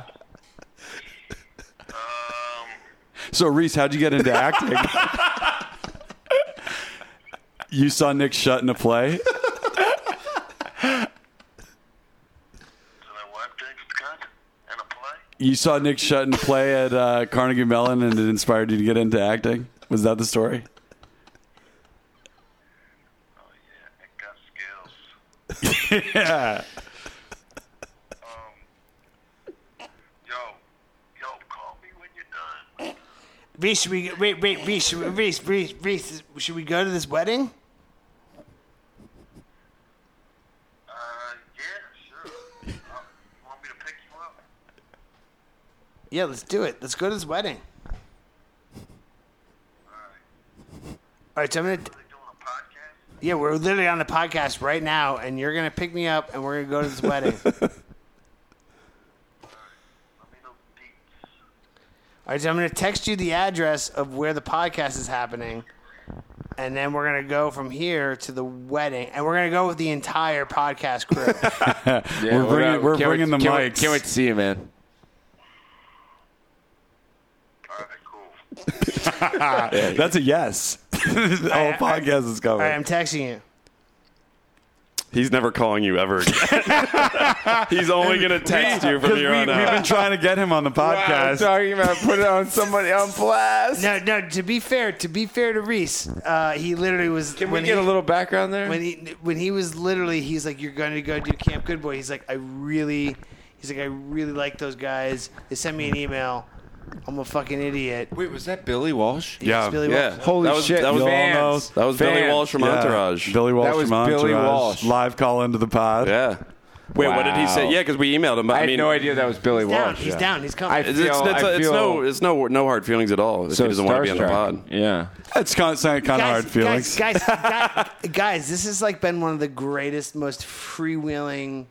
Speaker 2: So Reese, how'd you get into acting? you saw Nick Shutt in a play?
Speaker 5: Did I wipe James Scott in a play?
Speaker 2: You saw Nick Shutt in a play at uh, Carnegie Mellon and it inspired you to get into acting? Was that the story?
Speaker 5: Oh, yeah, it got skills.
Speaker 2: Yeah.
Speaker 5: Yo, yo, call me when you're done.
Speaker 4: Reese, should we wait, wait, Reese, should we- Reese, Reese, Reese, should we go to this wedding?
Speaker 5: Uh, yeah, sure. Uh, you want me to pick you up?
Speaker 4: Yeah, let's do it. Let's go to this wedding. All right, so I'm gonna.
Speaker 5: Are they doing a podcast?
Speaker 4: Yeah, we're literally on the podcast right now, and you're gonna pick me up, and we're gonna go to this wedding. All
Speaker 5: Let me know the deets.
Speaker 4: right, so I'm gonna text you the address of where the podcast is happening, and then we're gonna go from here to the wedding, and we're gonna go with the entire podcast crew.
Speaker 3: Yeah,
Speaker 2: We're
Speaker 3: what
Speaker 2: bringing-
Speaker 3: up?
Speaker 2: we're
Speaker 3: Can't
Speaker 2: bringing the
Speaker 3: wait, can't wait-
Speaker 2: mics.
Speaker 3: Can't wait to see you, man.
Speaker 5: All right, cool.
Speaker 2: That's a yes. the whole podcast is
Speaker 4: All
Speaker 2: coming.
Speaker 4: right, I'm texting you.
Speaker 1: He's never calling you ever again. He's only going to text you from
Speaker 2: Because we,
Speaker 1: here
Speaker 2: have
Speaker 1: on
Speaker 2: been
Speaker 1: out.
Speaker 2: trying to get him on the
Speaker 3: I'm
Speaker 2: podcast.
Speaker 3: talking about put it on somebody on blast.
Speaker 4: No, no. To be fair, to be fair to Reese, uh, he literally was.
Speaker 3: Can
Speaker 4: when
Speaker 3: we get
Speaker 4: he-
Speaker 3: a little background there?
Speaker 4: when he when he was literally he's like you're going to go do Camp Good Boy. He's like I really he's like I really like those guys. They sent me an email. I'm a fucking idiot.
Speaker 3: wait, was that Billy Walsh?
Speaker 4: Yes, Billy Walsh.
Speaker 3: Holy
Speaker 1: That was-
Speaker 3: shit!
Speaker 1: that was-
Speaker 3: fans.
Speaker 1: That was Billy
Speaker 3: Fans.
Speaker 1: Walsh from
Speaker 2: Yeah.
Speaker 1: Entourage.
Speaker 2: Billy Walsh
Speaker 3: That was
Speaker 2: from Entourage.
Speaker 3: Billy Walsh.
Speaker 2: Live call into the pod.
Speaker 1: Yeah. Wait, what did he
Speaker 3: Wow.
Speaker 1: say? Yeah, because we emailed him. But,
Speaker 3: I
Speaker 1: I,
Speaker 3: had
Speaker 1: mean,
Speaker 3: no idea that was Billy
Speaker 4: He's down.
Speaker 3: Walsh.
Speaker 4: He's down. He's coming.
Speaker 1: It's, it's,
Speaker 3: feel-
Speaker 1: it's,
Speaker 3: I
Speaker 1: it's
Speaker 3: feel-
Speaker 1: no, it's no, no hard feelings at all. If he doesn't want to be on the
Speaker 3: starstruck.
Speaker 1: pod.
Speaker 3: Yeah.
Speaker 2: It's kind of, kind of hard feelings.
Speaker 4: Guys, guys, guys, guys, this has like been one of the greatest, most freewheeling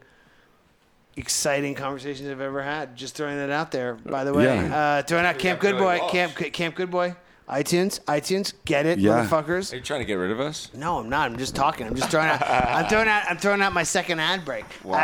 Speaker 4: exciting conversations I've ever had. Just throwing that out there. By the way,
Speaker 2: Yeah.
Speaker 4: uh, throwing out Camp
Speaker 3: really
Speaker 4: Good Boy,
Speaker 3: lost.
Speaker 4: Camp Camp Good Boy, iTunes, iTunes, get it,
Speaker 2: Yeah.
Speaker 4: motherfuckers.
Speaker 3: Are you trying to get rid of us?
Speaker 4: No, I'm not. I'm just talking. I'm just throwing out. I'm throwing out. I'm throwing out my second ad break.
Speaker 3: Wow.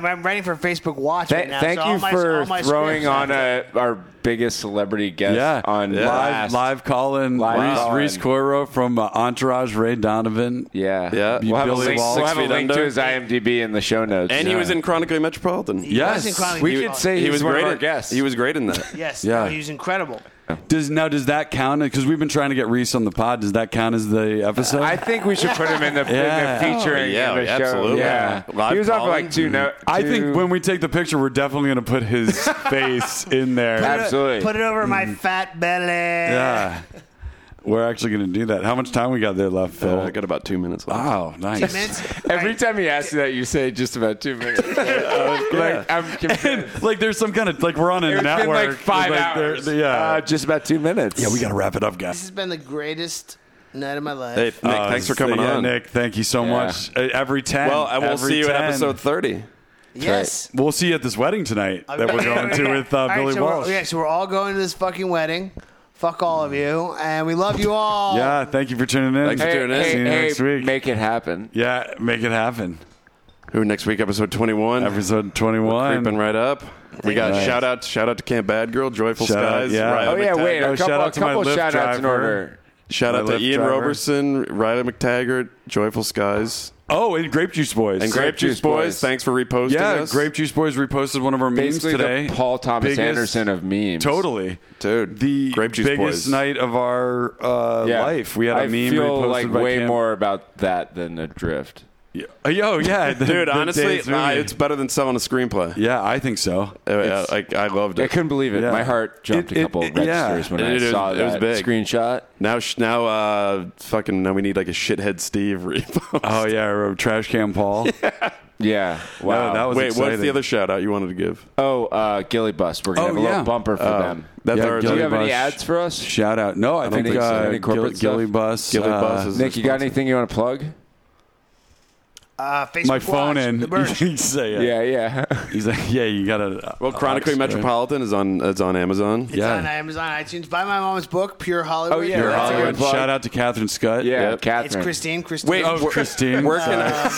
Speaker 4: Uh, I'm writing for Facebook Watch right now.
Speaker 3: thank
Speaker 4: so all
Speaker 3: you
Speaker 4: my-
Speaker 3: for
Speaker 4: all my
Speaker 3: throwing
Speaker 4: scripts
Speaker 3: on
Speaker 4: are-
Speaker 3: a, our biggest celebrity guest
Speaker 2: Yeah,
Speaker 3: on
Speaker 2: live
Speaker 3: last.
Speaker 2: live calling
Speaker 3: Live
Speaker 2: Reese,
Speaker 3: call-in.
Speaker 2: Reese Coiro from uh, Entourage, Ray Donovan.
Speaker 3: Yeah,
Speaker 1: Yeah.
Speaker 2: You
Speaker 3: We'll have, a
Speaker 2: Billy
Speaker 3: link,
Speaker 2: Walsh.
Speaker 3: we'll have a
Speaker 1: Six feet
Speaker 3: link to
Speaker 1: under.
Speaker 3: his IMDb in the show notes.
Speaker 1: And he
Speaker 3: Yeah.
Speaker 1: was in Chronically Metropolitan.
Speaker 4: He was
Speaker 2: Yes.
Speaker 4: incredibly
Speaker 3: We
Speaker 4: talented.
Speaker 3: could say
Speaker 1: he
Speaker 3: he's
Speaker 1: was
Speaker 3: one
Speaker 1: great.
Speaker 3: of our
Speaker 1: at-
Speaker 3: guests.
Speaker 1: He was great in that.
Speaker 4: Yes,
Speaker 2: Yeah.
Speaker 4: no, he was incredible.
Speaker 2: Does now does that count? Because we've been trying to get Reese on the pod. Does that count as the episode?
Speaker 3: I think we should put him in the,
Speaker 2: Yeah.
Speaker 3: in the feature in
Speaker 1: yeah,
Speaker 3: the show.
Speaker 1: absolutely.
Speaker 3: Yeah,
Speaker 1: Live
Speaker 3: he was off
Speaker 1: calling.
Speaker 3: like two no.
Speaker 2: I
Speaker 3: two-
Speaker 2: think when we take the picture, we're definitely going to put his face in there.
Speaker 4: Put it-
Speaker 3: Absolutely.
Speaker 4: Put it over my
Speaker 3: Mm.
Speaker 4: fat belly.
Speaker 2: yeah, we're actually going to do that. How much time we got there left, Phil?
Speaker 1: Uh,
Speaker 3: Oh,
Speaker 1: I got about two minutes left.
Speaker 2: wow, nice.
Speaker 4: Minutes?
Speaker 3: every
Speaker 4: Right.
Speaker 3: time he asks you that, you say just about two minutes. like, I'm confused.
Speaker 2: like there's some kind of like we're on a
Speaker 3: It's been
Speaker 2: network.
Speaker 3: like five
Speaker 2: Like, there-
Speaker 3: hours.
Speaker 2: Yeah,
Speaker 3: Uh, just about two minutes.
Speaker 2: yeah, we got to wrap it up, guys.
Speaker 4: This has been the greatest night of my life.
Speaker 1: Hey, Nick,
Speaker 2: Uh,
Speaker 1: thanks for coming
Speaker 2: yeah,
Speaker 1: on.
Speaker 2: Nick, thank you so
Speaker 3: Yeah.
Speaker 2: much. Uh, Every 10.
Speaker 1: Well, I will
Speaker 2: every
Speaker 1: see you at
Speaker 2: 10.
Speaker 1: episode 30.
Speaker 4: yes.
Speaker 2: We'll see you at this wedding tonight that we're going to with uh,
Speaker 4: All right,
Speaker 2: Billy
Speaker 4: so we're-
Speaker 2: Walsh.
Speaker 4: Yeah, so we're all going to this fucking wedding. Fuck all of you, and we love you all.
Speaker 2: Yeah, thank you for tuning in.
Speaker 1: Thanks for
Speaker 3: Hey,
Speaker 1: tuning in.
Speaker 3: hey,
Speaker 2: See you
Speaker 3: hey,
Speaker 2: next week.
Speaker 3: Make it happen.
Speaker 2: yeah, make it happen.
Speaker 1: Who next week? Episode 21.
Speaker 2: Episode 21.
Speaker 1: creeping right up. We got
Speaker 2: Right.
Speaker 1: shout out shout out to Camp Bad Girl, Joyful
Speaker 2: Shout out,
Speaker 1: Skies.
Speaker 2: yeah.
Speaker 1: Riley
Speaker 3: Oh yeah,
Speaker 1: McTaggart.
Speaker 3: wait.
Speaker 2: Oh,
Speaker 3: A couple,
Speaker 2: shout out to
Speaker 3: a
Speaker 2: my
Speaker 3: couple
Speaker 2: Lyft
Speaker 3: shout outs in
Speaker 2: driver.
Speaker 3: order.
Speaker 1: Shout
Speaker 2: My
Speaker 1: out to
Speaker 2: Lyft
Speaker 1: Ian
Speaker 2: driver.
Speaker 1: Roberson, Riley McTaggart, Joyful Skies,
Speaker 2: Oh, and Grape Juice Boys.
Speaker 1: and Grape Juice Boys. Thanks for reposting
Speaker 2: Yeah,
Speaker 1: us,
Speaker 2: Grape Juice Boys reposted one of our memes
Speaker 3: Basically,
Speaker 2: today.
Speaker 3: the Paul Thomas
Speaker 2: Biggest-
Speaker 3: Anderson of memes.
Speaker 2: Totally.
Speaker 1: dude.
Speaker 2: The
Speaker 1: Grape Juice
Speaker 2: biggest
Speaker 1: Boys.
Speaker 2: night of our uh,
Speaker 3: Yeah.
Speaker 2: life. We had a
Speaker 3: I
Speaker 2: meme
Speaker 3: feel
Speaker 2: reposted
Speaker 3: like
Speaker 2: by
Speaker 3: way
Speaker 2: Cam-
Speaker 3: more about that than Adrift.
Speaker 2: Yeah. Yo, yeah. the-
Speaker 1: Dude,
Speaker 2: the
Speaker 1: honestly,
Speaker 2: day's movie.
Speaker 1: uh, it's better than selling a screenplay.
Speaker 2: yeah, I think so.
Speaker 1: Uh, I, I loved
Speaker 3: I
Speaker 1: it.
Speaker 3: couldn't believe it.
Speaker 2: Yeah.
Speaker 3: My heart jumped
Speaker 2: It-
Speaker 3: a
Speaker 2: it-
Speaker 3: couple
Speaker 2: it- yeah.
Speaker 3: registers when
Speaker 1: It-
Speaker 3: I
Speaker 1: it was-
Speaker 3: saw
Speaker 1: it was
Speaker 3: that
Speaker 1: big.
Speaker 3: screenshot.
Speaker 1: Now, sh- now, uh, fucking, now we need like a shithead Steve repost.
Speaker 2: Oh, yeah. or Trash Can Paul.
Speaker 3: Yeah. Wow.
Speaker 2: No, that was
Speaker 1: Wait, what's
Speaker 2: exciting.
Speaker 1: the other shout out you wanted to give?
Speaker 3: oh, uh, Gilly Bus. We're gonna
Speaker 2: Oh,
Speaker 3: have a little
Speaker 2: yeah.
Speaker 3: bumper for
Speaker 1: Um,
Speaker 3: them.
Speaker 1: that's
Speaker 2: Yeah,
Speaker 1: our
Speaker 3: Do you
Speaker 2: Gilly
Speaker 3: have any
Speaker 2: Bus.
Speaker 3: ads for us?
Speaker 2: Shout out. No, I,
Speaker 3: don't
Speaker 2: think,
Speaker 3: think so.
Speaker 2: uh,
Speaker 3: Any corporate
Speaker 2: Gil- Gilly
Speaker 3: stuff?
Speaker 2: Bus.
Speaker 1: Gilly
Speaker 2: uh,
Speaker 1: Bus is-
Speaker 3: Nick, you got anything you want to plug?
Speaker 4: Uh, Facebook
Speaker 2: my phone
Speaker 4: Watch,
Speaker 2: in.
Speaker 4: the
Speaker 2: You
Speaker 4: merch.
Speaker 2: can say it.
Speaker 3: Yeah, yeah.
Speaker 2: He's like, yeah, you gotta. uh,
Speaker 1: Well, Chronically
Speaker 2: Alex, right?
Speaker 1: Metropolitan is on is on Amazon.
Speaker 4: It's
Speaker 2: Yeah.
Speaker 4: on Amazon, iTunes. Buy my mom's book, Pure Hollywood.
Speaker 3: Oh, yeah,
Speaker 4: Pure
Speaker 3: that's a
Speaker 4: Hollywood.
Speaker 3: good plug.
Speaker 2: Shout out to Catherine Scott.
Speaker 3: yeah,
Speaker 1: Yep.
Speaker 3: Catherine.
Speaker 4: It's Christine. Christine.
Speaker 1: Wait,
Speaker 2: Oh,
Speaker 1: Where-
Speaker 2: Christine.
Speaker 1: where can
Speaker 2: sorry.
Speaker 1: I-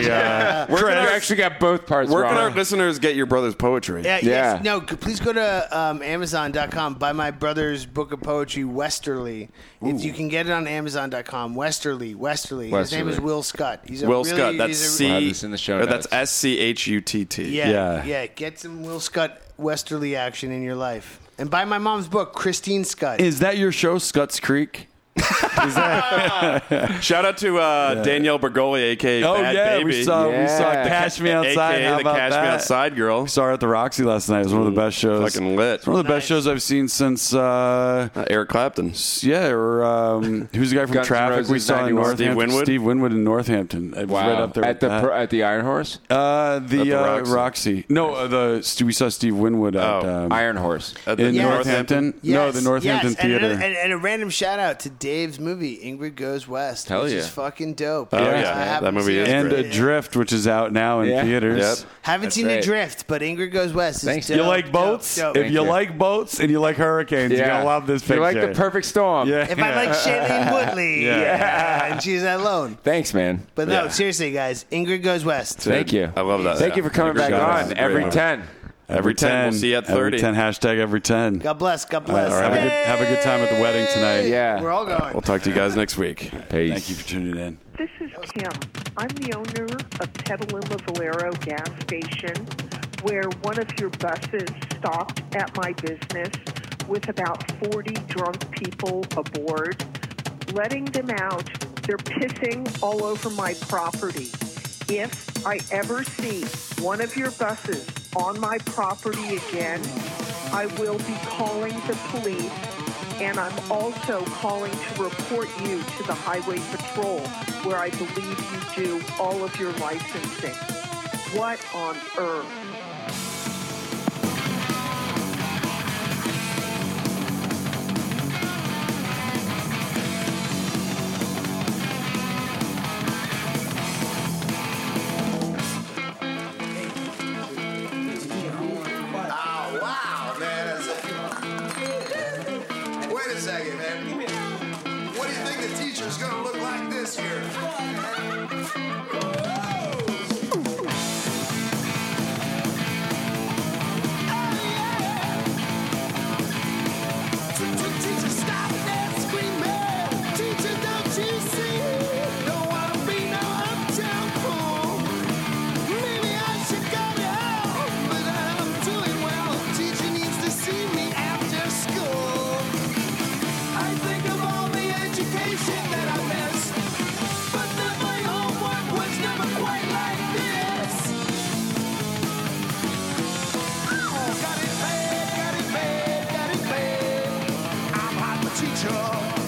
Speaker 2: sorry, uh,
Speaker 1: Where
Speaker 3: You
Speaker 1: can, our,
Speaker 3: actually got both parts
Speaker 1: where can
Speaker 3: wrong.
Speaker 1: our listeners get your brother's poetry?
Speaker 4: Yeah,
Speaker 3: Yeah.
Speaker 4: Yes, no, g- please go to um, Amazon.com. Buy my brother's book of poetry, Westerly. It's, you can get it on Amazon.com. Westerly, Westerly. His name
Speaker 3: Westerly.
Speaker 4: is Will Scott. He's a
Speaker 1: Will
Speaker 4: really-
Speaker 1: Scott. That's
Speaker 4: he's a-
Speaker 1: C.
Speaker 3: We'll have this in the show
Speaker 1: or
Speaker 3: notes.
Speaker 1: That's S C H U T T.
Speaker 4: Yeah,
Speaker 2: Yeah.
Speaker 4: yeah, Get some Will Scott Westerly action in your life, and buy my mom's book, Christine Scott.
Speaker 2: is that your show, Scott's Creek? Is that?
Speaker 1: Shout out to uh, Danielle Bergoli, aka
Speaker 2: oh
Speaker 1: Bad
Speaker 2: yeah,
Speaker 1: Baby,
Speaker 2: we saw we saw
Speaker 3: Yeah.
Speaker 2: Cash Me Outside.
Speaker 1: aka
Speaker 2: How
Speaker 1: the
Speaker 2: about
Speaker 1: Cash
Speaker 2: that?
Speaker 1: Me Outside girl.
Speaker 2: Saw her at the Roxy last night. It was one of the best shows.
Speaker 1: Fucking lit.
Speaker 2: It's one of the best
Speaker 4: Nice.
Speaker 2: shows I've seen since. Uh,
Speaker 1: Uh, Eric Clapton.
Speaker 2: yeah, or um, who's the guy from
Speaker 3: Guns N'
Speaker 2: Traffic we
Speaker 3: Roses
Speaker 2: saw in
Speaker 3: 91?
Speaker 2: Northampton?
Speaker 1: Steve Winwood?
Speaker 2: Steve Winwood in Northampton. It was
Speaker 3: wow.
Speaker 2: right up there
Speaker 3: at
Speaker 2: with
Speaker 3: the
Speaker 2: that.
Speaker 3: pro- at the Iron Horse,
Speaker 2: Uh, the,
Speaker 1: At the
Speaker 2: uh,
Speaker 1: Roxy.
Speaker 2: Roxy. No, uh, the Stu- we saw Steve Winwood at
Speaker 1: Oh,
Speaker 2: um,
Speaker 3: Iron Horse.
Speaker 1: At
Speaker 2: in
Speaker 4: Yes.
Speaker 2: Northampton. No, the Northampton
Speaker 4: yes.
Speaker 2: Theater.
Speaker 4: And, another- and, and a random shout out to Dave's movie, Ingrid Goes West,
Speaker 3: Hell
Speaker 4: which
Speaker 3: yeah.
Speaker 4: is fucking dope.
Speaker 1: yeah.
Speaker 4: I
Speaker 1: Yeah,
Speaker 4: haven't
Speaker 1: that movie
Speaker 4: seen
Speaker 1: is
Speaker 4: it.
Speaker 1: great.
Speaker 2: Oh, and Adrift, which is out now in
Speaker 3: Yeah.
Speaker 1: Yep.
Speaker 2: theaters.
Speaker 4: Haven't
Speaker 3: That's
Speaker 4: seen
Speaker 3: right.
Speaker 4: Adrift, but Ingrid Goes West is
Speaker 3: Thanks.
Speaker 4: dope,
Speaker 2: You like
Speaker 4: dope,
Speaker 2: boats?
Speaker 4: dope.
Speaker 2: If
Speaker 3: Thank
Speaker 2: you
Speaker 3: you.
Speaker 2: like boats and you like hurricanes, you're gonna love this picture.
Speaker 3: You like the perfect storm.
Speaker 2: Yeah.
Speaker 4: If I like Shailene Woodley,
Speaker 2: Yeah.
Speaker 4: yeah. and she's alone.
Speaker 3: Thanks, man.
Speaker 4: But no, seriously, guys, Ingrid Goes West.
Speaker 3: Thank you.
Speaker 1: I love that.
Speaker 3: Thank
Speaker 1: Yeah.
Speaker 3: you for coming
Speaker 1: Agreed.
Speaker 3: back
Speaker 1: Yeah.
Speaker 3: on
Speaker 1: Agreed.
Speaker 3: every
Speaker 1: Yeah.
Speaker 3: ten.
Speaker 1: Every 10, we'll see you at
Speaker 2: Every
Speaker 1: 30.
Speaker 2: ten hashtag every ten.
Speaker 4: God bless. God
Speaker 2: All right,
Speaker 4: bless.
Speaker 2: have, a good, have a good time at the wedding tonight.
Speaker 3: Yeah.
Speaker 4: We're all going.
Speaker 1: We'll talk to you guys next week.
Speaker 3: Peace.
Speaker 2: Thank you for tuning in.
Speaker 6: This is Kim. I'm the owner of Petaluma Valero gas station, where one of your buses stopped at my business with about 40 drunk people aboard. Letting them out, they're pissing all over my property. If I ever see one of your buses on my property again, I will be calling the police and I'm also calling to report you to the Highway Patrol, where I believe you do all of your licensing. What on earth?
Speaker 4: Oh,
Speaker 7: a second, man. What do you think the teacher's gonna look like this year?
Speaker 8: Teacher, stop that screaming. Teacher, don't you see? Don't wanna be no uptown fool. Maybe I should go to hell, but I'm doing well. Teacher needs to see me after school. I think of all the education that I missed, but that my homework was never quite like this. Oh, got it bad, got it bad, got it bad. I'm not the teacher. Oh, Oh,